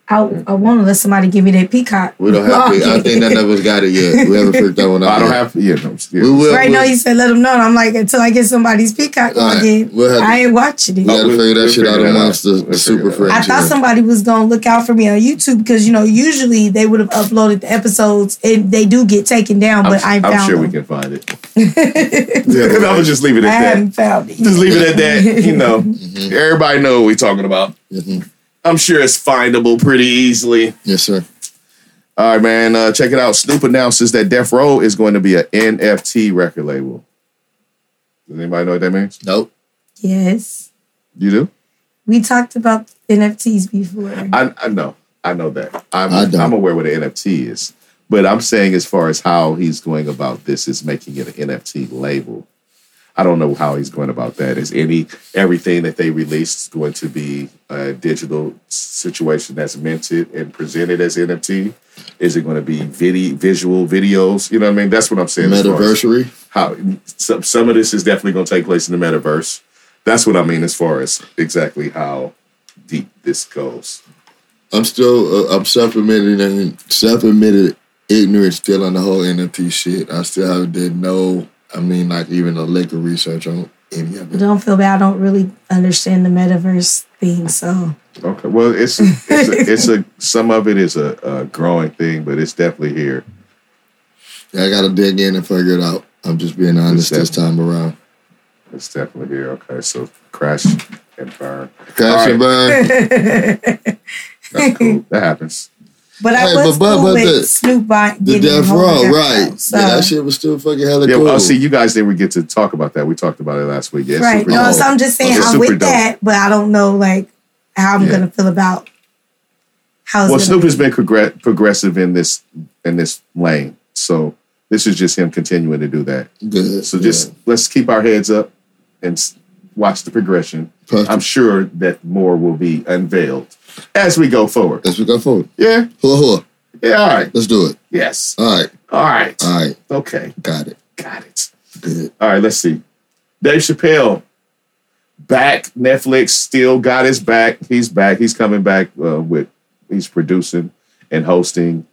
[SPEAKER 3] I, I want to let somebody give me that peacock.
[SPEAKER 2] We don't have. to- I think that never got it yet. We haven't figured that one out.
[SPEAKER 1] I don't
[SPEAKER 2] yet.
[SPEAKER 1] have, yeah, no, yeah.
[SPEAKER 2] We will.
[SPEAKER 3] Right
[SPEAKER 2] we'll,
[SPEAKER 3] now, he said, let him know. And I'm like, until I get somebody's peacock
[SPEAKER 2] All
[SPEAKER 3] on
[SPEAKER 2] right,
[SPEAKER 3] again,
[SPEAKER 2] we'll have to-
[SPEAKER 3] I ain't watching it.
[SPEAKER 2] we
[SPEAKER 1] No,
[SPEAKER 2] got to
[SPEAKER 1] we'll-
[SPEAKER 2] figure
[SPEAKER 1] we'll
[SPEAKER 2] that shit
[SPEAKER 1] figure
[SPEAKER 2] out
[SPEAKER 1] that out.
[SPEAKER 2] amongst the,
[SPEAKER 1] We'll
[SPEAKER 2] the
[SPEAKER 1] figure
[SPEAKER 2] super
[SPEAKER 1] that out.
[SPEAKER 2] friends.
[SPEAKER 3] I thought
[SPEAKER 2] here.
[SPEAKER 3] somebody was going to look out for me on YouTube because, you know, usually they would have uploaded the episodes and they do get taken down, but I
[SPEAKER 1] I'm,
[SPEAKER 3] ain't found
[SPEAKER 1] I'm sure we can
[SPEAKER 3] them.
[SPEAKER 1] find it. I'm gonna just leave it
[SPEAKER 3] I
[SPEAKER 1] at that.
[SPEAKER 3] haven't found it.
[SPEAKER 1] Just leave it at that. You know, everybody know what we're talking about.
[SPEAKER 2] Mhm.
[SPEAKER 1] I'm sure it's findable pretty easily.
[SPEAKER 2] Yes, sir.
[SPEAKER 1] All right, man. Uh, check it out. Snoop announces that Death Row is going to be an NFT record label. Does anybody know what that means?
[SPEAKER 2] Nope.
[SPEAKER 3] Yes.
[SPEAKER 1] You do?
[SPEAKER 3] We talked about NFTs before.
[SPEAKER 1] I, I know. I know that. I'm,
[SPEAKER 2] I don't.
[SPEAKER 1] I'm aware what an NFT is. But I'm saying, as far as how he's going about this, is making it an NFT label. I don't know how he's going about that. Is any everything that they release is going to be a digital situation that's minted and presented as NFT? Is it going to be video, visual videos? You know what I mean? That's what I'm saying. as far as-
[SPEAKER 2] Metaversary.
[SPEAKER 1] how some some of this is definitely going to take place in the metaverse. That's what I mean as far as exactly how deep this goes.
[SPEAKER 2] I'm still. Uh, I'm self-admitted and self-admitted ignorance still on the whole NFT shit. I still haven't did no. I mean, like even a lick of research on. it. any of it.
[SPEAKER 3] Don't feel bad. I don't really understand the metaverse thing. So
[SPEAKER 1] Okay. Well, it's it's a, it's a some of it is a, a growing thing, but it's definitely here.
[SPEAKER 2] I gotta dig in and figure it out. I'm just being honest this time around.
[SPEAKER 1] It's definitely here. Okay. So crash and burn.
[SPEAKER 2] Crash and burn.
[SPEAKER 1] That's cool. that happens.
[SPEAKER 3] But I
[SPEAKER 2] Hey,
[SPEAKER 3] was
[SPEAKER 2] but- but-
[SPEAKER 3] cool
[SPEAKER 2] but
[SPEAKER 3] with
[SPEAKER 2] the-
[SPEAKER 3] Snoop Dogg
[SPEAKER 2] The
[SPEAKER 3] getting
[SPEAKER 2] death
[SPEAKER 3] hold of
[SPEAKER 2] row,
[SPEAKER 3] Death
[SPEAKER 2] right.
[SPEAKER 3] Row, So.
[SPEAKER 2] Yeah, that shit was still fucking hella
[SPEAKER 1] Yeah.
[SPEAKER 2] cool.
[SPEAKER 1] Well, oh, see, you guys didn't get to talk about that. We talked about it last week. Yeah. it's
[SPEAKER 3] right.
[SPEAKER 1] super
[SPEAKER 3] No,
[SPEAKER 1] dope.
[SPEAKER 3] so I'm just saying
[SPEAKER 1] Okay,
[SPEAKER 3] I'm
[SPEAKER 1] super
[SPEAKER 3] with
[SPEAKER 1] dope.
[SPEAKER 3] that, but I don't know like how I'm
[SPEAKER 1] Yeah.
[SPEAKER 3] gonna feel about how it's
[SPEAKER 1] Well,
[SPEAKER 3] gonna
[SPEAKER 1] Snoop
[SPEAKER 3] be.
[SPEAKER 1] has been progre- progressive in this in this lane, so this is just him continuing to do that.
[SPEAKER 2] Good.
[SPEAKER 1] So just let's keep our heads up and s- watch the progression.
[SPEAKER 2] Perfect.
[SPEAKER 1] I'm sure that more will be unveiled as we go forward.
[SPEAKER 2] Let's go forward.
[SPEAKER 1] Yeah.
[SPEAKER 2] Hua hua.
[SPEAKER 1] Yeah. All right.
[SPEAKER 2] Let's do it.
[SPEAKER 1] Yes.
[SPEAKER 2] All right.
[SPEAKER 1] All right.
[SPEAKER 2] All right.
[SPEAKER 1] Okay.
[SPEAKER 2] Got it.
[SPEAKER 1] Got it.
[SPEAKER 2] Good.
[SPEAKER 1] All right. Let's see. Dave Chappelle back. Netflix still got his back. He's back. He's coming back uh, with. He's producing and hosting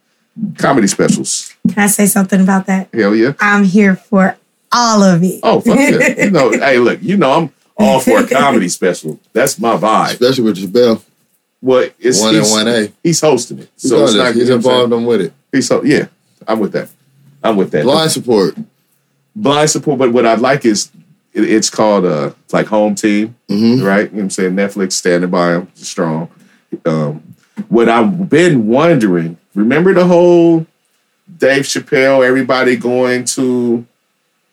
[SPEAKER 1] comedy specials.
[SPEAKER 3] Can I say something about that?
[SPEAKER 1] Hell yeah.
[SPEAKER 3] I'm here for all of it.
[SPEAKER 1] Oh fuck yeah! You know, hey, look, you know, I'm all for a comedy special. That's my vibe.
[SPEAKER 2] Especially with Jabel.
[SPEAKER 1] Well, it's
[SPEAKER 2] One and
[SPEAKER 1] he's-
[SPEAKER 2] one A.
[SPEAKER 1] He's hosting it, so
[SPEAKER 2] So
[SPEAKER 1] it's not
[SPEAKER 2] he's
[SPEAKER 1] you know what I'm
[SPEAKER 2] involved. I'm with it.
[SPEAKER 1] saying? He's ho- yeah, I'm with that. I'm with that.
[SPEAKER 2] Blind support.
[SPEAKER 1] Blind support, but what I like is it, it's called uh like home team,
[SPEAKER 2] Mhm.
[SPEAKER 1] Mm-hmm. right? You know what I'm saying Netflix standing by him strong. Um, what I've been wondering, remember the whole Dave Chappelle, everybody going to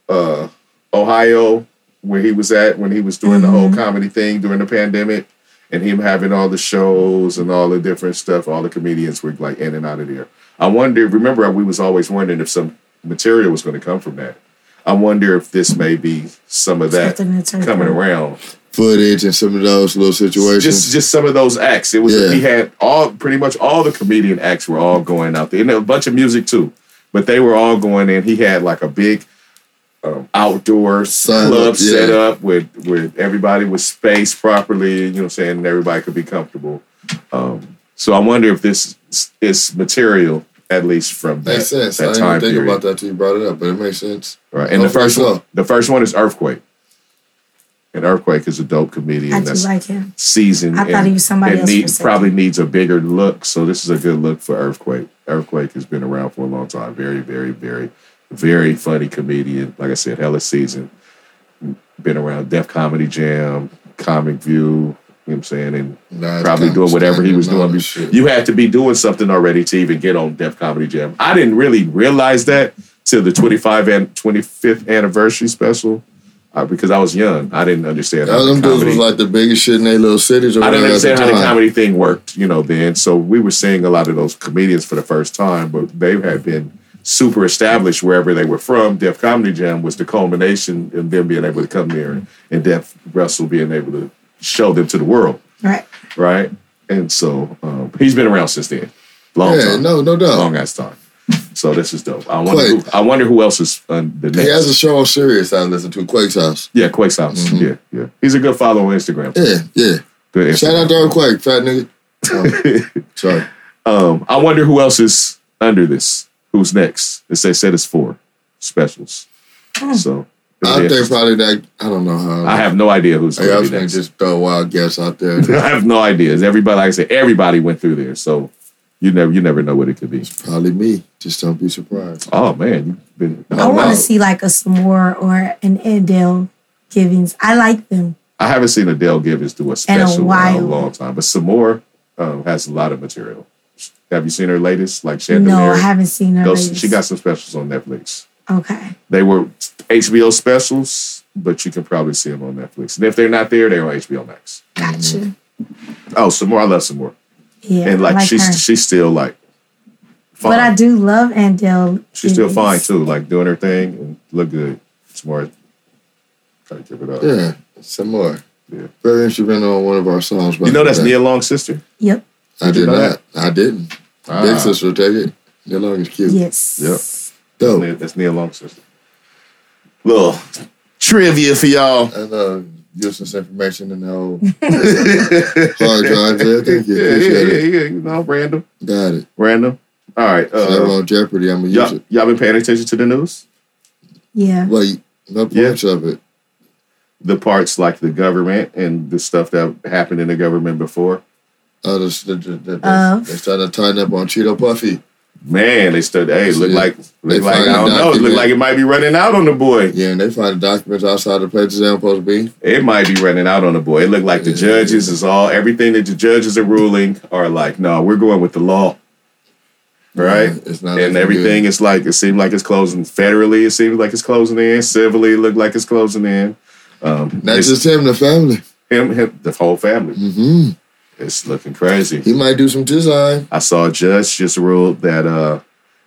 [SPEAKER 1] uh, Ohio where he was at when he was doing the whole comedy thing during the pandemic, and him having all the shows and all the different stuff. All the comedians were like in and out of there. I wonder. Remember, we was always wondering if some material was going to come from that. I wonder if this may be some of that
[SPEAKER 3] Something to turn
[SPEAKER 1] coming
[SPEAKER 3] from.
[SPEAKER 1] around.
[SPEAKER 2] Footage and some of those little situations.
[SPEAKER 1] Just just some of those acts. It was
[SPEAKER 2] Yeah.
[SPEAKER 1] we had all pretty much all the comedian acts were all going out there, and a bunch of music too. But they were all going in. He had like a big um, outdoor
[SPEAKER 2] Sign up,
[SPEAKER 1] club set
[SPEAKER 2] yeah.
[SPEAKER 1] up with where everybody was spaced properly. You know, what I'm saying and everybody could be comfortable. Um, so I wonder if this is material at least from that,
[SPEAKER 2] makes sense.
[SPEAKER 1] that
[SPEAKER 2] I didn't
[SPEAKER 1] time
[SPEAKER 2] even think
[SPEAKER 1] period.
[SPEAKER 2] about that Oh, till you brought it up, but it makes sense.
[SPEAKER 1] Right, and the
[SPEAKER 2] Hopefully
[SPEAKER 1] first
[SPEAKER 2] so.
[SPEAKER 1] one, the first one is Earthquake. And Earthquake is a dope comedian.
[SPEAKER 3] I do
[SPEAKER 1] that's
[SPEAKER 3] like him.
[SPEAKER 1] season.
[SPEAKER 3] I thought
[SPEAKER 1] and-
[SPEAKER 3] he was somebody
[SPEAKER 1] and
[SPEAKER 3] else
[SPEAKER 1] need-
[SPEAKER 3] for a second.
[SPEAKER 1] probably needs a bigger look. So this is a good look for Earthquake. Earthquake has been around for a long time. Very, very, very, very funny comedian. Like I said, hella season. Been around Def Comedy Jam, Comic View. You know what I'm saying? And
[SPEAKER 2] Nice
[SPEAKER 1] probably
[SPEAKER 2] con-
[SPEAKER 1] doing whatever he was
[SPEAKER 2] standing
[SPEAKER 1] doing.
[SPEAKER 2] on shit.
[SPEAKER 1] You had to be doing something already to even get on Def Comedy Jam. I didn't really realize that till the 25 and 25th anniversary special uh, because I was young. I didn't understand. how
[SPEAKER 2] All
[SPEAKER 1] the
[SPEAKER 2] them dudes was
[SPEAKER 1] comedy-
[SPEAKER 2] like the biggest shit in their little cities. Or
[SPEAKER 1] I didn't
[SPEAKER 2] whatever at
[SPEAKER 1] understand how the
[SPEAKER 2] time.
[SPEAKER 1] comedy thing worked, you know, then. So we were seeing a lot of those comedians for the first time, but they had been super established wherever they were from. Def Comedy Jam was the culmination of them being able to come there and, and Def Russell being able to show them to the world,
[SPEAKER 3] Right.
[SPEAKER 1] right? And so um, he's been around since then. Long
[SPEAKER 2] Yeah,
[SPEAKER 1] time.
[SPEAKER 2] no, no doubt.
[SPEAKER 1] Long ass time. So this is dope. I wonder,
[SPEAKER 2] Quake.
[SPEAKER 1] who, I wonder who else is on the next.
[SPEAKER 2] He has a show on Sirius I listen to, Quake's House.
[SPEAKER 1] yeah, Quake's House. Yeah, yeah. He's a good follower on Instagram.
[SPEAKER 2] Yeah, yeah.
[SPEAKER 1] Good Instagram.
[SPEAKER 2] Shout out to Quake, fat nigga. Oh, sorry.
[SPEAKER 1] Um, I wonder who else is under this. Who's next? As they said, it's four specials.
[SPEAKER 3] Hmm.
[SPEAKER 1] So it'll
[SPEAKER 2] I
[SPEAKER 1] be
[SPEAKER 2] think
[SPEAKER 1] interesting.
[SPEAKER 2] probably that, I don't know how.
[SPEAKER 1] I have no idea who's
[SPEAKER 2] Hey, I
[SPEAKER 1] going
[SPEAKER 2] was
[SPEAKER 1] to be
[SPEAKER 2] gonna
[SPEAKER 1] next.
[SPEAKER 2] just throw a wild guess out there.
[SPEAKER 1] I have no ideas. Everybody, like I said, everybody went through there, so you never you never know what it could be.
[SPEAKER 2] Probably me. Just don't be surprised.
[SPEAKER 1] Oh man, you've been.
[SPEAKER 3] I
[SPEAKER 1] Oh,
[SPEAKER 3] want
[SPEAKER 1] wow.
[SPEAKER 3] to see like a S'more or an Adele Givings. I like them.
[SPEAKER 1] I haven't seen Adele Givens do a special in a,
[SPEAKER 3] while.
[SPEAKER 1] long time, but Samore um, has a lot of material. Have you seen her latest? Like Chandelier.
[SPEAKER 3] No, I haven't seen her.
[SPEAKER 1] Those-
[SPEAKER 3] latest.
[SPEAKER 1] She got some specials on Netflix.
[SPEAKER 3] okay.
[SPEAKER 1] They were HBO specials, but you can probably see them on Netflix. And if they're not there, they're on HBO Max.
[SPEAKER 3] Gotcha.
[SPEAKER 1] Oh, some more. I love some more.
[SPEAKER 3] Yeah.
[SPEAKER 1] Mm-hmm. and like,
[SPEAKER 3] I
[SPEAKER 1] she's
[SPEAKER 3] her.
[SPEAKER 1] she's still like fine.
[SPEAKER 3] But I do love Adele.
[SPEAKER 1] she's still fine
[SPEAKER 3] Givings.
[SPEAKER 1] too, like doing her thing and look good. Some more. Gotta give it up.
[SPEAKER 2] Yeah, some more.
[SPEAKER 1] Yeah.
[SPEAKER 2] Very instrumental on one of our songs. by
[SPEAKER 1] You know
[SPEAKER 2] the
[SPEAKER 1] that's
[SPEAKER 2] way.
[SPEAKER 1] Nia Long's sister.
[SPEAKER 3] Yep.
[SPEAKER 2] I
[SPEAKER 1] you
[SPEAKER 2] did
[SPEAKER 1] know
[SPEAKER 2] not. I didn't.
[SPEAKER 1] Ah.
[SPEAKER 2] Big sister, take it. Neil Long is cute.
[SPEAKER 3] Yes.
[SPEAKER 1] Yep.
[SPEAKER 2] Dope.
[SPEAKER 1] That's Nia Long's sister. Little trivia for y'all.
[SPEAKER 2] And uh, useless information in the whole hard drive there. Thank you.
[SPEAKER 1] Yeah,
[SPEAKER 2] Appreciate
[SPEAKER 1] yeah, yeah,
[SPEAKER 2] it.
[SPEAKER 1] yeah. You know, random,
[SPEAKER 2] Got it.
[SPEAKER 1] random. All right.
[SPEAKER 2] If I'm
[SPEAKER 1] Uh,
[SPEAKER 2] on Jeopardy, I'm going to use
[SPEAKER 1] y'all,
[SPEAKER 2] it.
[SPEAKER 1] y'all been paying attention to the news?
[SPEAKER 3] Yeah.
[SPEAKER 2] Wait, no
[SPEAKER 1] Yeah.
[SPEAKER 2] points of it.
[SPEAKER 1] the parts like the government and the stuff that happened in the government before.
[SPEAKER 2] Oh, this, the, the, the,
[SPEAKER 3] Uh.
[SPEAKER 2] they started tying up on Cheeto Puffy.
[SPEAKER 1] Man, they stood. Hey, look
[SPEAKER 2] Yeah.
[SPEAKER 1] like look like I
[SPEAKER 2] finally
[SPEAKER 1] don't know. It look
[SPEAKER 2] documented.
[SPEAKER 1] like it might be running out on the boy.
[SPEAKER 2] Yeah, and they find the documents outside the places they're supposed to be.
[SPEAKER 1] It might be running out on the boy. It looked like the
[SPEAKER 2] Yeah.
[SPEAKER 1] judges is all everything that the judges are ruling are like, no, we're going with the law, right?
[SPEAKER 2] Uh, It's not
[SPEAKER 1] and
[SPEAKER 2] looking
[SPEAKER 1] everything is like it seemed like it's closing federally. It seems like it's closing in civilly. It looked like it's closing in. Um,
[SPEAKER 2] Good. Not
[SPEAKER 1] it's
[SPEAKER 2] just him, the family.
[SPEAKER 1] him, him, the whole family.
[SPEAKER 2] hmm
[SPEAKER 1] It's looking crazy.
[SPEAKER 2] He might do some design.
[SPEAKER 1] I saw a judge just ruled that uh,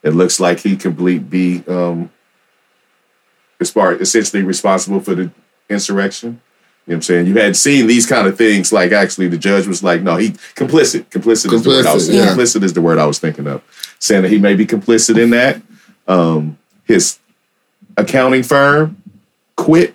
[SPEAKER 1] it looks like he could ble- be um, as far essentially responsible for the insurrection. You know what I'm saying? You had seen these kind of things. Like actually, the judge was like, "No, he complicit. Complicit, is the word I was
[SPEAKER 2] Complicit, yeah.
[SPEAKER 1] complicit is the word I was thinking of." Saying that he may be complicit in that. Um, his accounting firm quit,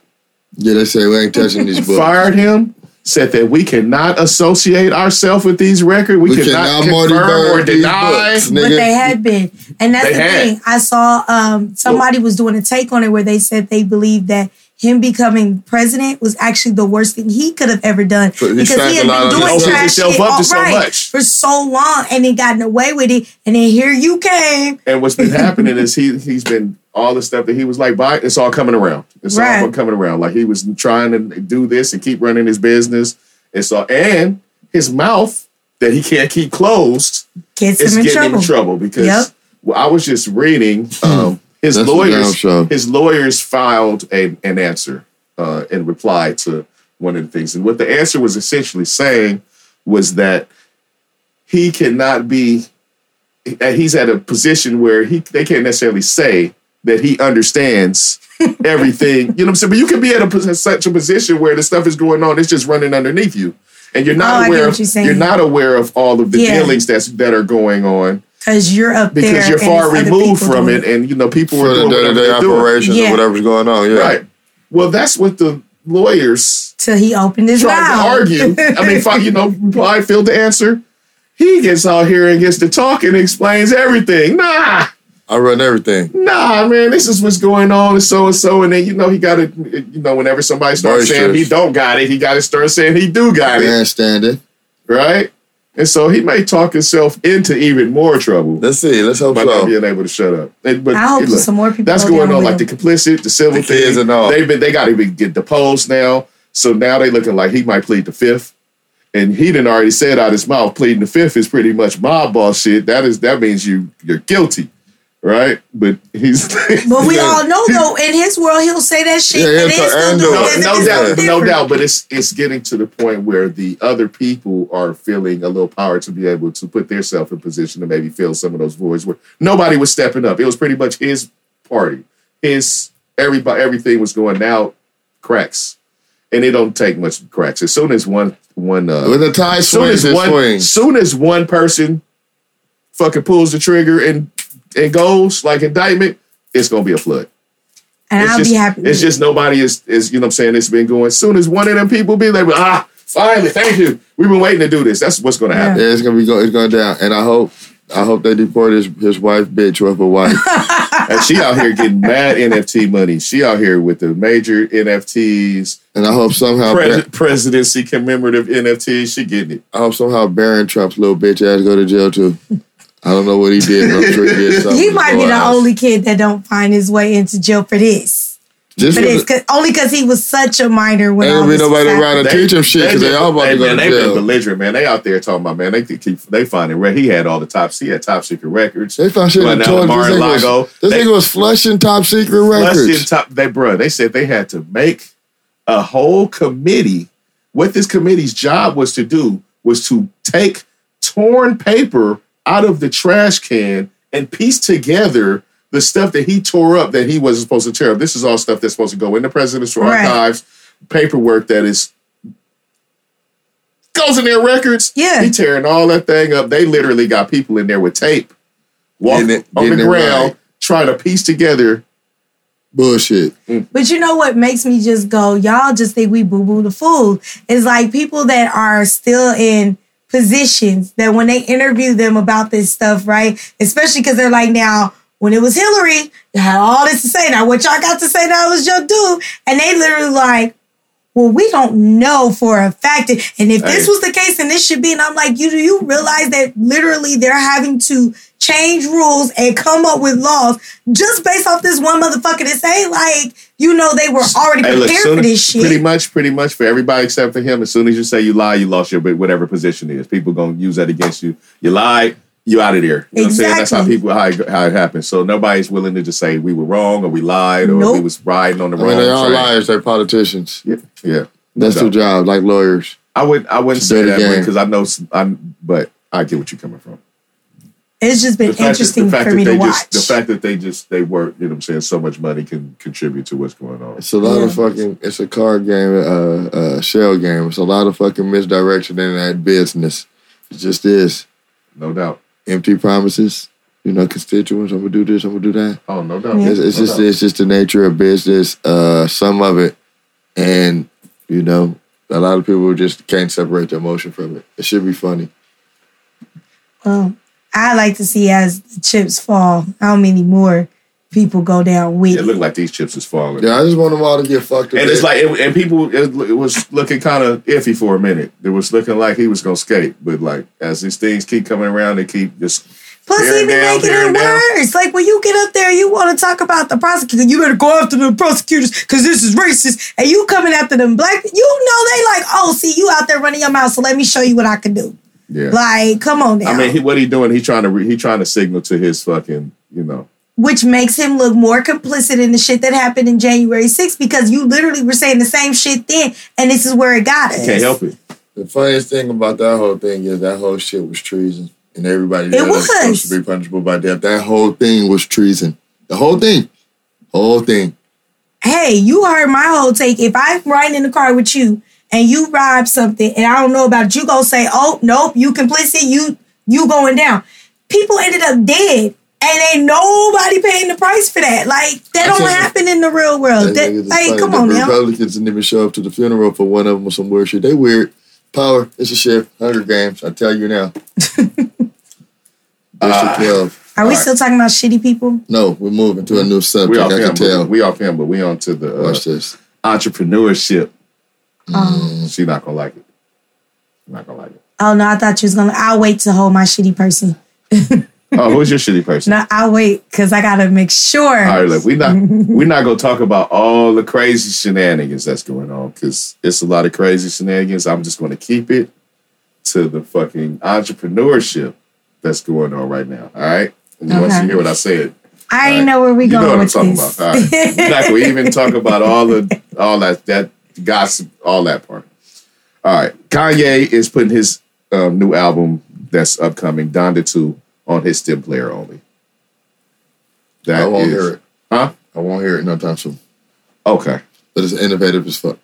[SPEAKER 2] Yeah, they say we ain't touching these books.
[SPEAKER 1] fired him. Said that we cannot associate ourselves with these records. We,
[SPEAKER 2] We
[SPEAKER 1] cannot,
[SPEAKER 2] cannot Marty
[SPEAKER 1] confirm or
[SPEAKER 2] Bird these
[SPEAKER 1] deny.
[SPEAKER 2] books.
[SPEAKER 3] But
[SPEAKER 2] Nigga.
[SPEAKER 3] they had been. And that's
[SPEAKER 1] They
[SPEAKER 3] the
[SPEAKER 1] had.
[SPEAKER 3] thing. I saw um, somebody was doing a take on it where they said they believed that him becoming president was actually the worst thing he could have ever done
[SPEAKER 2] But he
[SPEAKER 3] because
[SPEAKER 2] stacked
[SPEAKER 3] he
[SPEAKER 2] a
[SPEAKER 3] had
[SPEAKER 2] lot
[SPEAKER 3] been
[SPEAKER 2] of
[SPEAKER 3] doing
[SPEAKER 1] things.
[SPEAKER 3] trash
[SPEAKER 1] Opened himself
[SPEAKER 3] shit
[SPEAKER 1] up to
[SPEAKER 3] all
[SPEAKER 1] so
[SPEAKER 3] right,
[SPEAKER 1] much.
[SPEAKER 3] for so long and then gotten away with it. And then here you came.
[SPEAKER 1] And what's been happening is he he's been all the stuff that he was like, buy it's all coming around. It's all
[SPEAKER 3] Right.
[SPEAKER 1] coming around. Like he was trying to do this and keep running his business. It's all and his mouth that he can't keep closed
[SPEAKER 3] Gets
[SPEAKER 1] is
[SPEAKER 3] him in
[SPEAKER 1] getting
[SPEAKER 3] trouble.
[SPEAKER 1] him in trouble because
[SPEAKER 3] Yep.
[SPEAKER 1] well, I was just reading um, his
[SPEAKER 2] That's the damn
[SPEAKER 1] lawyers
[SPEAKER 2] show.
[SPEAKER 1] his lawyers filed a, an answer uh, in reply to one of the things. And what the answer was essentially saying was that he cannot be that he's at a position where he they can't necessarily say that he understands everything. You know what I'm saying? But you can be at a, pos- such a position where the stuff is going on, it's just running underneath you. And you're
[SPEAKER 3] Oh, I
[SPEAKER 1] not
[SPEAKER 3] get
[SPEAKER 1] aware
[SPEAKER 3] what
[SPEAKER 1] of
[SPEAKER 3] you're saying.
[SPEAKER 1] you're not aware of all of the
[SPEAKER 3] Yeah.
[SPEAKER 1] dealings that's that are going on
[SPEAKER 3] Because you're up there.
[SPEAKER 1] because you're
[SPEAKER 3] and
[SPEAKER 1] far
[SPEAKER 3] it's other
[SPEAKER 1] removed
[SPEAKER 3] people
[SPEAKER 1] from
[SPEAKER 3] doing
[SPEAKER 1] it, and you know people
[SPEAKER 2] for
[SPEAKER 1] are
[SPEAKER 2] the
[SPEAKER 1] doing
[SPEAKER 2] day to
[SPEAKER 1] whatever
[SPEAKER 2] day
[SPEAKER 1] they're doing.
[SPEAKER 2] operations
[SPEAKER 3] Yeah.
[SPEAKER 2] or whatever's going on. Yeah.
[SPEAKER 1] Right. Well, that's what the lawyers
[SPEAKER 3] Till he opened his
[SPEAKER 1] tried
[SPEAKER 3] mouth.
[SPEAKER 1] to argue. I mean, fi- you know, reply failed to answer. He gets out here and gets to talk and explains everything. Nah,
[SPEAKER 2] I run everything.
[SPEAKER 1] nah, man, this is what's going on and so and so. And then you know he got to, you know, whenever somebody starts
[SPEAKER 2] Boisterous.
[SPEAKER 1] saying he don't got it, he got to start saying he do got it,
[SPEAKER 2] Man standing.
[SPEAKER 1] right? And so he may talk himself into even more trouble.
[SPEAKER 2] Let's see. Let's hope
[SPEAKER 1] by not
[SPEAKER 2] so.
[SPEAKER 1] being able to shut up. And- but
[SPEAKER 3] I hope
[SPEAKER 1] look,
[SPEAKER 3] some more people
[SPEAKER 1] That's
[SPEAKER 3] go
[SPEAKER 1] going on,
[SPEAKER 3] down with
[SPEAKER 1] like the
[SPEAKER 3] him.
[SPEAKER 1] complicit, the civil
[SPEAKER 2] The
[SPEAKER 1] thing.
[SPEAKER 2] kids and all.
[SPEAKER 1] They've been they got to even get deposed now. So now they looking like he might plead the fifth, and he didn't already said out his mouth pleading the fifth is pretty much mob boss shit. That is that means you you're guilty, right? But he's
[SPEAKER 3] But we
[SPEAKER 2] Yeah.
[SPEAKER 3] all know though, in his world, he'll say that shit.
[SPEAKER 2] Yeah,
[SPEAKER 3] Yeah,
[SPEAKER 2] he'll
[SPEAKER 3] and
[SPEAKER 2] tell
[SPEAKER 3] still
[SPEAKER 2] Aaron
[SPEAKER 3] do
[SPEAKER 2] do
[SPEAKER 1] no,
[SPEAKER 2] it.
[SPEAKER 3] it.
[SPEAKER 1] no
[SPEAKER 3] It's
[SPEAKER 1] doubt, no
[SPEAKER 3] different.
[SPEAKER 1] doubt. But it's it's getting to the point where the other people are feeling a little power to be able to put themselves in position to maybe fill some of those voids where nobody was stepping up. It was pretty much his party. His everybody, everything was going out cracks, and it don't take much cracks. As soon as one one uh,
[SPEAKER 2] When the tide
[SPEAKER 1] as soon
[SPEAKER 2] swings,
[SPEAKER 1] as
[SPEAKER 2] it
[SPEAKER 1] one
[SPEAKER 2] swings.
[SPEAKER 1] soon as one person fucking pulls the trigger and and goes like indictment, it's gonna be a flood.
[SPEAKER 3] And
[SPEAKER 1] It's
[SPEAKER 3] I'll
[SPEAKER 1] just,
[SPEAKER 3] be happy.
[SPEAKER 1] It's just nobody is is you know what I'm saying. It's been going. Soon as one of them people be like, ah, finally, thank you. We've been waiting to do this. That's what's going to
[SPEAKER 3] Yeah.
[SPEAKER 1] happen.
[SPEAKER 2] Yeah, it's gonna be go, it's going down. And I hope I hope they deport his, his wife, bitch, or her wife.
[SPEAKER 1] And she out here getting mad NFT money. She out here with the major NFTs,
[SPEAKER 2] and I hope somehow
[SPEAKER 1] pres-
[SPEAKER 2] Bar-
[SPEAKER 1] uh, presidency commemorative NFTs. She getting it.
[SPEAKER 2] I hope somehow Barron Trump's little bitch ass go to jail too. I don't know what he did. but I'm sure he did something.
[SPEAKER 3] he might be the
[SPEAKER 2] Wow.
[SPEAKER 3] only kid that don't find his way into jail for this.
[SPEAKER 2] Just
[SPEAKER 3] For
[SPEAKER 2] for
[SPEAKER 3] this,
[SPEAKER 2] the-
[SPEAKER 3] 'cause- only because he was such a minor when
[SPEAKER 2] ain't
[SPEAKER 3] all
[SPEAKER 2] gonna be
[SPEAKER 3] this was
[SPEAKER 2] nobody
[SPEAKER 3] happening.
[SPEAKER 2] around to teach him shit because they all about to go
[SPEAKER 1] man,
[SPEAKER 2] to
[SPEAKER 1] they been
[SPEAKER 2] jail.
[SPEAKER 1] belligerent, man. They out there talking about man. They keep they finding re- he had all the top. He had top secret records.
[SPEAKER 2] They found shit in
[SPEAKER 1] Running
[SPEAKER 2] the
[SPEAKER 1] out of
[SPEAKER 2] toilet. This nigga
[SPEAKER 1] Mar-a-Lago.
[SPEAKER 2] was, this
[SPEAKER 1] They-
[SPEAKER 2] nigga was flushing top secret
[SPEAKER 1] Plus,
[SPEAKER 2] records.
[SPEAKER 1] in top, they bro, they said they had to make a whole committee. What this committee's job was to do was to take torn paper out of the trash can and piece together the stuff that he tore up that he wasn't supposed to tear up. This is all stuff that's supposed to go in the presidential
[SPEAKER 3] Right.
[SPEAKER 1] archives, paperwork that is goes in their records.
[SPEAKER 3] Yeah.
[SPEAKER 1] he tearing all that thing up. They literally got people in there with tape, walking
[SPEAKER 2] Getting it-
[SPEAKER 1] on the
[SPEAKER 2] getting it
[SPEAKER 1] ground,
[SPEAKER 2] right.
[SPEAKER 1] trying to piece together
[SPEAKER 2] Bullshit.
[SPEAKER 3] But you know what makes me just go, y'all just think we boo boo the fool. It's like people that are still in positions that when they interview them about this stuff, right? Especially because they're like, now, when it was Hillary, you had all this to say. Now, what y'all got to say now is your due. And they literally like, well, we don't know for a fact. And if
[SPEAKER 1] Hey.
[SPEAKER 3] this was the case, then this should be. And I'm like, you do you realize that literally they're having to change rules and come up with laws just based off this one motherfucker to say, like, you know, they were already
[SPEAKER 1] Hey,
[SPEAKER 3] prepared
[SPEAKER 1] look, soon,
[SPEAKER 3] for this shit.
[SPEAKER 1] pretty much, pretty much for everybody except for him. As soon as you say you lie, you lost your whatever position is. People gonna use that against you. You lied, you out of there. You know what I'm saying? That's how
[SPEAKER 3] Exactly.
[SPEAKER 1] people how it, how it happens. So nobody's willing to just say we were wrong or we lied or we
[SPEAKER 3] Nope.
[SPEAKER 1] was riding on the
[SPEAKER 2] I
[SPEAKER 1] wrong
[SPEAKER 2] mean, they're all
[SPEAKER 1] train.
[SPEAKER 2] liars. They're politicians.
[SPEAKER 1] Yeah, yeah.
[SPEAKER 2] That's
[SPEAKER 1] No
[SPEAKER 2] their
[SPEAKER 1] doubt.
[SPEAKER 2] job, like lawyers.
[SPEAKER 1] I would I wouldn't say
[SPEAKER 2] Dirty
[SPEAKER 1] that
[SPEAKER 2] game.
[SPEAKER 1] because I know s- I'm, but I get what you're coming from.
[SPEAKER 3] it's just been
[SPEAKER 1] The fact that-
[SPEAKER 3] interesting
[SPEAKER 1] the fact
[SPEAKER 3] for me
[SPEAKER 1] that
[SPEAKER 3] to
[SPEAKER 1] they
[SPEAKER 3] watch.
[SPEAKER 1] Just, the fact that they just they work, you know, what I'm saying so much money can contribute to what's going on.
[SPEAKER 2] It's a lot of
[SPEAKER 3] Yeah.
[SPEAKER 2] fucking. It's a card game, uh, uh, shell game. It's a lot of fucking misdirection in that business. It just is
[SPEAKER 1] No doubt.
[SPEAKER 2] empty promises. You know, constituents. I'm gonna do this. I'm gonna do that.
[SPEAKER 1] Oh, no doubt.
[SPEAKER 2] It's, it's
[SPEAKER 1] No
[SPEAKER 2] just.
[SPEAKER 1] doubt.
[SPEAKER 2] It's just the nature of business. Uh, some of it, and you know, a lot of people just can't separate their emotion from it. It should be funny.
[SPEAKER 3] Well, Um, I like to see as the chips fall, how many more people go down with
[SPEAKER 1] it
[SPEAKER 3] it.
[SPEAKER 1] looked like these chips is falling.
[SPEAKER 2] Yeah, I just want them all to get fucked up.
[SPEAKER 1] And it's like, and people, it, it was looking kind of iffy for a minute. It was looking like he was gonna skate, but like as these things keep coming around, they keep just
[SPEAKER 3] Plus,
[SPEAKER 1] Here and
[SPEAKER 3] even
[SPEAKER 1] down,
[SPEAKER 3] making
[SPEAKER 1] here
[SPEAKER 3] it
[SPEAKER 1] and down.
[SPEAKER 3] worse. Like when you get up there, you want to talk about the prosecutor. You better go after the prosecutors because this is racist. And you coming after them black. You know they like, oh, see, you out there running your mouth. So let me show you what I can do.
[SPEAKER 1] yeah.
[SPEAKER 3] Like, come on now.
[SPEAKER 1] I mean, he, what he doing? He trying to re, he trying to signal to his fucking you know
[SPEAKER 3] Which makes him look more complicit in the shit that happened in January 6th because you literally were saying the same shit then, and this is where it got us.
[SPEAKER 1] can't help it.
[SPEAKER 2] The funniest thing about that whole thing is that whole shit was treason, and everybody
[SPEAKER 3] It
[SPEAKER 2] that was
[SPEAKER 3] was.
[SPEAKER 2] supposed to be punishable by death. That whole thing was treason. The whole thing, whole thing.
[SPEAKER 3] hey, you heard my whole take. If I'm riding in the car with you and you rob something and I don't know about it, you gonna say, oh nope, you complicit, you you going down. People ended up dead. And ain't nobody paying the price for that. Like that
[SPEAKER 2] I
[SPEAKER 3] don't
[SPEAKER 2] can't-
[SPEAKER 3] happen in the real world. Oh, That-
[SPEAKER 2] niggas is
[SPEAKER 3] like,
[SPEAKER 2] funny.
[SPEAKER 3] come
[SPEAKER 2] The
[SPEAKER 3] on now.
[SPEAKER 2] Republicans didn't even show up to the funeral for one of them or some weird shit. They weird. Power, it's a shift. Hunger Games, I tell you now. District
[SPEAKER 1] Ah.
[SPEAKER 2] 12.
[SPEAKER 3] Are we
[SPEAKER 1] Alright.
[SPEAKER 3] still talking about shitty people?
[SPEAKER 2] No, we're moving to a new
[SPEAKER 1] We
[SPEAKER 2] subject.
[SPEAKER 1] off
[SPEAKER 2] I
[SPEAKER 1] him,
[SPEAKER 2] can tell.
[SPEAKER 1] but we off him, but we on to the uh,
[SPEAKER 2] Watch this.
[SPEAKER 1] entrepreneurship.
[SPEAKER 3] Oh.
[SPEAKER 1] She not gonna like it. Not gonna like it.
[SPEAKER 3] oh no, I thought you was gonna. I'll wait to hold my shitty person.
[SPEAKER 1] Oh, who's your shitty person?
[SPEAKER 3] No, I'll wait because I gotta make sure.
[SPEAKER 1] All right, look, we not we not gonna talk about all the crazy shenanigans that's going on because it's a lot of crazy shenanigans. I'm just gonna keep it to the fucking entrepreneurship that's going on right now. All right, And once you
[SPEAKER 3] Okay.
[SPEAKER 1] hear what I said,
[SPEAKER 3] I
[SPEAKER 1] All right.
[SPEAKER 3] already know where we
[SPEAKER 1] you
[SPEAKER 3] going
[SPEAKER 1] know what I'm
[SPEAKER 3] with
[SPEAKER 1] talking
[SPEAKER 3] this.
[SPEAKER 1] about. All right, we're not gonna even talk about all the all that that gossip, all that part. All right, Kanye is putting his um, new album that's upcoming, Donda Two, on his stem player only. That
[SPEAKER 2] I won't
[SPEAKER 1] is-
[SPEAKER 2] hear it.
[SPEAKER 1] huh?
[SPEAKER 2] I won't hear it no time soon.
[SPEAKER 1] Okay.
[SPEAKER 2] But it's innovative as fuck.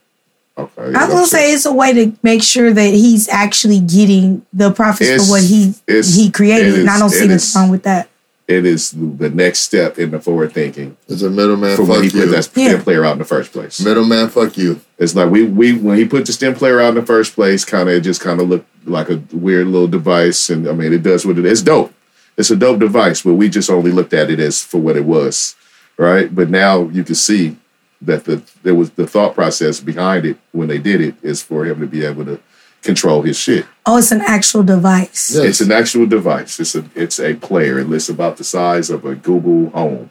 [SPEAKER 1] Okay.
[SPEAKER 3] I will say it's a way to make sure that he's actually getting the profits
[SPEAKER 1] It's-
[SPEAKER 3] for what he
[SPEAKER 1] it's-
[SPEAKER 3] he created,
[SPEAKER 1] it
[SPEAKER 3] and I
[SPEAKER 1] is-
[SPEAKER 3] don't
[SPEAKER 1] it
[SPEAKER 3] see nothing
[SPEAKER 1] is.
[SPEAKER 3] wrong with that.
[SPEAKER 1] it is the next step in the forward thinking
[SPEAKER 2] It's a middleman.
[SPEAKER 1] for
[SPEAKER 2] Fuck
[SPEAKER 1] when he
[SPEAKER 2] you.
[SPEAKER 1] put that
[SPEAKER 3] Yeah.
[SPEAKER 1] stem player out in the first place.
[SPEAKER 2] Middleman, fuck you.
[SPEAKER 1] It's like we we when he put the stem player out in the first place, kind of it just kind of looked like a weird little device. And I mean, it does what it is. It's dope. It's a dope device, but we just only looked at it as for what it was, right? But now you can see that the there was the thought process behind it when they did it is for him to be able to control his shit.
[SPEAKER 3] Oh, it's an actual device.
[SPEAKER 2] Yeah.
[SPEAKER 1] It's an actual device. It's a it's a player. It's about the size of a Google Home.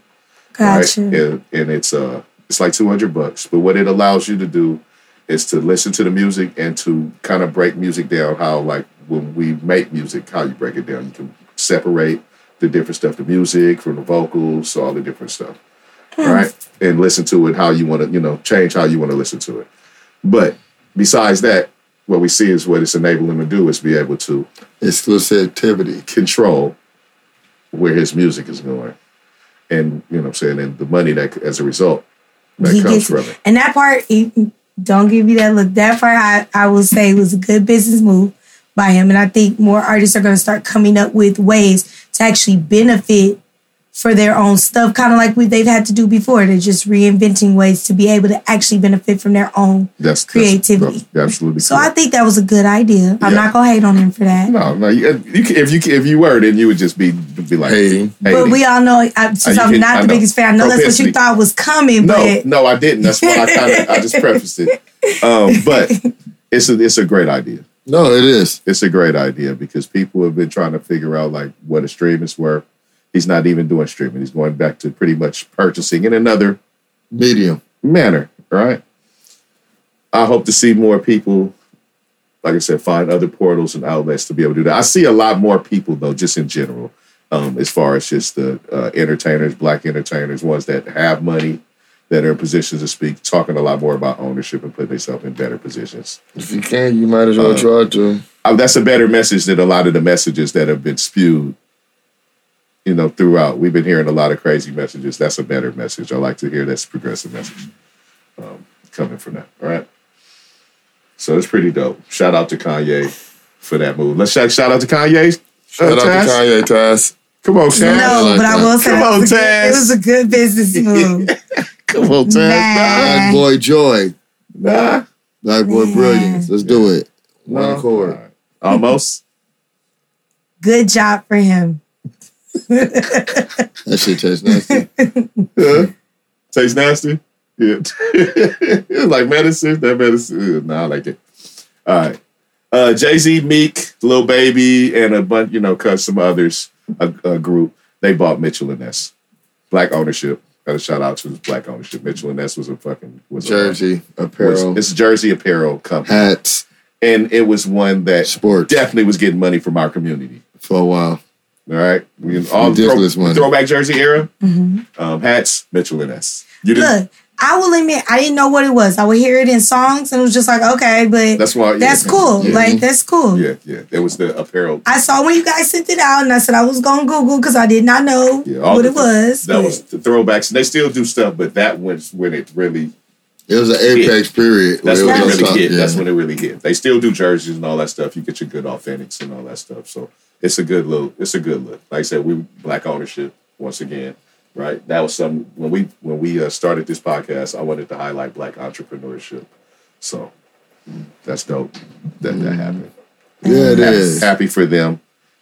[SPEAKER 3] Gotcha.
[SPEAKER 1] right? And, and it's uh it's like two hundred bucks. But what it allows you to do is to listen to the music and to kind of break music down. How like when we make music, how you break it down. You can separate the different stuff, the music from the vocals, all the different stuff, right? And listen to it how you want to, you know, change how you want to listen to it. But besides that, what we see is what it's enabling him to do is be able to
[SPEAKER 2] Exclusivity.
[SPEAKER 1] control where his music is going. And you know what I'm saying, and the money that as a result that
[SPEAKER 3] He
[SPEAKER 1] comes
[SPEAKER 3] gets-
[SPEAKER 1] from it.
[SPEAKER 3] And that part, he- don't give me that look. That part, I, I will say, was a good business move by him. And I think more artists are going to start coming up with ways to actually benefit for their own stuff, kind of like we, they've had to do before. They're just reinventing ways to be able to actually benefit from their own.
[SPEAKER 1] That's that's-
[SPEAKER 3] Creativity.
[SPEAKER 1] that's absolutely.
[SPEAKER 3] So I
[SPEAKER 1] correct.
[SPEAKER 3] think that was a good idea. I'm
[SPEAKER 1] Yeah.
[SPEAKER 3] not gonna hate on him for that.
[SPEAKER 1] no, no. You, you, can- if you if you were, then you would just be be like,
[SPEAKER 2] Hating.
[SPEAKER 3] But
[SPEAKER 1] hating.
[SPEAKER 3] we all know, I, since
[SPEAKER 1] you
[SPEAKER 3] I'm
[SPEAKER 1] kidding?
[SPEAKER 3] not
[SPEAKER 1] I
[SPEAKER 3] the
[SPEAKER 1] know.
[SPEAKER 3] biggest fan, I know that's what
[SPEAKER 1] Propensity.
[SPEAKER 3] you thought was coming,
[SPEAKER 1] No,
[SPEAKER 3] but
[SPEAKER 1] no, I didn't. That's why I kind of I just prefaced it. Um, but it's a it's a great idea.
[SPEAKER 2] No, it is.
[SPEAKER 1] It's a great idea because people have been trying to figure out like what a stream is worth. He's not even doing streaming. He's going back to pretty much purchasing in another
[SPEAKER 2] Medium.
[SPEAKER 1] manner, right? I hope to see more people, like I said, find other portals and outlets to be able to do that. I see a lot more people though, just in general, um, as far as just the uh, entertainers, black entertainers, ones that have money, that are in positions to speak, talking a lot more about ownership and putting themselves in better positions.
[SPEAKER 2] If you can, you might as well
[SPEAKER 1] Uh,
[SPEAKER 2] try to.
[SPEAKER 1] Uh, that's a better message than a lot of the messages that have been spewed. You know, throughout we've been hearing a lot of crazy messages. That's a better message. I like to hear that's progressive message um, coming from that. All right. So it's pretty dope. Shout out to Kanye for that move. Let's shout, shout out to Kanye.
[SPEAKER 2] Shout out to
[SPEAKER 1] Taz.
[SPEAKER 2] Kanye Taz.
[SPEAKER 1] Come on, Taz.
[SPEAKER 3] no.
[SPEAKER 2] like
[SPEAKER 3] but I will
[SPEAKER 2] that.
[SPEAKER 3] say
[SPEAKER 1] Come
[SPEAKER 3] that
[SPEAKER 1] on,
[SPEAKER 3] was a good-
[SPEAKER 1] Taz.
[SPEAKER 3] it was a good business move.
[SPEAKER 1] Come on, Taz.
[SPEAKER 3] Nah.
[SPEAKER 2] Black boy joy.
[SPEAKER 1] Nah. nah.
[SPEAKER 2] Black boy
[SPEAKER 3] Man.
[SPEAKER 2] brilliance. Let's do it.
[SPEAKER 1] Oh,
[SPEAKER 2] One
[SPEAKER 1] No. All
[SPEAKER 2] accord.
[SPEAKER 1] right. Almost.
[SPEAKER 3] good job for him.
[SPEAKER 2] That shit tastes nasty.
[SPEAKER 1] Yeah. Tastes nasty. Yeah. It's like medicine. That medicine. uh, Nah, I like it. All right. Uh, Jay Z, Meek, Lil Baby, and a bunch, you know, cut some others, a, a group. They bought Mitchell and Ness. Black ownership. Got a shout out to Black ownership. Mitchell and Ness was a fucking was a-
[SPEAKER 2] Jersey,
[SPEAKER 1] was-
[SPEAKER 2] apparel,
[SPEAKER 1] it's a Jersey apparel company,
[SPEAKER 2] hats,
[SPEAKER 1] and it was one that
[SPEAKER 2] sports
[SPEAKER 1] definitely was getting money from our community.
[SPEAKER 2] for a while.
[SPEAKER 1] All right, we all
[SPEAKER 2] Ridiculous
[SPEAKER 1] throw,
[SPEAKER 2] money.
[SPEAKER 1] throwback Jersey era um, hats. Mitchell and Ness. You didn't.
[SPEAKER 3] Look, I will admit I didn't know what it was. I would hear it in songs and it was just like, okay, but that's,
[SPEAKER 1] That's why. yeah.
[SPEAKER 3] cool.
[SPEAKER 2] yeah.
[SPEAKER 3] Like that's cool.
[SPEAKER 1] Yeah, yeah. That was the apparel.
[SPEAKER 3] I saw when you guys sent it out, and I said I was gonna Google because I did not know
[SPEAKER 1] Yeah, all
[SPEAKER 3] what
[SPEAKER 1] the-
[SPEAKER 3] it was.
[SPEAKER 1] That
[SPEAKER 3] but-
[SPEAKER 1] was the throwbacks. And they still do stuff, but that was when it really
[SPEAKER 2] It was an apex period.
[SPEAKER 1] that's
[SPEAKER 2] where
[SPEAKER 1] when it
[SPEAKER 2] was on
[SPEAKER 1] really
[SPEAKER 2] top,
[SPEAKER 1] hit.
[SPEAKER 2] yeah.
[SPEAKER 1] That's when it really hit. They still do jerseys and all that stuff. You get your good authentics and all that stuff. So it's a good look. It's a good look. Like I said, we black ownership once again, right? That was something when we when we uh, started this podcast. I wanted to highlight black entrepreneurship. So mm, that's dope that that happened.
[SPEAKER 2] yeah, it
[SPEAKER 1] Happy,
[SPEAKER 2] is.
[SPEAKER 1] happy for them.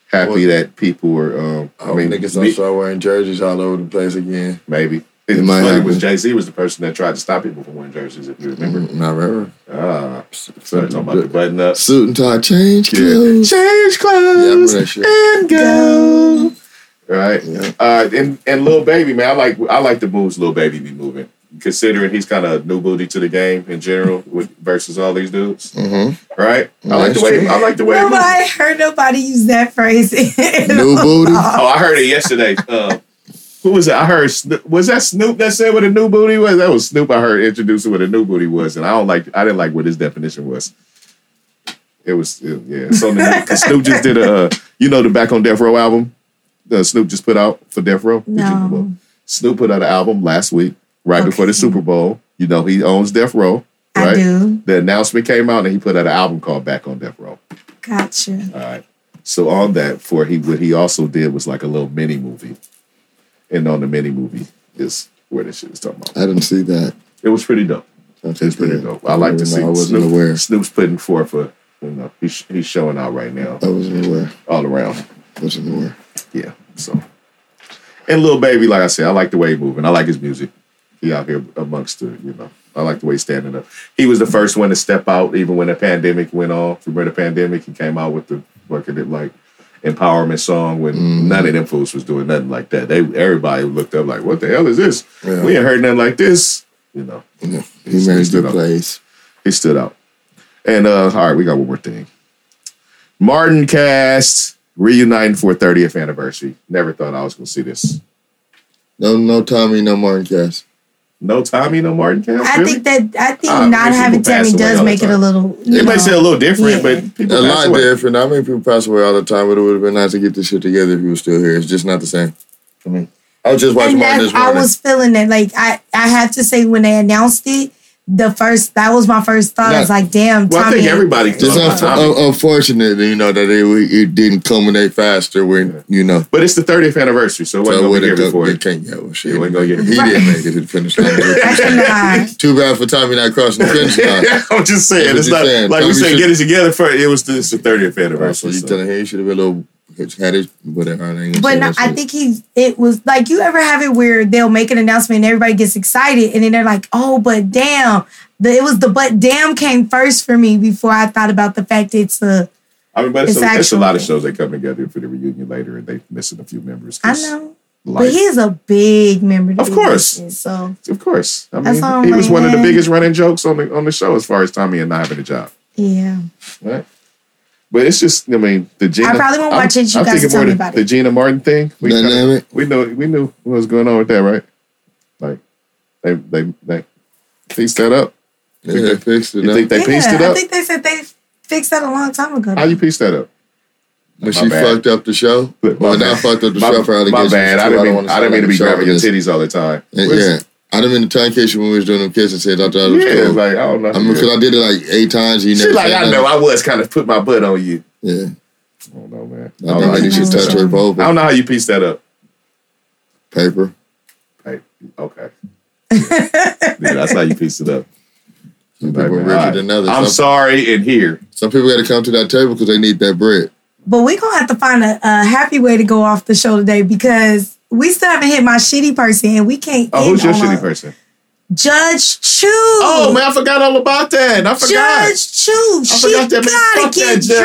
[SPEAKER 1] Happy
[SPEAKER 2] Well-
[SPEAKER 1] that people were. Um,
[SPEAKER 2] I mean, niggas
[SPEAKER 1] me-
[SPEAKER 2] don't start wearing jerseys all over the place again.
[SPEAKER 1] Maybe.
[SPEAKER 2] It
[SPEAKER 1] It,
[SPEAKER 2] might
[SPEAKER 1] funny
[SPEAKER 2] happen.
[SPEAKER 1] was Jay Z was the person that tried to stop people from wearing jerseys, if you remember.
[SPEAKER 2] Not ever.
[SPEAKER 1] Ah, started talking about the button up.
[SPEAKER 2] Suit and tie, change
[SPEAKER 1] Yeah.
[SPEAKER 2] clothes.
[SPEAKER 1] Change clothes
[SPEAKER 2] Yeah, I remember that shit.
[SPEAKER 1] and go. Right.
[SPEAKER 2] Yeah.
[SPEAKER 1] Uh, and and little baby man, I like I like the moves little baby be moving. Considering he's kind of new booty to the game in general with, versus all these dudes,
[SPEAKER 2] Mm-hmm.
[SPEAKER 1] right? I like the
[SPEAKER 2] That's
[SPEAKER 1] way
[SPEAKER 2] true.
[SPEAKER 1] I like the way. he
[SPEAKER 3] Nobody
[SPEAKER 1] moves.
[SPEAKER 3] I heard nobody use that phrase.
[SPEAKER 2] New booty.
[SPEAKER 1] Oh, I heard it yesterday. Uh, who was it? I heard Snoop. Was that Snoop that said what a new booty was? That was Snoop. I heard introducing what a new booty was, and I don't like. I didn't like what his definition was. It was it- yeah. So the- 'cause Snoop just did a uh, you know the Back on Death Row album. Uh, Snoop just put out for Death Row. Did you-
[SPEAKER 3] No.
[SPEAKER 1] well, Snoop put out an album last week, right before the
[SPEAKER 3] Okay.
[SPEAKER 1] Super Bowl. You know he owns Death Row,
[SPEAKER 3] I
[SPEAKER 1] right?
[SPEAKER 3] do.
[SPEAKER 1] The announcement came out, and he put out an album called Back on Death Row.
[SPEAKER 3] Gotcha.
[SPEAKER 1] All right. So on that, for he what he also did was like a little mini movie, and on the mini movie is where this shit is talking about.
[SPEAKER 2] I didn't see that.
[SPEAKER 1] It was pretty dope.
[SPEAKER 2] Okay,
[SPEAKER 1] It's pretty dope. I like to see.
[SPEAKER 2] I wasn't
[SPEAKER 1] Snoop,
[SPEAKER 2] aware.
[SPEAKER 1] Snoop's putting forth a, you know, he's he's showing out right now
[SPEAKER 2] I wasn't aware.
[SPEAKER 1] all around.
[SPEAKER 2] Wasn't aware.
[SPEAKER 1] Yeah. So, and little baby, like I said, I like the way he moving. I like his music. He out here amongst the, you know, I like the way he's standing up. He was the first one to step out, even when the pandemic went off. Remember the pandemic? He came out with the working it like empowerment song when none of them fools was doing nothing like that. They everybody looked up like, what the hell is this?
[SPEAKER 2] Yeah.
[SPEAKER 1] We ain't heard nothing like this. You know,
[SPEAKER 2] Yeah. He made a
[SPEAKER 1] stood
[SPEAKER 2] good
[SPEAKER 1] up.
[SPEAKER 2] place.
[SPEAKER 1] he stood out. And uh, all right, we got one more thing. Martin Cast reuniting for 30th anniversary. Never thought I was gonna see this.
[SPEAKER 2] No, no Tommy, no Martin Cass.
[SPEAKER 1] No Tommy, no Martin Camp.
[SPEAKER 3] I
[SPEAKER 1] really?
[SPEAKER 3] think that I think
[SPEAKER 1] Ah,
[SPEAKER 3] not
[SPEAKER 1] people
[SPEAKER 3] having
[SPEAKER 1] pass away
[SPEAKER 3] Tammy
[SPEAKER 1] all
[SPEAKER 3] does
[SPEAKER 1] the
[SPEAKER 3] make it a
[SPEAKER 1] time.
[SPEAKER 3] little. you
[SPEAKER 1] it
[SPEAKER 3] know,
[SPEAKER 1] may sound a little different,
[SPEAKER 3] yeah.
[SPEAKER 1] but people
[SPEAKER 2] A
[SPEAKER 1] pass
[SPEAKER 2] lot
[SPEAKER 1] away.
[SPEAKER 2] different. I mean, people pass away all the time, but it would have been nice to get this shit together if he was still here. It's just not the same. I mean, I was just watching
[SPEAKER 3] and
[SPEAKER 2] Martin
[SPEAKER 3] that's
[SPEAKER 2] this morning.
[SPEAKER 3] I was feeling that. Like I, I have to say when they announced it, the first that was my first thought. I was
[SPEAKER 2] Yeah.
[SPEAKER 3] like, damn,
[SPEAKER 1] Well, I
[SPEAKER 3] Tommy.
[SPEAKER 1] think everybody
[SPEAKER 2] It's
[SPEAKER 1] thought about
[SPEAKER 2] unf-
[SPEAKER 1] Tommy.
[SPEAKER 2] un- unfortunate, you know, that it, it didn't culminate faster when, you know.
[SPEAKER 1] But it's the 30th anniversary, so it wasn't
[SPEAKER 2] So
[SPEAKER 1] going to be
[SPEAKER 2] wouldn't go,
[SPEAKER 1] here before.
[SPEAKER 2] it can't get well, shit.
[SPEAKER 1] It wasn't gonna get-
[SPEAKER 2] He didn't make it to the finish line.
[SPEAKER 3] Nah.
[SPEAKER 2] Too bad for Tommy not crossing the finish line.
[SPEAKER 1] I'm just saying.
[SPEAKER 2] That's what
[SPEAKER 1] It's
[SPEAKER 2] you're
[SPEAKER 1] not
[SPEAKER 2] saying.
[SPEAKER 1] like we
[SPEAKER 2] Tommy
[SPEAKER 1] said,
[SPEAKER 2] should-
[SPEAKER 1] get it together for it was the, it's the 30th
[SPEAKER 2] So
[SPEAKER 1] anniversary.
[SPEAKER 2] you
[SPEAKER 1] so.
[SPEAKER 2] telling him he should have been a little had it whatever. I ain't gonna
[SPEAKER 3] But
[SPEAKER 2] say
[SPEAKER 3] no,
[SPEAKER 2] that
[SPEAKER 3] I
[SPEAKER 2] shit.
[SPEAKER 3] think he's. It was like you ever have it where they'll make an announcement and everybody gets excited, and then they're like, "Oh, but damn!" The, it was the but damn came first for me before I thought about the fact it's a.
[SPEAKER 1] I mean, but it's,
[SPEAKER 3] It's
[SPEAKER 1] a, it's a
[SPEAKER 3] actual-
[SPEAKER 1] lot of shows that come together for the reunion later, and they missing a few members.
[SPEAKER 3] I
[SPEAKER 1] 'cause
[SPEAKER 3] know, but
[SPEAKER 1] life-
[SPEAKER 3] he's a big member. to
[SPEAKER 1] Of
[SPEAKER 3] the
[SPEAKER 1] course.
[SPEAKER 3] business, so
[SPEAKER 1] of course. I mean,
[SPEAKER 3] That's all I'm
[SPEAKER 1] he was
[SPEAKER 3] like,
[SPEAKER 1] one of the
[SPEAKER 3] man.
[SPEAKER 1] biggest running jokes on the on the show as far as Tommy and not having a job.
[SPEAKER 3] yeah,
[SPEAKER 1] Right. But it's just, I mean, the Gina.
[SPEAKER 3] probably won't watch it. You guys
[SPEAKER 1] thinking
[SPEAKER 3] tell
[SPEAKER 1] more
[SPEAKER 3] me
[SPEAKER 1] the,
[SPEAKER 3] about it.
[SPEAKER 1] the Gina Martin thing. We, kinda-
[SPEAKER 2] Dynamic.
[SPEAKER 1] we know we knew what was going on with that, right? Like they they they pieced that up.
[SPEAKER 2] Yeah, they fixed it.
[SPEAKER 1] You
[SPEAKER 2] up.
[SPEAKER 1] think they
[SPEAKER 3] yeah,
[SPEAKER 1] pieced it
[SPEAKER 3] I
[SPEAKER 1] up?
[SPEAKER 3] think they said they fixed that a long time ago.
[SPEAKER 1] How you pieced that up?
[SPEAKER 2] when
[SPEAKER 1] My
[SPEAKER 2] she
[SPEAKER 1] bad.
[SPEAKER 2] fucked up the show,
[SPEAKER 1] But my
[SPEAKER 2] well, not
[SPEAKER 1] bad.
[SPEAKER 2] fucked up the show for
[SPEAKER 1] my,
[SPEAKER 2] allegations.
[SPEAKER 1] my bad. I
[SPEAKER 2] too.
[SPEAKER 1] didn't
[SPEAKER 2] don't
[SPEAKER 1] mean
[SPEAKER 2] wanna
[SPEAKER 1] I
[SPEAKER 2] sound
[SPEAKER 1] didn't mean to
[SPEAKER 2] like
[SPEAKER 1] be
[SPEAKER 2] a
[SPEAKER 1] grabbing your
[SPEAKER 2] chauvinist.
[SPEAKER 1] titties all the time.
[SPEAKER 2] Yeah, I didn't mean to time catch you when we was doing them kissing. Said I thought it was
[SPEAKER 1] yeah,
[SPEAKER 2] cool.
[SPEAKER 1] like I don't know.
[SPEAKER 2] I mean, because I did it like eight times. You
[SPEAKER 1] She
[SPEAKER 2] never
[SPEAKER 1] like
[SPEAKER 2] said
[SPEAKER 1] I know
[SPEAKER 2] nothing.
[SPEAKER 1] I was kind of put my butt on you.
[SPEAKER 2] Yeah,
[SPEAKER 1] I don't know, man. I
[SPEAKER 2] I
[SPEAKER 1] don't know
[SPEAKER 2] think
[SPEAKER 1] how
[SPEAKER 2] that
[SPEAKER 1] you
[SPEAKER 2] you should
[SPEAKER 1] pieced
[SPEAKER 2] touch
[SPEAKER 1] that
[SPEAKER 2] her
[SPEAKER 1] up. I
[SPEAKER 2] vulva.
[SPEAKER 1] don't know how you pieced that up.
[SPEAKER 2] Paper.
[SPEAKER 1] Hey, okay. yeah, that's how you pieced it up.
[SPEAKER 2] Some
[SPEAKER 1] Like,
[SPEAKER 2] people
[SPEAKER 1] man,
[SPEAKER 2] richer
[SPEAKER 1] alright.
[SPEAKER 2] than others.
[SPEAKER 1] I'm
[SPEAKER 2] Some,
[SPEAKER 1] sorry in here.
[SPEAKER 2] some people got to come to that table because they need that bread.
[SPEAKER 3] But we gonna have to find a, a happy way to go off the show today because we still haven't hit my shitty person, and we can't.
[SPEAKER 1] Oh, who's your
[SPEAKER 3] end on
[SPEAKER 1] shitty
[SPEAKER 3] a-
[SPEAKER 1] person?
[SPEAKER 3] Judge Chu.
[SPEAKER 1] Oh man, I forgot all about that. I forgot.
[SPEAKER 3] Judge Chu. She
[SPEAKER 1] forgot that man.
[SPEAKER 3] gotta
[SPEAKER 1] Fuck
[SPEAKER 3] get
[SPEAKER 1] that judge.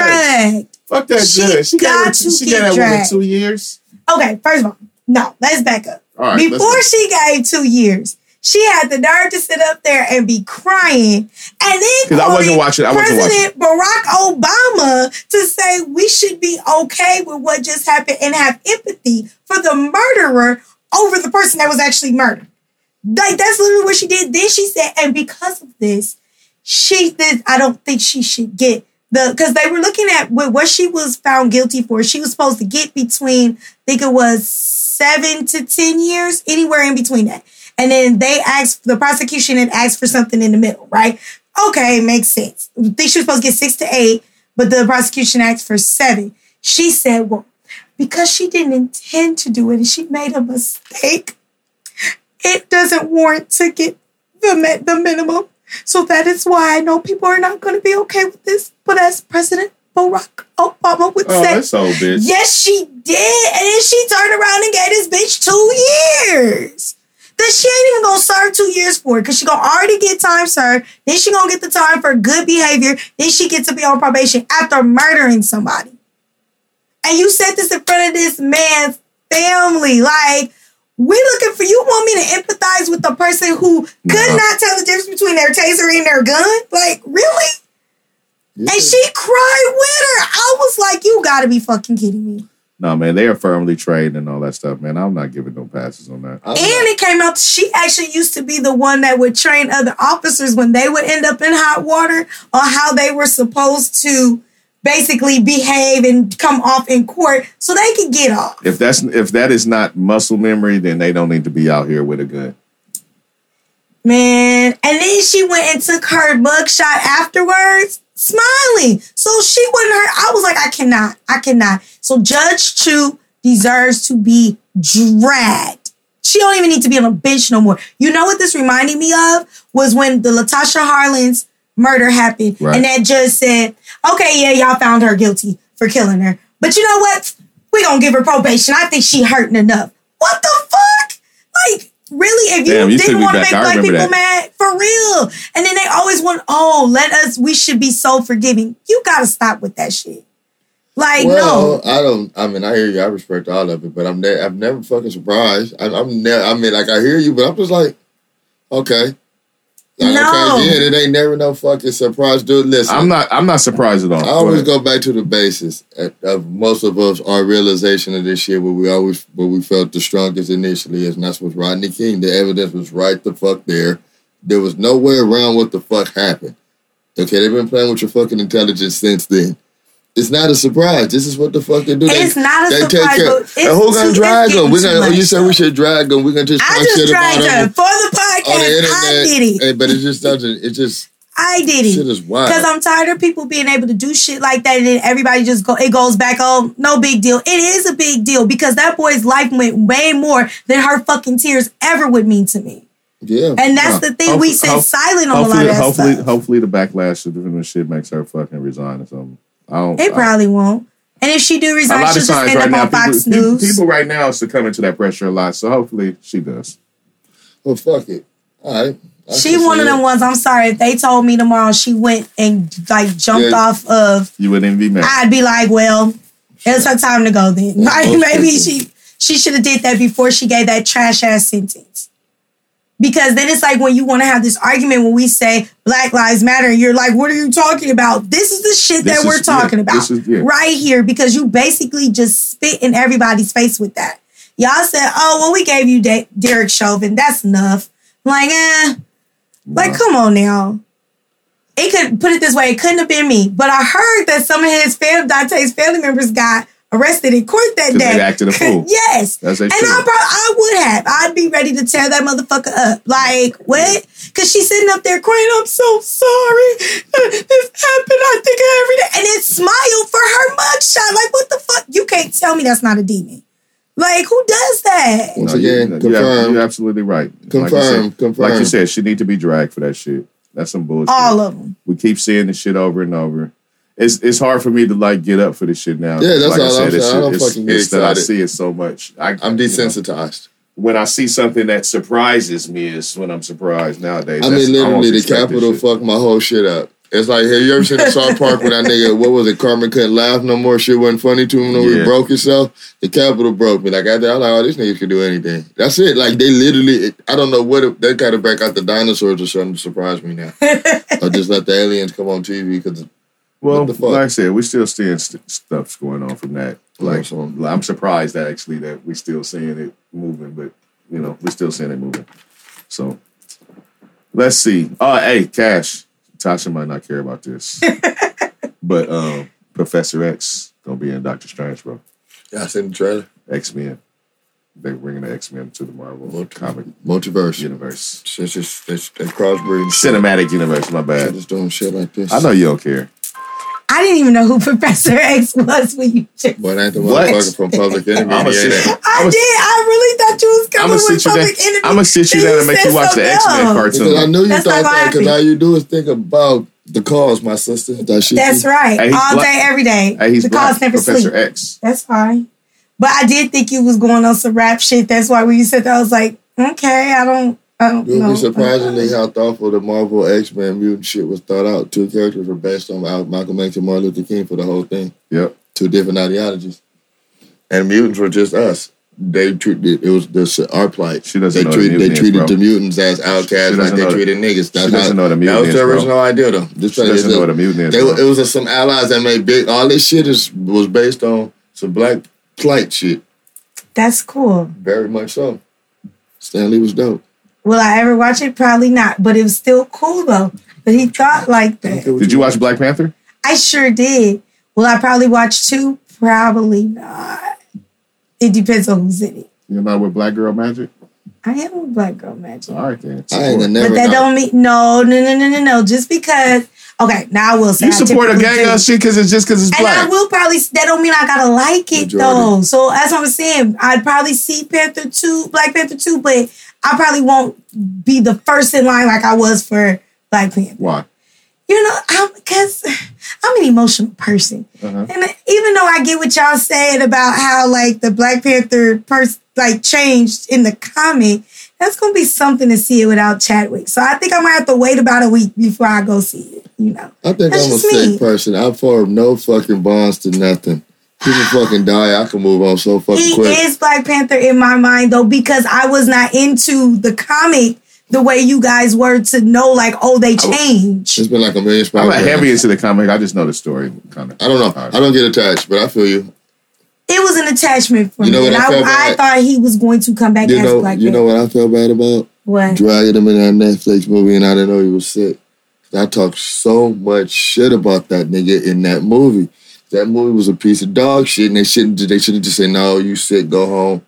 [SPEAKER 3] dragged.
[SPEAKER 1] Fuck that
[SPEAKER 3] She
[SPEAKER 1] judge. She
[SPEAKER 3] got
[SPEAKER 1] got,
[SPEAKER 3] to
[SPEAKER 1] she
[SPEAKER 3] get
[SPEAKER 1] got that woman
[SPEAKER 3] dragged.
[SPEAKER 1] two years.
[SPEAKER 3] Okay, first of all, no, let's back up.
[SPEAKER 1] All right,
[SPEAKER 3] Before
[SPEAKER 1] let's-
[SPEAKER 3] she gave two years, she had the nerve to sit up there and be crying, and then
[SPEAKER 1] 'Cause I wasn't
[SPEAKER 3] calling
[SPEAKER 1] watching- I wasn't
[SPEAKER 3] President Barack Obama to say we should be okay with what just happened and have empathy for the murderer over the person that was actually murdered. Like that's literally what she did. Then she said, and because of this, she did. I don't think she should get the because they were looking at what, what she was found guilty for. She was supposed to get between, I think it was seven to ten years, anywhere in between that. And then they asked the prosecution and asked for something in the middle, right? Okay, makes sense. I think she was supposed to get six to eight, but the prosecution asked for seven. She said, well, because she didn't intend to do it and she made a mistake it doesn't warrant to get the, mi- the minimum. So that is why I know people are not going to be okay with this. But as President Barack Obama would
[SPEAKER 1] Oh,
[SPEAKER 3] say,
[SPEAKER 1] that's old bitch.
[SPEAKER 3] yes, she did. And then she turned around and gave this bitch two years. That she ain't even gonna serve two years for it because she gonna already get time served. Then she gonna get the time for good behavior. Then she gets to be on probation after murdering somebody. And you said this in front of this man's family. Like, we looking for you want me to empathize with the person who could
[SPEAKER 2] Nah.
[SPEAKER 3] not tell the difference between their taser and their gun? Like, really?
[SPEAKER 2] Yeah.
[SPEAKER 3] And she cried with her. I was like, you gotta be fucking kidding me.
[SPEAKER 1] No, man, they are firmly trained and all that stuff, man. I'm not giving no passes on that.
[SPEAKER 2] I'm
[SPEAKER 3] And it came out she actually used to be the one that would train other officers when they would end up in hot water on how they were supposed to basically behave and come off in court so they could get off.
[SPEAKER 1] If that's if that is not muscle memory, then they don't need to be out here with a gun.
[SPEAKER 3] Man. And then she went and took her mugshot afterwards, smiling. So she wouldn't hurt. I was like, I cannot. I cannot. So Judge Chu deserves to be dragged. She don't even need to be on a bench no more. You know what this reminded me of was when the Latasha Harlins murder happened,
[SPEAKER 1] Right.
[SPEAKER 3] and that judge said, "Okay, yeah, y'all found her guilty for killing her, but you know what? We gonna give her probation. I think she hurting enough. What the fuck? Like, really? If you
[SPEAKER 1] Damn, you took
[SPEAKER 3] didn't
[SPEAKER 1] me
[SPEAKER 3] want to
[SPEAKER 1] back.
[SPEAKER 3] make
[SPEAKER 1] I
[SPEAKER 3] black people
[SPEAKER 1] remember that.
[SPEAKER 3] mad, for real, and then they always want, oh, let us. We should be so forgiving. You gotta stop with that shit. Like, no."
[SPEAKER 2] Well, I don't. I mean, I hear you. I respect all of it, but I'm ne- I'm never fucking surprised. I, I'm never. I mean, like I hear you, but I'm just like, okay. Like,
[SPEAKER 3] No.
[SPEAKER 2] Okay, yeah, it ain't never no fucking surprise, dude. Listen,
[SPEAKER 1] I'm not I'm not surprised at all.
[SPEAKER 2] I always go back to the basis of- of most of us our realization of this shit where we always where we felt the strongest initially is and that's with Rodney King. The evidence was right the fuck there. There was no way around what the fuck happened. Okay, they've been playing with your fucking intelligence since then. It's not a surprise. This is what the fuck they do.
[SPEAKER 3] It's
[SPEAKER 2] they,
[SPEAKER 3] not a
[SPEAKER 2] they
[SPEAKER 3] surprise, but it's
[SPEAKER 2] and who
[SPEAKER 3] too-
[SPEAKER 2] gonna
[SPEAKER 3] it's
[SPEAKER 2] drag
[SPEAKER 3] getting
[SPEAKER 2] them? We
[SPEAKER 3] too
[SPEAKER 2] gonna, oh,
[SPEAKER 3] much,
[SPEAKER 2] you said
[SPEAKER 3] though.
[SPEAKER 2] we should drag them. We're gonna just
[SPEAKER 3] I
[SPEAKER 2] talk
[SPEAKER 3] just
[SPEAKER 2] shit about
[SPEAKER 3] tried to
[SPEAKER 2] them.
[SPEAKER 3] for the
[SPEAKER 2] on Oh, the
[SPEAKER 3] podcast. I
[SPEAKER 2] internet.
[SPEAKER 3] did it.
[SPEAKER 2] Hey, but it just doesn't. It just
[SPEAKER 3] I did it.
[SPEAKER 2] shit is wild.
[SPEAKER 3] Because I'm tired of people being able to do shit like that and then everybody just go it goes back on no big deal. It is a big deal because that boy's life meant way more than her fucking tears ever would mean to me.
[SPEAKER 2] yeah,
[SPEAKER 3] And that's the thing we
[SPEAKER 1] Hopefully-
[SPEAKER 3] sit
[SPEAKER 1] hope-
[SPEAKER 3] silent on a lot
[SPEAKER 1] Hopefully,
[SPEAKER 3] of that
[SPEAKER 1] hopefully,
[SPEAKER 3] stuff.
[SPEAKER 1] hopefully, the backlash of the shit makes her fucking resign or something. I don't.
[SPEAKER 3] It
[SPEAKER 1] I-
[SPEAKER 3] probably won't. And if she do
[SPEAKER 1] a
[SPEAKER 3] resign,
[SPEAKER 1] lot
[SPEAKER 3] she'll
[SPEAKER 1] of
[SPEAKER 3] just
[SPEAKER 1] times
[SPEAKER 3] end
[SPEAKER 1] right
[SPEAKER 3] up
[SPEAKER 1] now,
[SPEAKER 3] on Fox
[SPEAKER 1] people, people-
[SPEAKER 3] News.
[SPEAKER 1] people right now succumbing to that pressure a lot. So hopefully, she does.
[SPEAKER 2] well, fuck it. All right. I
[SPEAKER 3] she
[SPEAKER 2] can
[SPEAKER 3] one
[SPEAKER 2] see
[SPEAKER 3] of them
[SPEAKER 2] it.
[SPEAKER 3] ones. I'm sorry if they told me tomorrow she went and like jumped
[SPEAKER 2] Yeah.
[SPEAKER 3] off of.
[SPEAKER 1] You would envy me.
[SPEAKER 3] I'd be like, well, it's her time to go then.
[SPEAKER 2] Yeah,
[SPEAKER 3] Like,
[SPEAKER 2] most
[SPEAKER 3] maybe
[SPEAKER 2] people.
[SPEAKER 3] she she should have did that before she gave that trash ass sentence. Because then it's like when you want to have this argument when we say Black Lives Matter, and you're like, what are you talking about? This is the shit
[SPEAKER 1] This
[SPEAKER 3] that
[SPEAKER 1] is-
[SPEAKER 3] we're
[SPEAKER 1] yeah,
[SPEAKER 3] talking about
[SPEAKER 1] this is- yeah.
[SPEAKER 3] right here because you basically just spit in everybody's face with that. Y'all said, oh, well, we gave you De- Derek Chauvin. That's enough. Like, eh.
[SPEAKER 1] Uh,
[SPEAKER 3] Like, come on now. It could put it this way, it couldn't have been me. But I heard that some of his fam- Dante's family members got arrested in court that
[SPEAKER 1] 'Cause
[SPEAKER 3] day.
[SPEAKER 1] they acted a fool.
[SPEAKER 3] yes.
[SPEAKER 1] That's they
[SPEAKER 3] and I,
[SPEAKER 1] should.
[SPEAKER 3] prob- I would have. I'd be ready to tear that motherfucker up. Like, what? Because she's sitting up there crying, I'm so sorry. This happened, I think, of every day. And then smile for her mugshot. Like, what the fuck? You can't tell me that's not a demon. Like, who does that?
[SPEAKER 2] Once
[SPEAKER 1] No, you-
[SPEAKER 2] again,
[SPEAKER 1] you- you're,
[SPEAKER 2] confirmed.
[SPEAKER 1] you're absolutely right. Like you,
[SPEAKER 2] Confirmed,
[SPEAKER 1] said,
[SPEAKER 2] confirmed.
[SPEAKER 1] like you said, she need to be dragged for that shit. That's some bullshit.
[SPEAKER 3] All of them.
[SPEAKER 1] we keep seeing this shit over and over. It's it's hard for me to like get up for this shit now.
[SPEAKER 2] Yeah, that's
[SPEAKER 1] like
[SPEAKER 2] all I'm
[SPEAKER 1] it's-
[SPEAKER 2] saying. I don't
[SPEAKER 1] it's-
[SPEAKER 2] fucking get
[SPEAKER 1] it's that I
[SPEAKER 2] excited.
[SPEAKER 1] see it so much. I,
[SPEAKER 2] I'm
[SPEAKER 1] you know,
[SPEAKER 2] desensitized.
[SPEAKER 1] when I see something that surprises me is when I'm surprised nowadays.
[SPEAKER 2] I
[SPEAKER 1] That's-
[SPEAKER 2] mean,
[SPEAKER 1] almost
[SPEAKER 2] literally, the
[SPEAKER 1] expect this
[SPEAKER 2] Capitol
[SPEAKER 1] shit.
[SPEAKER 2] fucked my whole shit up. It's like, have you ever seen a South Park when that nigga, what was it, Carmen couldn't laugh no more, shit wasn't funny to him, no, he
[SPEAKER 1] Yeah.
[SPEAKER 2] broke himself? The Capitol broke me. Like, I, I was like, oh, these niggas can do anything. That's it. Like, they literally, I don't know what, it, they got to break out the dinosaurs or something to surprise me now. or just let the aliens come on TV because
[SPEAKER 1] Well,
[SPEAKER 2] What the fuck?
[SPEAKER 1] like I said, we still seeing st- stuff's going on from that. Like,
[SPEAKER 2] so-
[SPEAKER 1] I'm surprised that actually that we still seeing it moving, but you know, we're still seeing it moving. So let's see. Uh hey, Cash. Tasha might not care about this. but um Professor X gonna be in Doctor Strange, bro.
[SPEAKER 2] yeah, I seen the trailer.
[SPEAKER 1] X Men. They're bringing the X Men to the Marvel
[SPEAKER 2] Multi-
[SPEAKER 1] comic
[SPEAKER 2] Multiverse.
[SPEAKER 1] universe,
[SPEAKER 2] It's just, it's, it's, they crossbreeding. shit.
[SPEAKER 1] cinematic universe. My
[SPEAKER 2] They're
[SPEAKER 1] bad.
[SPEAKER 2] just doing shit like this.
[SPEAKER 1] I know you don't care.
[SPEAKER 3] I didn't even know who Professor X was when you just
[SPEAKER 2] Boy, that ain't the
[SPEAKER 1] What?
[SPEAKER 2] motherfucker from Public Enemy.
[SPEAKER 1] I'ma
[SPEAKER 2] He ain't
[SPEAKER 1] sit-
[SPEAKER 2] that.
[SPEAKER 3] I
[SPEAKER 1] I'ma-
[SPEAKER 3] did. I really thought you was
[SPEAKER 1] I'm
[SPEAKER 3] coming
[SPEAKER 1] gonna
[SPEAKER 3] with
[SPEAKER 1] sit you
[SPEAKER 3] public
[SPEAKER 1] down.
[SPEAKER 3] enemy.
[SPEAKER 1] I'm gonna sit you
[SPEAKER 3] Then
[SPEAKER 1] down and make
[SPEAKER 3] said
[SPEAKER 1] you watch the
[SPEAKER 3] something
[SPEAKER 1] X Men
[SPEAKER 3] else.
[SPEAKER 1] cartoon.
[SPEAKER 2] Because I knew you
[SPEAKER 3] That's
[SPEAKER 2] thought
[SPEAKER 3] not
[SPEAKER 2] that. Because
[SPEAKER 3] laughing.
[SPEAKER 2] all you do is think about the cause, my sister. That shit.
[SPEAKER 3] That's right.
[SPEAKER 1] Hey, he's
[SPEAKER 3] All
[SPEAKER 1] black.
[SPEAKER 3] day, every day.
[SPEAKER 1] Hey, he's
[SPEAKER 3] the
[SPEAKER 1] black.
[SPEAKER 3] cause never
[SPEAKER 1] Professor
[SPEAKER 3] sleep.
[SPEAKER 1] X.
[SPEAKER 3] That's fine. But I did think you was going on some rap shit. That's why when you said that, I was like, okay, I don't, I don't
[SPEAKER 2] You'll
[SPEAKER 3] know. Uh-uh.
[SPEAKER 2] be surprisingly how thoughtful the Marvel X Men mutant shit was thought out. Two characters were based on Al- Malcolm X and Martin Luther King for the whole thing.
[SPEAKER 1] Yep.
[SPEAKER 2] Two different ideologies, and mutants were just us. They treated it was this our plight.
[SPEAKER 1] She doesn't
[SPEAKER 2] they
[SPEAKER 1] know what a
[SPEAKER 2] treated,
[SPEAKER 1] mutant
[SPEAKER 2] they
[SPEAKER 1] is,
[SPEAKER 2] treated
[SPEAKER 1] bro.
[SPEAKER 2] the mutants as outcasts,
[SPEAKER 1] doesn't
[SPEAKER 2] like they
[SPEAKER 1] know the-
[SPEAKER 2] treated niggas. That's
[SPEAKER 1] doesn't
[SPEAKER 2] how-
[SPEAKER 1] know what a mutant
[SPEAKER 2] That was
[SPEAKER 1] is,
[SPEAKER 2] the
[SPEAKER 1] bro.
[SPEAKER 2] original idea, though. This
[SPEAKER 1] She
[SPEAKER 2] thing is
[SPEAKER 1] doesn't know
[SPEAKER 2] a-
[SPEAKER 1] what a mutant is.
[SPEAKER 2] They,
[SPEAKER 1] bro.
[SPEAKER 2] it was just some allies that made big. All this shit is was based on some black plight shit.
[SPEAKER 3] That's cool.
[SPEAKER 2] Very much so. Stanley was dope.
[SPEAKER 3] Will I ever watch it? Probably not. But it was still cool though. But he thought like that.
[SPEAKER 1] Did you watch Black Panther?
[SPEAKER 3] I sure did. Will I probably watch two? Probably not. It depends on who's in it.
[SPEAKER 1] You're not with Black Girl Magic?
[SPEAKER 3] I am a black girl magic.
[SPEAKER 1] All right, then.
[SPEAKER 2] I ain't gonna never.
[SPEAKER 3] But that
[SPEAKER 2] know.
[SPEAKER 3] don't mean no, no, no, no, no, no. Just because okay, now I will say
[SPEAKER 1] you
[SPEAKER 3] I
[SPEAKER 1] support a
[SPEAKER 3] typically
[SPEAKER 1] gang
[SPEAKER 3] do.
[SPEAKER 1] of shit because it's just because it's
[SPEAKER 3] and I
[SPEAKER 1] black.
[SPEAKER 3] will probably that don't mean I gotta like it
[SPEAKER 2] Majority.
[SPEAKER 3] though. So that's what I'm saying. I'd probably see Panther two, Black Panther two, but I probably won't be the first in line like I was for Black Panther.
[SPEAKER 1] Why?
[SPEAKER 3] You know, I'm because I'm an emotional person.
[SPEAKER 1] Uh-huh.
[SPEAKER 3] And even though I get what y'all saying about how like the Black Panther person like changed in the comic, that's gonna be something to see it without Chadwick. So I think I might have to wait about a week before I go see it. You know,
[SPEAKER 2] I think
[SPEAKER 3] That's
[SPEAKER 2] I'm a
[SPEAKER 3] just
[SPEAKER 2] sick
[SPEAKER 3] me.
[SPEAKER 2] person. I form no fucking bonds to nothing. People fucking die. I can move on so fucking
[SPEAKER 3] he
[SPEAKER 2] quick.
[SPEAKER 3] is Black Panther in my mind though because I was not into the comic the way you guys were to know like oh they changed.
[SPEAKER 2] It's been like a million spider
[SPEAKER 1] I'm not heavy into the comic. I just know the story, kind of.
[SPEAKER 2] I don't know. I don't get attached, but I feel you.
[SPEAKER 3] It was an attachment for
[SPEAKER 2] You know
[SPEAKER 3] me,
[SPEAKER 2] what
[SPEAKER 3] and
[SPEAKER 2] I
[SPEAKER 3] I,
[SPEAKER 2] felt
[SPEAKER 3] I,
[SPEAKER 2] bad?
[SPEAKER 3] thought he was going to come back
[SPEAKER 2] You
[SPEAKER 3] as
[SPEAKER 2] know.
[SPEAKER 3] Black
[SPEAKER 2] You know
[SPEAKER 3] Panther.
[SPEAKER 2] what I feel bad about?
[SPEAKER 3] What?
[SPEAKER 2] dragging him in that Netflix movie, and I didn't know he was sick. I talked so much shit about that nigga in that movie. That movie was a piece of dog shit, and they shouldn't. They should have just said, "No, you sick, go home."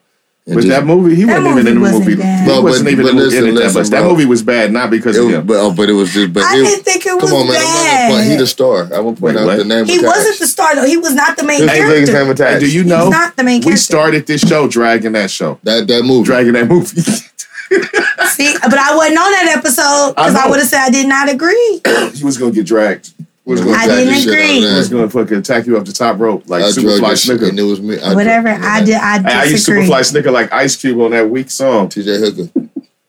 [SPEAKER 2] And
[SPEAKER 1] But
[SPEAKER 2] just-
[SPEAKER 1] that movie, he
[SPEAKER 3] That
[SPEAKER 1] wasn't even
[SPEAKER 3] movie
[SPEAKER 1] in the
[SPEAKER 3] wasn't
[SPEAKER 1] movie.
[SPEAKER 3] bad.
[SPEAKER 1] He
[SPEAKER 2] No,
[SPEAKER 1] wasn't
[SPEAKER 2] but-
[SPEAKER 1] even
[SPEAKER 2] but
[SPEAKER 1] in the-
[SPEAKER 2] listen,
[SPEAKER 1] in it that
[SPEAKER 2] listen,
[SPEAKER 1] much. That
[SPEAKER 2] bro.
[SPEAKER 1] movie was bad not because
[SPEAKER 2] it
[SPEAKER 1] of
[SPEAKER 2] was,
[SPEAKER 1] him.
[SPEAKER 2] but, oh, but it was just. But
[SPEAKER 3] I
[SPEAKER 2] it,
[SPEAKER 3] didn't think it was
[SPEAKER 2] come on, man.
[SPEAKER 3] bad.
[SPEAKER 2] I'm not- He the star. I will point
[SPEAKER 1] Wait,
[SPEAKER 2] out
[SPEAKER 1] what?
[SPEAKER 2] the name.
[SPEAKER 3] He
[SPEAKER 2] of
[SPEAKER 3] wasn't the star though. He was not the main
[SPEAKER 2] This
[SPEAKER 3] character.
[SPEAKER 2] nigga's name attached.
[SPEAKER 1] Hey, do you know?
[SPEAKER 3] not the main
[SPEAKER 1] We
[SPEAKER 3] character.
[SPEAKER 1] started this show dragging that show,
[SPEAKER 2] that that movie?
[SPEAKER 1] dragging that movie.
[SPEAKER 3] See, but I wasn't on that episode because
[SPEAKER 1] I
[SPEAKER 3] I,
[SPEAKER 1] know.
[SPEAKER 3] would have said I did not agree.
[SPEAKER 1] he was gonna get dragged. He was
[SPEAKER 2] We're gonna
[SPEAKER 1] gonna,
[SPEAKER 3] I
[SPEAKER 2] drag
[SPEAKER 3] didn't
[SPEAKER 2] this shit out of
[SPEAKER 3] agree.
[SPEAKER 2] that.
[SPEAKER 1] he was gonna fucking attack you up the top rope like
[SPEAKER 2] I drug
[SPEAKER 1] Superfly
[SPEAKER 2] this shit, and
[SPEAKER 1] Snicker.
[SPEAKER 2] it was me. I
[SPEAKER 3] Whatever.
[SPEAKER 2] drugged it.
[SPEAKER 3] I did. I
[SPEAKER 1] Hey, I used
[SPEAKER 3] disagree.
[SPEAKER 1] Superfly Snicker like Ice Cube on that weak song.
[SPEAKER 2] TJ Hooker.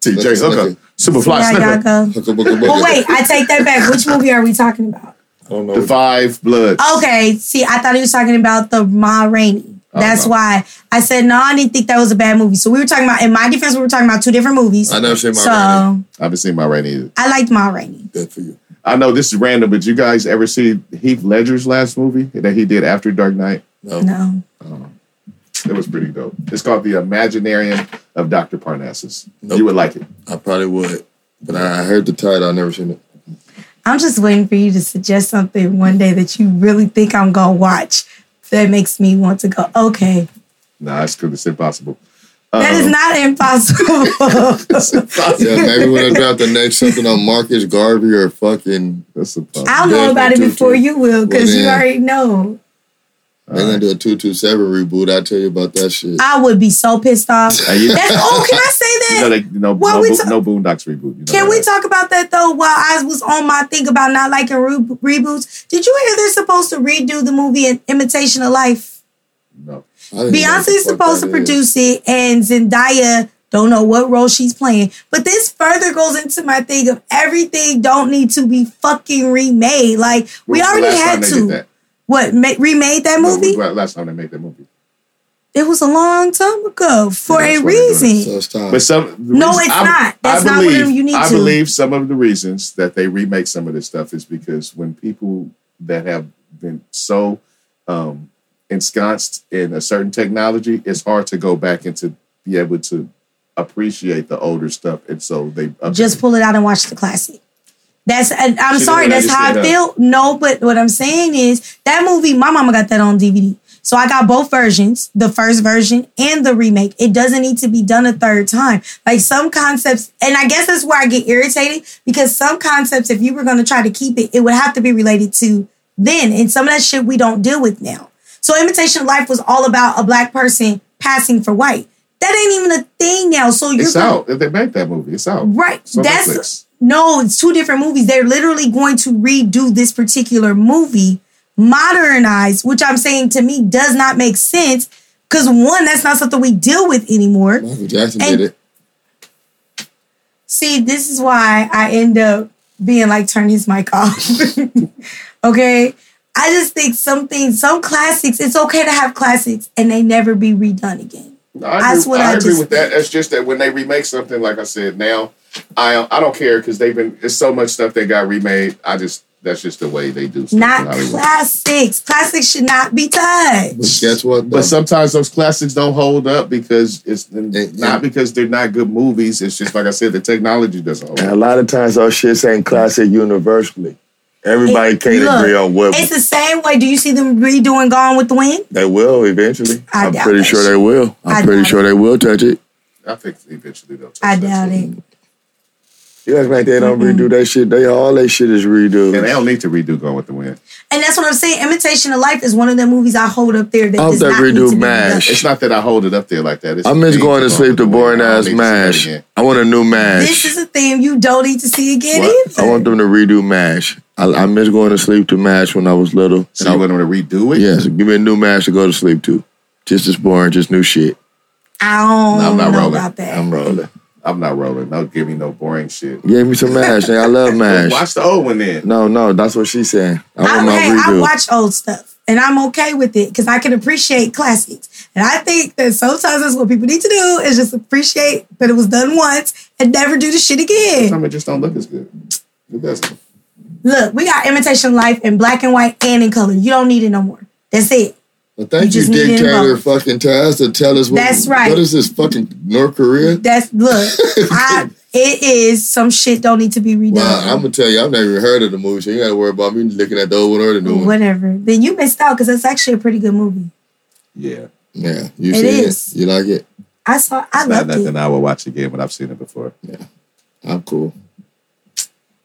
[SPEAKER 1] TJ
[SPEAKER 2] Listen,
[SPEAKER 1] Hooker,
[SPEAKER 2] listen.
[SPEAKER 1] Superfly
[SPEAKER 3] Yeah, y'all
[SPEAKER 1] Snicker,
[SPEAKER 3] go.
[SPEAKER 2] Hooker, booker, booker.
[SPEAKER 3] Well, wait. I take that back. Which movie are we talking about?
[SPEAKER 2] I don't know.
[SPEAKER 1] the Five Bloods.
[SPEAKER 3] Okay. See, I thought he was talking about the Ma Rainey. That's
[SPEAKER 1] no.
[SPEAKER 3] why I said no. I didn't think that was a bad movie. So we were talking about. In my defense, we were talking about two different movies.
[SPEAKER 2] I never seen my
[SPEAKER 3] so
[SPEAKER 2] rating.
[SPEAKER 1] I haven't seen my rating either.
[SPEAKER 3] I liked Ma Rainey.
[SPEAKER 2] Good for you.
[SPEAKER 1] I know this is random, but you guys ever see Heath Ledger's last movie that he did after Dark Knight?
[SPEAKER 2] No.
[SPEAKER 3] No.
[SPEAKER 1] It was pretty dope. It's called The Imaginarium of Dr. Parnassus.
[SPEAKER 2] Nope.
[SPEAKER 1] You would like it.
[SPEAKER 2] I probably would. But I I heard the title. I never seen it.
[SPEAKER 3] I'm just waiting for you to suggest something one day that you really think I'm gonna watch. That makes me want to go. Okay,
[SPEAKER 1] Nah, it's because it's impossible.
[SPEAKER 3] that is
[SPEAKER 1] Um,
[SPEAKER 3] not impossible.
[SPEAKER 1] It's impossible.
[SPEAKER 2] Yeah, maybe when I drop the next something on Marcus Garvey or fucking,
[SPEAKER 1] That's impossible.
[SPEAKER 3] I'll
[SPEAKER 2] Definitely
[SPEAKER 3] know about it
[SPEAKER 2] two,
[SPEAKER 3] before
[SPEAKER 2] two.
[SPEAKER 3] you will, because
[SPEAKER 2] Well,
[SPEAKER 3] you
[SPEAKER 2] then.
[SPEAKER 3] already know.
[SPEAKER 2] they're gonna do a two two seven reboot. I'll tell you about that shit.
[SPEAKER 3] I would be so pissed off.
[SPEAKER 1] Hey, you,
[SPEAKER 3] That's oh, can I say
[SPEAKER 1] you
[SPEAKER 3] that?
[SPEAKER 1] know, they, you know
[SPEAKER 3] What
[SPEAKER 1] no,
[SPEAKER 3] we
[SPEAKER 1] bo-
[SPEAKER 3] ta-
[SPEAKER 1] no Boondocks reboot. You know
[SPEAKER 3] Can
[SPEAKER 1] that,
[SPEAKER 3] we
[SPEAKER 1] right?
[SPEAKER 3] talk about that though? While I was on my thing about not liking re- reboots, did you hear they're supposed to redo the movie in Imitation of Life?
[SPEAKER 1] No.
[SPEAKER 2] I didn't know what
[SPEAKER 3] Beyonce
[SPEAKER 2] the
[SPEAKER 3] is
[SPEAKER 2] fuck
[SPEAKER 3] supposed to
[SPEAKER 2] that is.
[SPEAKER 3] produce it, and Zendaya don't know what role she's playing. But this further goes into my thing of everything don't need to be fucking remade. Like we
[SPEAKER 1] When was the
[SPEAKER 3] already
[SPEAKER 1] last
[SPEAKER 3] had
[SPEAKER 1] time they did
[SPEAKER 3] to.
[SPEAKER 1] that?
[SPEAKER 3] What ma- remade that
[SPEAKER 1] When was
[SPEAKER 3] movie?
[SPEAKER 1] the Last time they made that movie.
[SPEAKER 3] It was a long time ago for
[SPEAKER 1] that's
[SPEAKER 3] a
[SPEAKER 1] what it is.
[SPEAKER 2] So
[SPEAKER 3] reason.
[SPEAKER 2] it's time.
[SPEAKER 1] But some the
[SPEAKER 3] No, it's not. That's not what you need
[SPEAKER 1] I
[SPEAKER 3] to.
[SPEAKER 1] believe some of the reasons that they remake some of this stuff is because when people that have been so um, ensconced in a certain technology, it's hard to go back and to be able to appreciate the older stuff, and so they uh, up-
[SPEAKER 3] Just pull it out and watch the classic. That's and I'm
[SPEAKER 1] See,
[SPEAKER 3] sorry,
[SPEAKER 1] the way
[SPEAKER 3] that's
[SPEAKER 1] that
[SPEAKER 3] how
[SPEAKER 1] you
[SPEAKER 3] I
[SPEAKER 1] said
[SPEAKER 3] feel. No, but what I'm saying is that movie, my mama got that on DVD. So I got both versions, the first version and the remake. It doesn't need to be done a third time. Like some concepts, and I guess that's where I get irritated because some concepts, if you were gonna try to keep it, it would have to be related to then. And some of that shit we don't deal with now. So Imitation of Life was all about a black person passing for white. That ain't even a thing now. So you're
[SPEAKER 1] It's
[SPEAKER 3] gonna-
[SPEAKER 1] out. If they make that movie, it's out.
[SPEAKER 3] Right.
[SPEAKER 1] It's on
[SPEAKER 3] That's
[SPEAKER 1] Netflix.
[SPEAKER 3] no, it's two different movies. They're literally going to redo this particular movie, modernized, which I'm saying to me does not make sense. Cause one, that's not something we deal with anymore.
[SPEAKER 2] Michael Jackson
[SPEAKER 3] And-
[SPEAKER 2] did it.
[SPEAKER 3] See, this is why I end up being like, turn his mic off. okay. I just think some things, some classics, it's okay to have classics and they never be redone again.
[SPEAKER 1] I agree,
[SPEAKER 3] That's what I
[SPEAKER 1] agree
[SPEAKER 3] just-
[SPEAKER 1] with that. That's just that when they remake something, like I said, now I I don't care because they've been it's so much stuff that got remade. I just that's just the way they do. Stuff in
[SPEAKER 3] Not
[SPEAKER 1] Hollywood.
[SPEAKER 3] classics. Classics should not be
[SPEAKER 2] But
[SPEAKER 3] touched.
[SPEAKER 2] guess what?
[SPEAKER 1] But
[SPEAKER 2] though?
[SPEAKER 1] sometimes those classics don't hold up because it's
[SPEAKER 2] It-
[SPEAKER 1] not
[SPEAKER 2] it-
[SPEAKER 1] because they're not good movies. It's just like I said, the technology doesn't hold
[SPEAKER 4] And a
[SPEAKER 1] up.
[SPEAKER 4] lot of times those shits ain't classic universally. Everybody
[SPEAKER 3] It-
[SPEAKER 4] can't
[SPEAKER 3] look,
[SPEAKER 4] agree on what
[SPEAKER 3] It's the same way. Do you see them redoing Gone with the Wind?
[SPEAKER 4] they will eventually.
[SPEAKER 3] I
[SPEAKER 4] am
[SPEAKER 3] doubt
[SPEAKER 4] pretty
[SPEAKER 3] that
[SPEAKER 4] sure
[SPEAKER 3] shit.
[SPEAKER 4] they will.
[SPEAKER 3] I
[SPEAKER 4] I'm pretty
[SPEAKER 3] doubt
[SPEAKER 4] sure they will touch it.
[SPEAKER 1] I think eventually they'll. touch
[SPEAKER 3] I
[SPEAKER 1] that
[SPEAKER 3] doubt
[SPEAKER 1] too.
[SPEAKER 3] it.
[SPEAKER 4] You act like they don't redo that shit. They all that shit is
[SPEAKER 1] And they
[SPEAKER 4] redo.
[SPEAKER 1] don't need to redo Gone with the Wind.
[SPEAKER 3] And that's what I'm saying. Imitation of Life is one of the movies I hold up there that
[SPEAKER 4] I'll
[SPEAKER 3] does
[SPEAKER 4] have
[SPEAKER 3] not
[SPEAKER 4] to
[SPEAKER 3] need
[SPEAKER 4] redo
[SPEAKER 3] to be
[SPEAKER 4] MASH.
[SPEAKER 3] done.
[SPEAKER 1] It's not that I hold it up there like that. It's
[SPEAKER 4] I miss
[SPEAKER 1] the
[SPEAKER 4] going to
[SPEAKER 1] theme
[SPEAKER 4] sleep
[SPEAKER 1] Gone
[SPEAKER 4] to
[SPEAKER 1] with the Wind.
[SPEAKER 4] boring
[SPEAKER 1] I don't
[SPEAKER 4] ass
[SPEAKER 1] need to see that
[SPEAKER 4] mash.
[SPEAKER 1] again.
[SPEAKER 4] I want a new
[SPEAKER 3] This is
[SPEAKER 4] mash.
[SPEAKER 3] a theme you don't need to see again
[SPEAKER 1] What?
[SPEAKER 3] either.
[SPEAKER 4] I want them to redo mash. I, I miss going to sleep to mash when I was little.
[SPEAKER 1] So you want them to redo it?
[SPEAKER 4] Yes, give me a new mash to go to sleep to. Just as boring, just new shit.
[SPEAKER 3] I don't
[SPEAKER 1] No, I'm not
[SPEAKER 3] know
[SPEAKER 1] rolling.
[SPEAKER 3] about that.
[SPEAKER 4] I'm rolling.
[SPEAKER 1] I'm not rolling. Don't give me no boring shit.
[SPEAKER 4] Gave me some mash. Nigga. I love mash.
[SPEAKER 1] Watch the old one then.
[SPEAKER 4] No, no, that's what she's saying. I want
[SPEAKER 3] I'm,
[SPEAKER 4] my
[SPEAKER 3] hey, I
[SPEAKER 4] redo.
[SPEAKER 3] watch old stuff and I'm okay with it because I can appreciate classics. And I think that sometimes that's what people need to do is just appreciate that it was done once and never do the shit again.
[SPEAKER 1] Some it just don't look as good. It doesn't.
[SPEAKER 3] Look, we got Imitation of Life in black and white and in color. You don't need it no more. That's it.
[SPEAKER 2] Well, thank
[SPEAKER 3] You
[SPEAKER 2] you,
[SPEAKER 3] just need
[SPEAKER 2] Dick
[SPEAKER 3] to
[SPEAKER 2] Taylor,
[SPEAKER 3] involve-
[SPEAKER 2] fucking Taz, to tell us what,
[SPEAKER 3] That's right.
[SPEAKER 2] what is this fucking North Korea?
[SPEAKER 3] That's look. I, it is some shit don't need to be redone.
[SPEAKER 2] Well, I'm gonna tell you, I've never even heard of the movie, so you gotta worry about me looking at the old one or the new one.
[SPEAKER 3] Whatever. Then you missed out because that's actually a pretty good movie.
[SPEAKER 1] Yeah.
[SPEAKER 2] Yeah, you
[SPEAKER 3] It
[SPEAKER 2] see
[SPEAKER 3] is.
[SPEAKER 2] it? You like it?
[SPEAKER 3] I saw. I
[SPEAKER 1] Not
[SPEAKER 3] loved
[SPEAKER 1] nothing
[SPEAKER 3] it.
[SPEAKER 1] I would watch again, but I've seen it before.
[SPEAKER 2] I'm cool.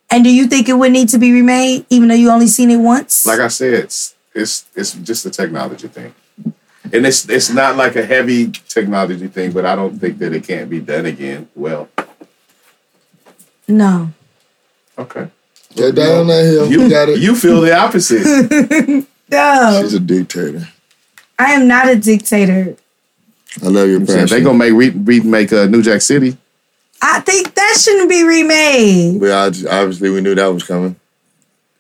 [SPEAKER 3] And do you think it would need to be remade, even though you only seen it once?
[SPEAKER 1] Like I said, it's it's it's just a technology thing, and it's it's not like a heavy technology thing. But I don't think that it can't be done again. Well,
[SPEAKER 3] no.
[SPEAKER 1] okay.
[SPEAKER 2] Yeah, down that hill.
[SPEAKER 1] You
[SPEAKER 2] You got it.
[SPEAKER 1] You feel the opposite.
[SPEAKER 3] No.
[SPEAKER 2] She's a dictator.
[SPEAKER 3] I am not a dictator.
[SPEAKER 2] I love your
[SPEAKER 1] They're
[SPEAKER 2] passion.
[SPEAKER 1] gonna make re- remake uh, New Jack City.
[SPEAKER 3] I think that shouldn't be remade.
[SPEAKER 2] We obvi- obviously we knew that was coming.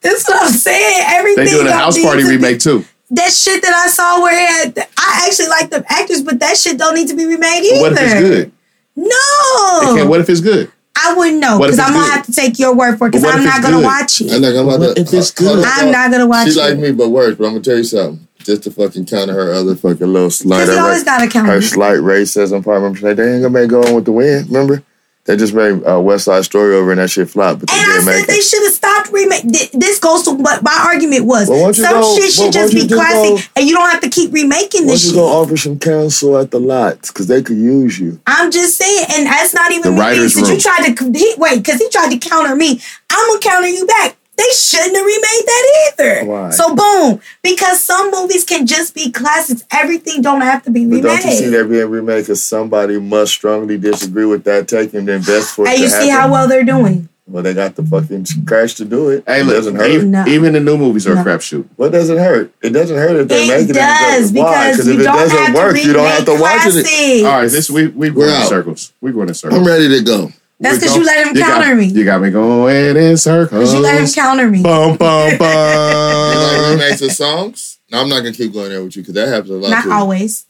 [SPEAKER 3] That's what I'm saying. Everything
[SPEAKER 1] They doing a
[SPEAKER 3] y'all
[SPEAKER 1] house
[SPEAKER 3] need
[SPEAKER 1] party
[SPEAKER 3] to be-
[SPEAKER 1] remake too.
[SPEAKER 3] that shit that I saw where it had, I actually like the actors, but that shit don't need to be remade either.
[SPEAKER 1] But what if it's good? They
[SPEAKER 3] No,
[SPEAKER 1] can't, what if it's good?
[SPEAKER 3] I wouldn't know
[SPEAKER 1] What if it's
[SPEAKER 3] because I'm gonna
[SPEAKER 1] good?
[SPEAKER 3] have to take your word for it because
[SPEAKER 1] But what
[SPEAKER 3] I'm
[SPEAKER 1] if
[SPEAKER 3] not
[SPEAKER 1] it's
[SPEAKER 3] gonna
[SPEAKER 1] good?
[SPEAKER 3] watch
[SPEAKER 2] And
[SPEAKER 3] it.
[SPEAKER 2] look, I'm about
[SPEAKER 1] What
[SPEAKER 2] to.
[SPEAKER 1] if
[SPEAKER 2] hold
[SPEAKER 1] it's good?
[SPEAKER 2] on,
[SPEAKER 3] I'm
[SPEAKER 2] hold on.
[SPEAKER 3] not gonna watch
[SPEAKER 2] She like
[SPEAKER 3] it
[SPEAKER 2] me, but worse. But I'm gonna tell you something. Just to fucking counter her other fucking little slight.
[SPEAKER 3] because you
[SPEAKER 2] of
[SPEAKER 3] always
[SPEAKER 2] ra-
[SPEAKER 3] gotta count.
[SPEAKER 2] her
[SPEAKER 3] it.
[SPEAKER 2] slight racism part. Remember, she like, they ain't gonna make going with the wind. Remember, they just made uh, West Side Story over and that shit flopped. But they
[SPEAKER 3] And I
[SPEAKER 2] did
[SPEAKER 3] said
[SPEAKER 2] make
[SPEAKER 3] they
[SPEAKER 2] it.
[SPEAKER 3] should have stopped remake. th- This goes to what my argument was.
[SPEAKER 2] Well, won't you
[SPEAKER 3] Some
[SPEAKER 2] go-
[SPEAKER 3] shit should
[SPEAKER 2] well,
[SPEAKER 3] just
[SPEAKER 2] won't you
[SPEAKER 3] be
[SPEAKER 2] just
[SPEAKER 3] classic,
[SPEAKER 2] go-
[SPEAKER 3] and you don't have to keep remaking
[SPEAKER 2] Why
[SPEAKER 3] this
[SPEAKER 2] you
[SPEAKER 3] shit.
[SPEAKER 2] gonna offer some counsel at the lots? Cause they could use you.
[SPEAKER 3] I'm just saying, and that's not even
[SPEAKER 1] The
[SPEAKER 3] me.
[SPEAKER 1] writer's
[SPEAKER 3] Since
[SPEAKER 1] room.
[SPEAKER 3] you tried to he, wait, because he tried to counter me, I'm gonna counter you back. They shouldn't have remade that either.
[SPEAKER 2] Why?
[SPEAKER 3] So boom, because some movies can just be classics. Everything don't have to be
[SPEAKER 2] But don't you see
[SPEAKER 3] remade.
[SPEAKER 2] that being remade? Because somebody must strongly disagree with that taking and invest for it
[SPEAKER 3] And
[SPEAKER 2] to
[SPEAKER 3] you
[SPEAKER 2] happen.
[SPEAKER 3] see how well they're doing.
[SPEAKER 2] Well, they got the fucking cash to do it.
[SPEAKER 1] Hey,
[SPEAKER 2] it
[SPEAKER 1] look,
[SPEAKER 2] doesn't hurt.
[SPEAKER 1] even,
[SPEAKER 3] No.
[SPEAKER 1] even the new movies are
[SPEAKER 3] No.
[SPEAKER 1] a crapshoot.
[SPEAKER 2] What doesn't hurt? It doesn't hurt if they
[SPEAKER 3] It
[SPEAKER 2] make it.
[SPEAKER 3] does,
[SPEAKER 2] Why?
[SPEAKER 3] because
[SPEAKER 2] Because
[SPEAKER 3] you
[SPEAKER 2] if it
[SPEAKER 3] don't
[SPEAKER 2] doesn't
[SPEAKER 3] have to
[SPEAKER 2] work, you don't have to
[SPEAKER 3] remake
[SPEAKER 2] watch it.
[SPEAKER 3] classics.
[SPEAKER 1] All right, this we we
[SPEAKER 2] We're
[SPEAKER 1] going in
[SPEAKER 2] out.
[SPEAKER 1] circles. We're going in circles.
[SPEAKER 2] I'm ready to go.
[SPEAKER 3] That's
[SPEAKER 1] We're
[SPEAKER 3] because
[SPEAKER 1] going-
[SPEAKER 3] you let him
[SPEAKER 1] you got-
[SPEAKER 3] counter me.
[SPEAKER 1] You got me going in circles.
[SPEAKER 3] Because you let him counter me.
[SPEAKER 1] Bum bum
[SPEAKER 2] You like
[SPEAKER 1] bum.
[SPEAKER 2] remakes of songs? Uh, No, I'm not gonna keep going there with you because that happens a lot.
[SPEAKER 3] Not
[SPEAKER 2] too.
[SPEAKER 3] always.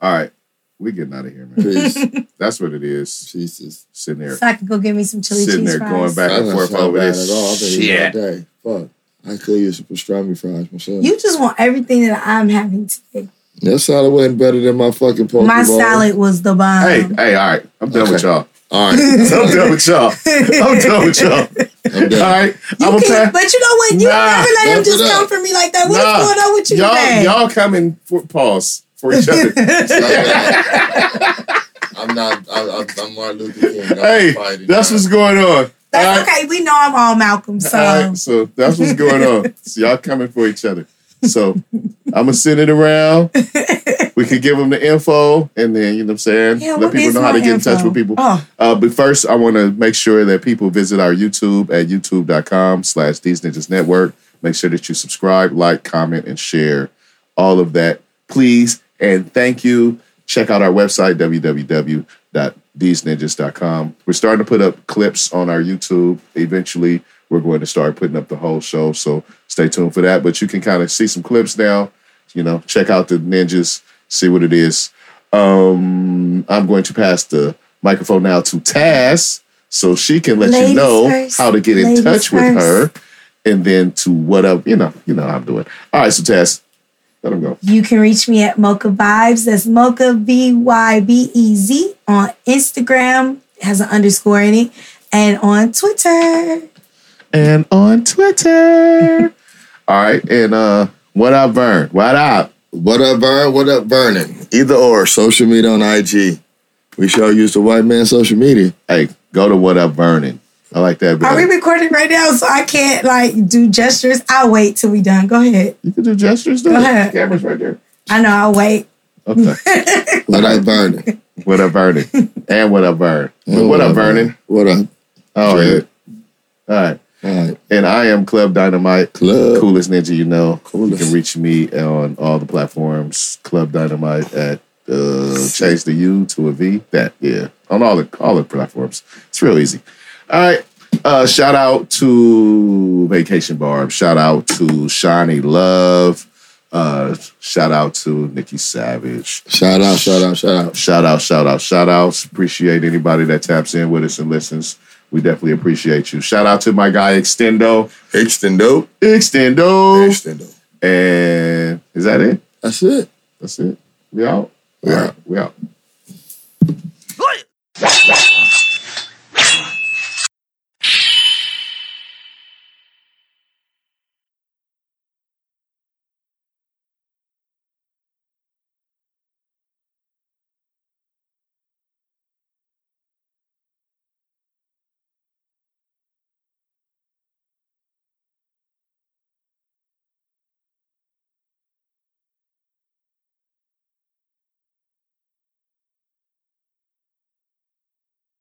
[SPEAKER 1] All right, we getting out of here, man.
[SPEAKER 2] Peace.
[SPEAKER 1] That's what it is.
[SPEAKER 2] Jesus.
[SPEAKER 1] Sitting there.
[SPEAKER 3] So I can go get me some chili
[SPEAKER 1] Sitting
[SPEAKER 3] cheese
[SPEAKER 1] there
[SPEAKER 3] fries.
[SPEAKER 1] going back.
[SPEAKER 2] I don't
[SPEAKER 1] forth
[SPEAKER 2] sound
[SPEAKER 1] over
[SPEAKER 2] bad
[SPEAKER 1] this
[SPEAKER 2] at all. I've been eating
[SPEAKER 1] shit.
[SPEAKER 2] all day. Fuck. I could use some pastrami fries myself.
[SPEAKER 3] You just want everything that I'm having today.
[SPEAKER 2] that salad wasn't better than my fucking poke
[SPEAKER 3] My
[SPEAKER 2] bowl.
[SPEAKER 3] salad was the bomb.
[SPEAKER 1] Hey, hey, all right. I'm done
[SPEAKER 2] Okay.
[SPEAKER 1] with y'all.
[SPEAKER 2] All right.
[SPEAKER 1] I'm done with y'all. I'm done with
[SPEAKER 2] I'm
[SPEAKER 1] y'all. All
[SPEAKER 2] done.
[SPEAKER 1] right.
[SPEAKER 3] You
[SPEAKER 1] I'm gonna
[SPEAKER 3] can't,
[SPEAKER 1] pass.
[SPEAKER 3] but you know what? You
[SPEAKER 1] Nah,
[SPEAKER 3] never let him
[SPEAKER 2] wrap
[SPEAKER 3] just
[SPEAKER 2] it up.
[SPEAKER 3] come for me like that. What's
[SPEAKER 1] Nah,
[SPEAKER 3] going on with you
[SPEAKER 1] y'all,
[SPEAKER 3] today?
[SPEAKER 1] y'all coming for pause for each other.
[SPEAKER 2] I'm not. I, I, I'm Martin Luther King. I'm
[SPEAKER 1] hey,
[SPEAKER 2] fighting.
[SPEAKER 1] that's what's going on.
[SPEAKER 3] That's
[SPEAKER 1] All right?
[SPEAKER 3] okay. We know I'm all Malcolm, so
[SPEAKER 1] All right, so that's what's going on. So y'all coming for each other. So I'm gonna send it around. We can give them the info, and then you know what I'm saying.
[SPEAKER 3] Yeah,
[SPEAKER 1] Let
[SPEAKER 3] what
[SPEAKER 1] people
[SPEAKER 3] is
[SPEAKER 1] know how
[SPEAKER 3] my
[SPEAKER 1] to get in touch
[SPEAKER 3] info?
[SPEAKER 1] with people.
[SPEAKER 3] Oh.
[SPEAKER 1] Uh, but first, I want to make sure that people visit our YouTube at youtube.com/slash These Ninjas Network. Make sure that you subscribe, like, comment, and share all of that, please. And thank you. Check out our website, www.theseninjas.com. We're starting to put up clips on our YouTube. Eventually, we're going to start putting up the whole show. So stay tuned for that. But you can kind of see some clips now. You know, check out the ninjas, see what it is. Um, I'm going to pass the microphone now to Taz so she can let you
[SPEAKER 3] Ladies
[SPEAKER 1] know
[SPEAKER 3] first.
[SPEAKER 1] how to get in
[SPEAKER 3] Ladies
[SPEAKER 1] touch with her
[SPEAKER 3] first.
[SPEAKER 1] and then to what up, you know, you know how I'm doing. All right, so Taz, let him go.
[SPEAKER 3] you can reach me at Mocha Vibes. That's Mocha V Y B E Z on Instagram. It has an underscore in it, and on Twitter.
[SPEAKER 1] And on Twitter. All right, and uh, what up, Vern? What up?
[SPEAKER 2] What up, Burn? What up, Burning? Either or. Social media on IG. We sure use the white man social media.
[SPEAKER 1] Hey, go to what up, Vernon. I like that.
[SPEAKER 3] Are we
[SPEAKER 1] better.
[SPEAKER 3] recording right now? So I can't like do gestures. I'll wait till we done. Go ahead.
[SPEAKER 1] you can do gestures, though.
[SPEAKER 3] Go ahead.
[SPEAKER 1] Camera's right there.
[SPEAKER 3] I know. I'll wait.
[SPEAKER 1] Okay.
[SPEAKER 2] What up, Burning?
[SPEAKER 1] what up, Vernon? And what up, Vern? But Oh, what up, Vernon?
[SPEAKER 2] What up?
[SPEAKER 1] All
[SPEAKER 2] Vern.
[SPEAKER 1] right. All right.
[SPEAKER 2] All right.
[SPEAKER 1] And I am Club Dynamite.
[SPEAKER 2] Club.
[SPEAKER 1] coolest ninja you know.
[SPEAKER 2] Coolest.
[SPEAKER 1] You can reach me on all the platforms. Club Dynamite at uh, change the U to a V. That yeah, on all the all the platforms. It's real easy. All right. Uh, shout out to Vacation Barb. Shout out to Shawnee Love. Uh, shout out to Nikki Savage.
[SPEAKER 2] Shout out, shout out, shout out.
[SPEAKER 1] Shout out, shout out, shout outs. Appreciate anybody that taps in with us and listens. We definitely appreciate you. Shout out to my guy Extendo.
[SPEAKER 2] Extendo.
[SPEAKER 1] Extendo.
[SPEAKER 2] Extendo.
[SPEAKER 1] And is that it?
[SPEAKER 2] That's it.
[SPEAKER 1] That's it. We out.
[SPEAKER 2] We
[SPEAKER 1] All
[SPEAKER 2] out.
[SPEAKER 1] right, We out.